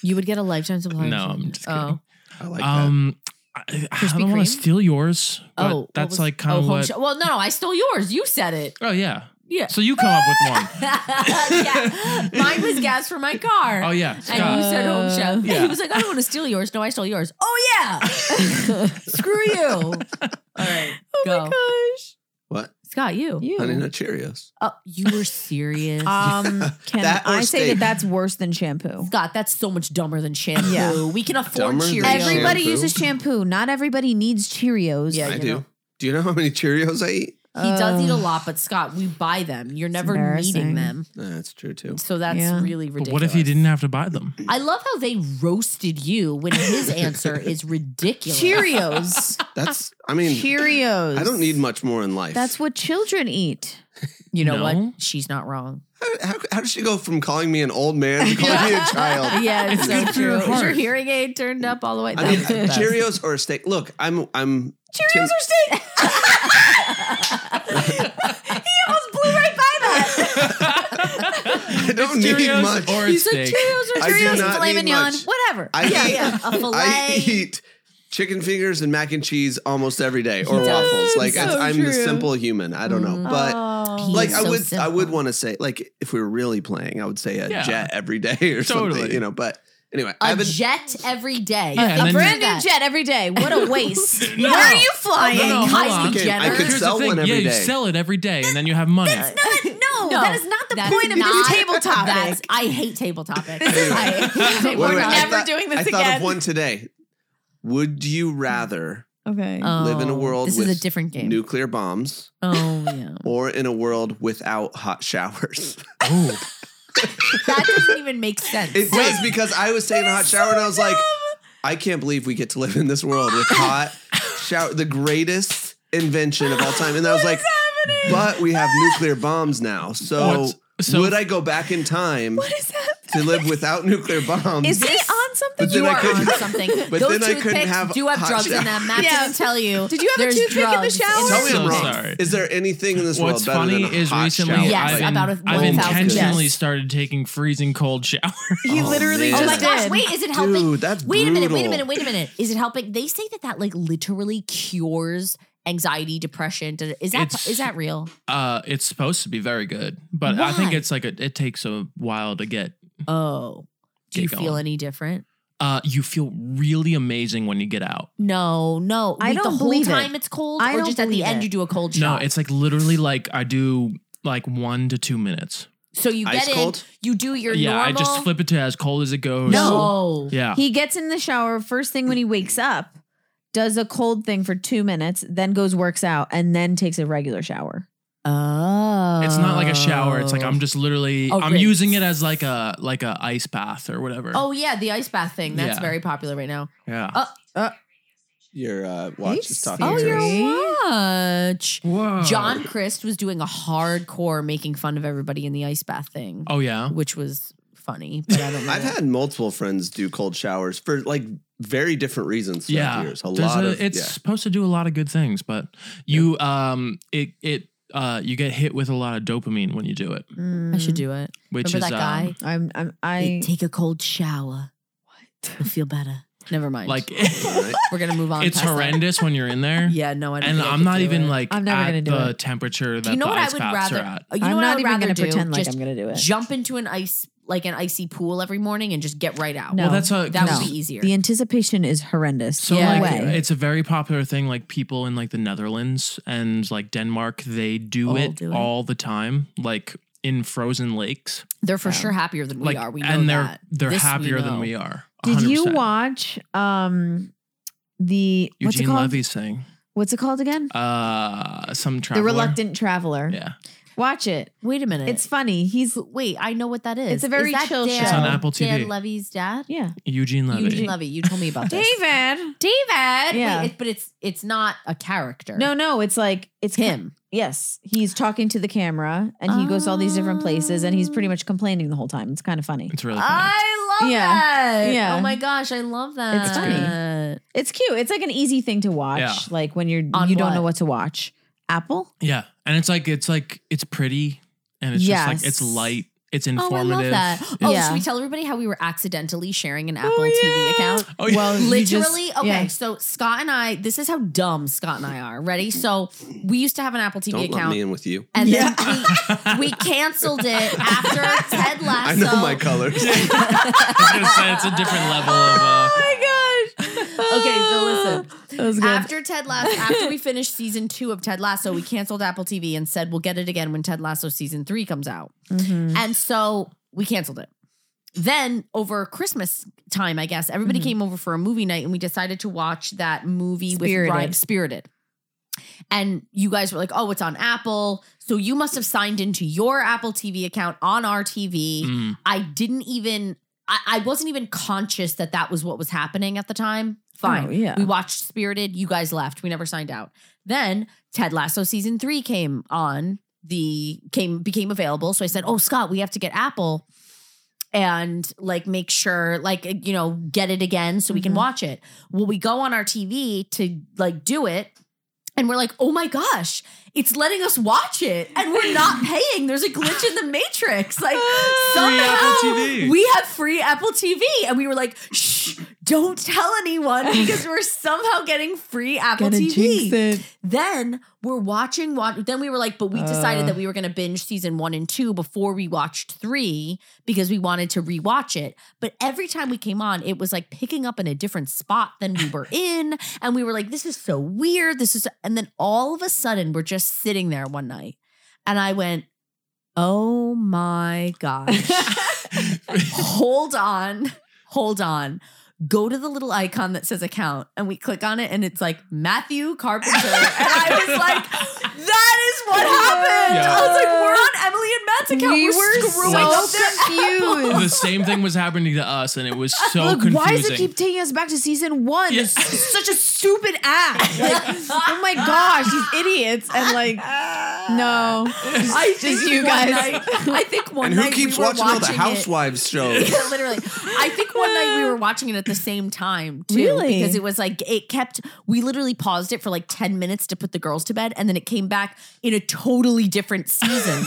S1: You would get a lifetime supply. of
S3: No,
S1: chicken.
S3: I'm just
S1: Oh,
S4: I like
S3: um, I, I
S1: Krispy
S3: don't want
S1: Kreme?
S3: to steal yours. But
S1: oh, what
S3: that's
S1: was-
S3: like kind
S1: oh,
S3: of
S1: home
S3: what.
S1: chef- well, no, I stole yours. You said it.
S3: oh yeah.
S1: Yeah.
S3: So you come up with one.
S1: yeah, mine was gas for my car.
S3: Oh yeah,
S1: And
S3: Scott.
S1: you said home chef.
S3: yeah.
S1: He was like, I don't want to steal yours. No, I stole yours. Oh yeah. Screw you. All right. go.
S2: gosh.
S4: what?
S1: Scott, you.
S2: You.
S4: Honey Nut Cheerios.
S1: Oh, you were serious.
S2: Um, can
S4: That or
S2: I say that
S4: steak.
S2: that's worse than shampoo?
S1: Scott, that's so much dumber than shampoo.
S2: Yeah.
S1: We can afford
S4: Dumber than
S1: Cheerios.
S4: shampoo.
S2: Everybody uses shampoo. Not everybody needs Cheerios.
S1: Yeah,
S4: I
S1: you
S4: do.
S1: know.
S4: Do you know how many Cheerios I eat?
S1: he does
S2: Ugh.
S1: eat a lot, but Scott, we buy them. You're never needing
S2: embarrassing.
S1: them.
S4: That's true too.
S1: So that's
S2: Yeah.
S1: really ridiculous.
S3: But what if you didn't have to buy them?
S1: I love how they roasted you when his answer is ridiculous.
S2: Cheerios.
S4: That's. I mean,
S2: Cheerios.
S4: I don't need much more in life.
S2: That's what children eat.
S1: You know
S3: No.
S1: what? She's not wrong.
S4: How, how, how does she go from calling me an old man to calling me a child?
S1: Yeah, it's so
S3: good for
S1: true.
S3: your
S1: Is your
S3: heart.
S1: hearing aid turned up all the way?
S4: I mean,
S1: That was the best.
S4: Cheerios or a steak. Look, I'm I'm
S2: Cheerios
S4: Tim-
S2: are steak. he almost blew right by that.
S4: I don't need
S3: Cheerios
S4: much.
S3: or a
S1: You said
S3: steak.
S1: Cheerios or
S4: I do
S1: Cheerios?
S4: not
S2: filet
S4: need
S2: mignon,
S4: much.
S2: whatever.
S4: I
S1: yeah,
S4: eat,
S1: yeah. A
S4: I
S1: filet.
S4: eat chicken fingers and mac and cheese almost every day, or
S1: He does.
S4: waffles. Like
S2: So
S4: it's, I'm the
S2: true.
S4: simple human. I don't know,
S1: Mm.
S4: but
S2: Oh.
S1: He's
S4: like I
S1: so
S4: would I would
S1: simple.
S4: want to say like if we were really playing, I would say a
S3: Yeah.
S4: jet every day or something,
S3: Totally.
S4: you know. But anyway, I
S1: A
S4: haven't.
S1: jet every day.
S3: Yeah, and
S2: a
S3: then-
S2: brand new
S1: That.
S2: jet every day. What a waste.
S3: No.
S2: Where are you flying?
S3: No, no, hold
S1: Kylie
S3: on.
S4: Okay, I
S1: Jenner.
S4: could
S3: Here's
S4: sell
S3: the thing.
S4: one every
S3: yeah, you
S4: day.
S3: sell it every day, and then you have money.
S2: No,
S1: No,
S2: that is not the
S1: that
S2: point
S1: is
S2: of this
S1: not-
S2: table
S1: That's,
S2: topic.
S1: I hate table topics.
S2: is-
S1: I hate
S4: Wait,
S1: table
S2: We're
S4: wait, I
S1: topics.
S2: never
S4: thought-
S2: doing this
S4: I thought
S2: again.
S4: of one today. Would you rather
S2: Okay.
S4: live in a
S1: Oh,
S4: world
S1: This
S4: with
S1: is a different Mm. game.
S4: nuclear bombs
S1: oh yeah,
S4: or in a world without hot showers?
S3: oh,
S1: that doesn't even make sense.
S4: It does because I was taking a hot shower and I was like, I can't believe we get to live in this world with hot shower, the greatest invention of all time. And I was like, but we have nuclear bombs now. So,
S3: What's- so-
S4: would I go back in time to live without nuclear bombs?
S2: Is he on something?
S4: But
S1: you
S4: then I
S1: are on
S4: couldn't-
S1: something.
S4: but
S1: Those
S4: then I couldn't
S1: toothpicks
S4: have
S1: do have
S4: hot
S1: drugs in
S4: show-
S1: them. Matt
S2: Yeah.
S1: didn't tell you.
S2: Did you have a
S1: There's
S2: toothpick in the
S1: drugs
S2: shower?
S4: Tell me
S1: this
S3: so
S4: I'm wrong.
S3: sorry.
S4: Is there anything in this
S3: What's
S4: world better
S3: funny
S4: than a
S3: is
S4: hot
S3: recently
S4: shower?
S1: Yes,
S3: I've,
S1: about a
S3: I've
S1: 1,000
S3: intentionally
S1: yes.
S3: started taking freezing cold showers.
S2: He
S4: Oh,
S2: literally
S4: man.
S1: Oh my
S2: just
S1: gosh!
S2: did.
S1: Wait, is it helping?
S4: Dude, that's
S1: wait a minute! Wait a
S4: brutal.
S1: minute! Wait a minute! Is it helping? They say that that like literally cures anxiety, depression. Does- Is that
S3: It's-
S1: is that real?
S3: Uh, it's supposed to be very good, but I think
S1: Why?
S3: it's like a, it takes a while to get.
S1: Oh, do
S3: Get
S1: you feel
S3: going.
S1: any different?
S3: Uh, you feel really amazing when you get out.
S1: No, no.
S2: I
S1: Wait, the
S2: don't
S1: whole
S2: believe it.
S1: time it's cold,
S2: I
S1: or
S2: don't
S1: just at the
S2: believe
S1: end
S2: it.
S1: you do a cold
S3: No,
S1: shot.
S3: it's like literally like I do like one to two minutes.
S1: so you get
S4: Ice
S1: in,
S4: cold?
S1: you do your
S3: yeah,
S1: normal.
S3: I just flip it to as cold as it goes.
S1: No,
S3: Yeah.
S2: He gets in the shower first thing when he wakes up, does a cold thing for two minutes, then goes works out, and then takes a regular shower.
S1: Oh,
S3: It's not like a shower. It's like I'm just literally
S1: A
S3: I'm
S1: rinse.
S3: using it as like a like a ice bath or whatever.
S1: Oh yeah, the ice bath thing. That's
S3: Yeah.
S1: very popular right now.
S3: yeah.
S1: Oh,
S4: Your uh, watch is talking
S2: Oh,
S4: to
S2: you're-
S4: us.
S1: watch.
S3: Whoa.
S1: John Christ was doing a hardcore making fun of everybody in the ice bath thing,
S3: Oh yeah.
S1: which was funny. But I don't know.
S4: I've had multiple friends do cold showers for like very different reasons. throughout
S3: Yeah.
S4: the years. a
S3: There's
S4: lot
S3: a-
S4: of
S3: it's
S4: yeah.
S3: supposed to do a lot of good things, but you um it it uh you get hit with a lot of dopamine when you do it,
S1: I should do it.
S3: which
S1: Remember that
S3: is
S1: guy?
S3: um,
S2: Mm. I'm. I'm I.
S1: Hey, take a cold shower. What? You'll feel better. Never mind.
S3: like
S4: Right?
S1: we're gonna move on.
S3: it's
S1: past that.
S3: horrendous when you're in there.
S1: Yeah, no, I don't
S3: And
S1: think I
S3: I'm
S1: could
S3: not
S1: do
S3: even
S1: it.
S3: like
S2: I'm never
S3: at
S2: gonna do
S3: the
S2: it.
S3: temperature that
S1: Do you know
S3: the
S1: what
S3: ice
S1: I would
S3: baths
S1: rather?
S3: are at.
S1: You know
S2: I'm
S1: what I
S2: not
S1: would
S2: even
S1: rather
S2: going to
S1: do?
S2: pretend like
S1: Just
S2: I'm going to do it.
S1: jump into an ice like an icy pool every morning and just get right out.
S2: No.
S3: Well, that's a
S1: that
S2: No.
S1: would be easier.
S2: the anticipation is horrendous.
S3: So
S1: Yeah.
S3: like
S2: Way.
S3: it's a very popular thing. Like people in like the Netherlands and like Denmark, they do
S1: All
S3: it
S1: do it.
S3: all the time. Like in frozen lakes,
S1: they're for sure happier than we
S3: like
S1: are. We know
S3: and they're
S1: that.
S3: they're
S1: This we
S3: happier than
S1: know.
S3: we are.
S2: Did you
S3: 100%.
S2: watch um the what's it
S3: Eugene
S2: called?
S3: Levy's thing?
S2: What's it called again?
S3: Uh, some
S2: the
S3: traveler.
S2: Reluctant Traveler.
S3: Yeah,
S2: Watch it.
S1: Wait a minute.
S2: It's funny. He's
S1: wait. I know what that is.
S2: It's a very
S1: Is that
S2: chill
S1: Dan,
S2: show. It's on
S3: Apple TV.
S1: Dan Levy's dad.
S2: yeah.
S3: Eugene Levy.
S1: Eugene Levy. You told me about this.
S2: David.
S1: David.
S2: Yeah.
S1: Wait, it- but it's it's not a character.
S2: No, no, it's like it's
S1: it's him.
S2: Yes, he's talking to the camera and he goes all these different places and he's pretty much complaining the whole time. It's kind of funny.
S3: It's really funny.
S1: I love
S2: Yeah.
S1: that.
S2: Yeah.
S1: Oh my gosh, I love that.
S2: It's funny. It's cute. It's like an easy thing to watch.
S3: Yeah.
S2: Like when you're
S1: On
S2: you don't
S1: what?
S2: know what to watch. Apple?
S3: yeah, and it's like it's like it's pretty, and it's just
S2: Yes.
S3: like it's light. It's
S1: Oh, I love
S3: informative.
S1: that. Oh,
S2: Yeah.
S1: should we tell everybody how we were accidentally sharing an Apple TV
S2: yeah.
S1: account?
S3: Oh, yeah.
S2: Well, you just-
S1: Literally, okay.
S2: yeah.
S1: So Scott and I, this is how dumb Scott and I are. Ready? So we used to have an Apple TV
S4: Don't let
S1: account,
S4: me in with you.
S1: and then we, we canceled it after Ted
S4: I
S1: Lasso.
S4: know my colors.
S3: I was gonna say it's a different level of. Uh,
S2: my gosh.
S1: Oh okay, so listen.
S2: That was good.
S1: After Ted Lasso, after we finished season two of Ted Lasso, we canceled Apple TV and said we'll get it again when Ted Lasso season three comes out.
S2: Mm-hmm.
S4: Mm-hmm.
S1: And so we canceled it. Then over Christmas time, I guess, everybody
S4: Mm-hmm.
S1: came over for a movie night and we decided to watch that movie
S2: Spirited.
S1: with Ryan Spirited. And you guys were like, oh, it's on Apple. So you must have signed into your Apple TV account on our TV.
S4: Mm-hmm.
S3: mm.
S1: I didn't even I, I wasn't even conscious that that was what was happening at the time. Fine.
S2: Oh, yeah.
S1: We watched Spirited. You guys left. We never signed out. Then Ted Lasso season three came on the came became available. So I said, "Oh, Scott, we have to get Apple and like make sure like you know get it again so we can
S2: Mhm.
S1: watch it." Well, we go on our TV to like do it, and we're like, "Oh my gosh, it's letting us watch it, and we're not paying." There's a glitch in the matrix. Like somehow
S3: Apple TV.
S1: we have free Apple TV, and we were like, "Shh, don't tell anyone because we're somehow getting free Apple
S2: Gonna
S1: TV."
S2: jinx it.
S1: Then we're watching what then we were like, but we decided
S2: Uh.
S1: that we were gonna binge season one and two before we watched three because we wanted to rewatch it. But every time we came on, it was like picking up in a different spot than we were in. And we were like, this is so weird. This is and then all of a sudden we're just sitting there one night. And I went, Oh my gosh. hold on. Hold on. Go to the little icon that says account and we click on it and it's like Matthew Carpenter. and I was like, that is what happened. I was like, we're on Emily and Matt's account.
S2: we
S1: are
S2: were
S1: screwing
S2: so
S1: up their
S2: confused.
S3: the same thing was happening to us, and it was
S1: Uh,
S3: so
S2: Look,
S3: confusing.
S2: why does it keep taking us back to season one?
S3: Yeah.
S2: It's such a stupid act. Like, oh my gosh, these idiots. And like, no.
S1: I
S2: Just
S1: think one
S2: you guys.
S1: night- I think one
S4: and who
S1: night
S4: keeps
S1: we were
S4: watching, all the
S1: it-
S4: Housewives shows?
S1: Yeah, literally. I think one night we were watching it at the same time too,
S2: Really?
S1: because it was like it kept. We literally paused it for like ten minutes to put the girls to bed, and then it came back in a totally different season,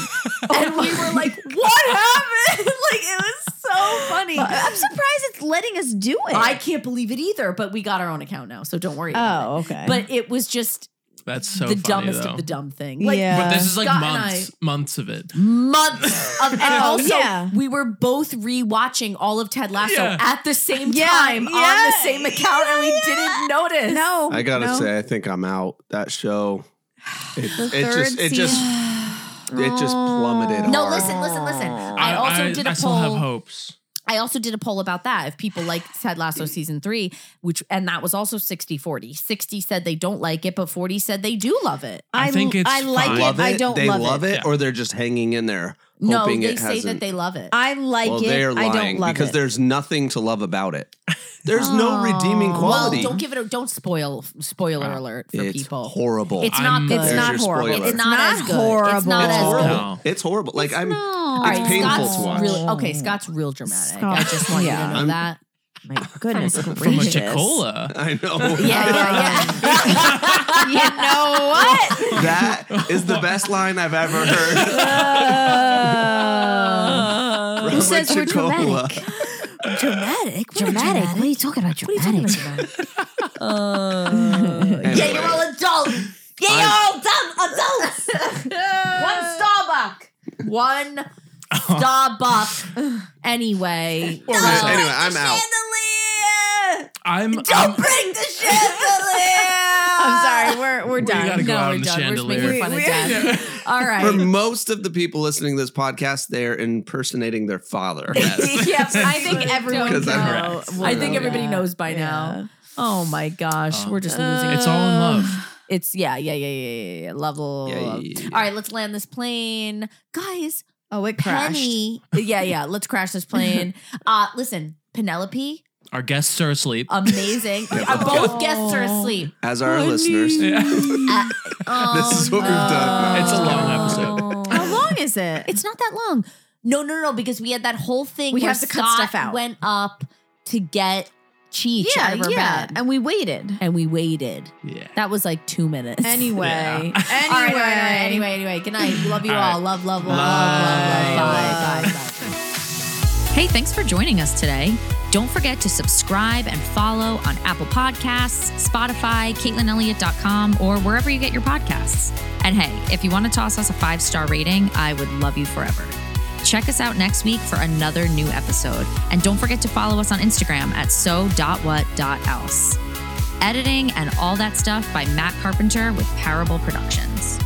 S2: Oh
S1: and we were like, "What happened?" like it was so funny.
S2: I'm surprised it's letting us do it.
S1: I can't believe it either, but we got our own account now, so don't worry. About
S2: oh, okay.
S1: it. But it was just
S3: That's so
S1: the
S3: funny,
S1: dumbest
S3: though.
S1: of the dumb thing. Like,
S2: Yeah.
S3: But this is like
S1: Scott and
S3: months, months of it.
S1: months of and also
S2: yeah.
S1: we were both rewatching all of Ted Lasso
S3: Yeah.
S1: at the same
S2: Yeah,
S1: time on
S2: yeah,
S1: the same account and we didn't notice.
S2: no.
S4: I gotta
S2: no.
S4: say, I think I'm out. That show, it, it
S2: third
S4: just, it just, it just plummeted.
S1: No,
S4: hard.
S1: listen, listen, listen. I, also did a
S3: I still have
S1: poll.
S3: hopes.
S1: I also did a poll about that. If people like Ted Lasso season three, which and that was also 60 40. 60 said they don't like it, but 40 said they do love it.
S3: I think it's
S2: I like
S3: fine.
S2: it.
S4: Love it.
S2: I don't
S4: they
S2: love,
S4: love
S2: it.
S4: it,
S3: Yeah.
S4: or they're just hanging in there.
S1: No,
S4: hoping
S1: they
S4: it
S1: say that
S4: hasn't-
S1: they love it.
S2: I like
S4: Well,
S2: it.
S4: they're lying
S2: I don't love
S4: because
S2: it.
S4: there's nothing to love about it. There's no redeeming
S1: well,
S4: quality.
S1: don't give it a don't spoil spoiler alert for
S4: it's
S1: people.
S4: horrible.
S1: It's not
S3: Ah. I'm-
S1: good.
S2: It's
S4: There's
S2: not
S4: your
S2: horrible.
S4: spoiler.
S1: It's not, as good. It's
S2: horrible.
S1: not
S4: It's
S1: as
S4: horrible.
S1: good.
S3: No.
S4: It's horrible. Like I'm.
S1: All
S4: It's
S1: right,
S4: painful
S1: Scott's
S4: to watch.
S1: Real, okay, Scott's real dramatic. I
S2: Scott.
S1: just want you
S2: Yeah.
S1: to know
S4: I'm-
S1: that.
S2: My goodness
S3: From a
S2: gracious.
S3: Chicola.
S4: I know.
S1: Yeah, yeah, yeah.
S2: you know what?
S4: that is the best line I've ever heard.
S2: Who
S4: From
S2: says we're
S4: Chicola.
S2: dramatic?
S1: dramatic,
S2: Dramatic? What are you talking about?
S1: What are you
S2: Dramatic.
S1: talking about?
S4: Anyway,
S1: Yeah, you're all adults. Yeah, you're all dumb adults. One Starbuck. One Starbuck. Anyway.
S4: anyway,
S1: don't bring
S4: I'm
S1: the
S4: out.
S1: Chandelier.
S3: I'm.
S1: Don't bring the chandelier.
S2: I'm sorry. We're we're
S3: we gotta
S2: done.
S3: go
S1: No,
S3: out
S1: we're
S3: in the
S1: done. We're just making
S3: chandelier.
S1: fun of
S2: We-
S1: Dad. All right.
S4: For most of the people listening to this podcast, they're impersonating their father.
S1: yes,
S2: I think everyone
S4: Because I'm
S2: know-
S4: right.
S2: will
S1: I think
S2: know
S1: everybody
S2: that.
S1: knows by now. Oh my gosh,
S3: Um,
S1: we're just losing.
S3: It's all in love.
S1: it's yeah, yeah, yeah, yeah, yeah, yeah. Level.
S4: Yeah, yeah,
S1: of-
S4: yeah, yeah.
S1: All right, let's land this plane, guys.
S2: Oh, it
S1: Penny. yeah, yeah. Let's crash this plane. Uh, listen, Penelope,
S3: Our guests are asleep.
S1: amazing. Uh, both guests are asleep.
S4: As are our listeners. Oh.
S3: Yeah.
S1: Uh, oh,
S4: is what we've done.
S3: It's a long
S1: no.
S2: How long is it?
S1: It's not that long. No, no, no, because we had that whole thing.
S2: We
S1: where
S2: have to cut
S1: Scott
S2: stuff out.
S1: Went up to get Cheech out of her bed,
S2: and we waited.
S1: and we waited.
S3: yeah.
S1: That was like two minutes.
S2: Anyway,
S3: Yeah.
S2: anyway,
S1: All right, all right, all right. anyway, anyway. Good night. Love you
S3: All
S1: all.
S3: right.
S1: Love, love, love, love,
S3: Bye.
S1: love, love, bye, bye, bye.
S6: Hey, thanks for joining us today. Don't forget to subscribe and follow on Apple Podcasts, Spotify, CaitlinElliott.com, or wherever you get your podcasts. And hey, if you want to toss us a five star rating, I would love you forever. Check us out next week for another new episode. And don't forget to follow us on Instagram at so.what.else. Editing and all that stuff by Matt Carpenter with Parable Productions.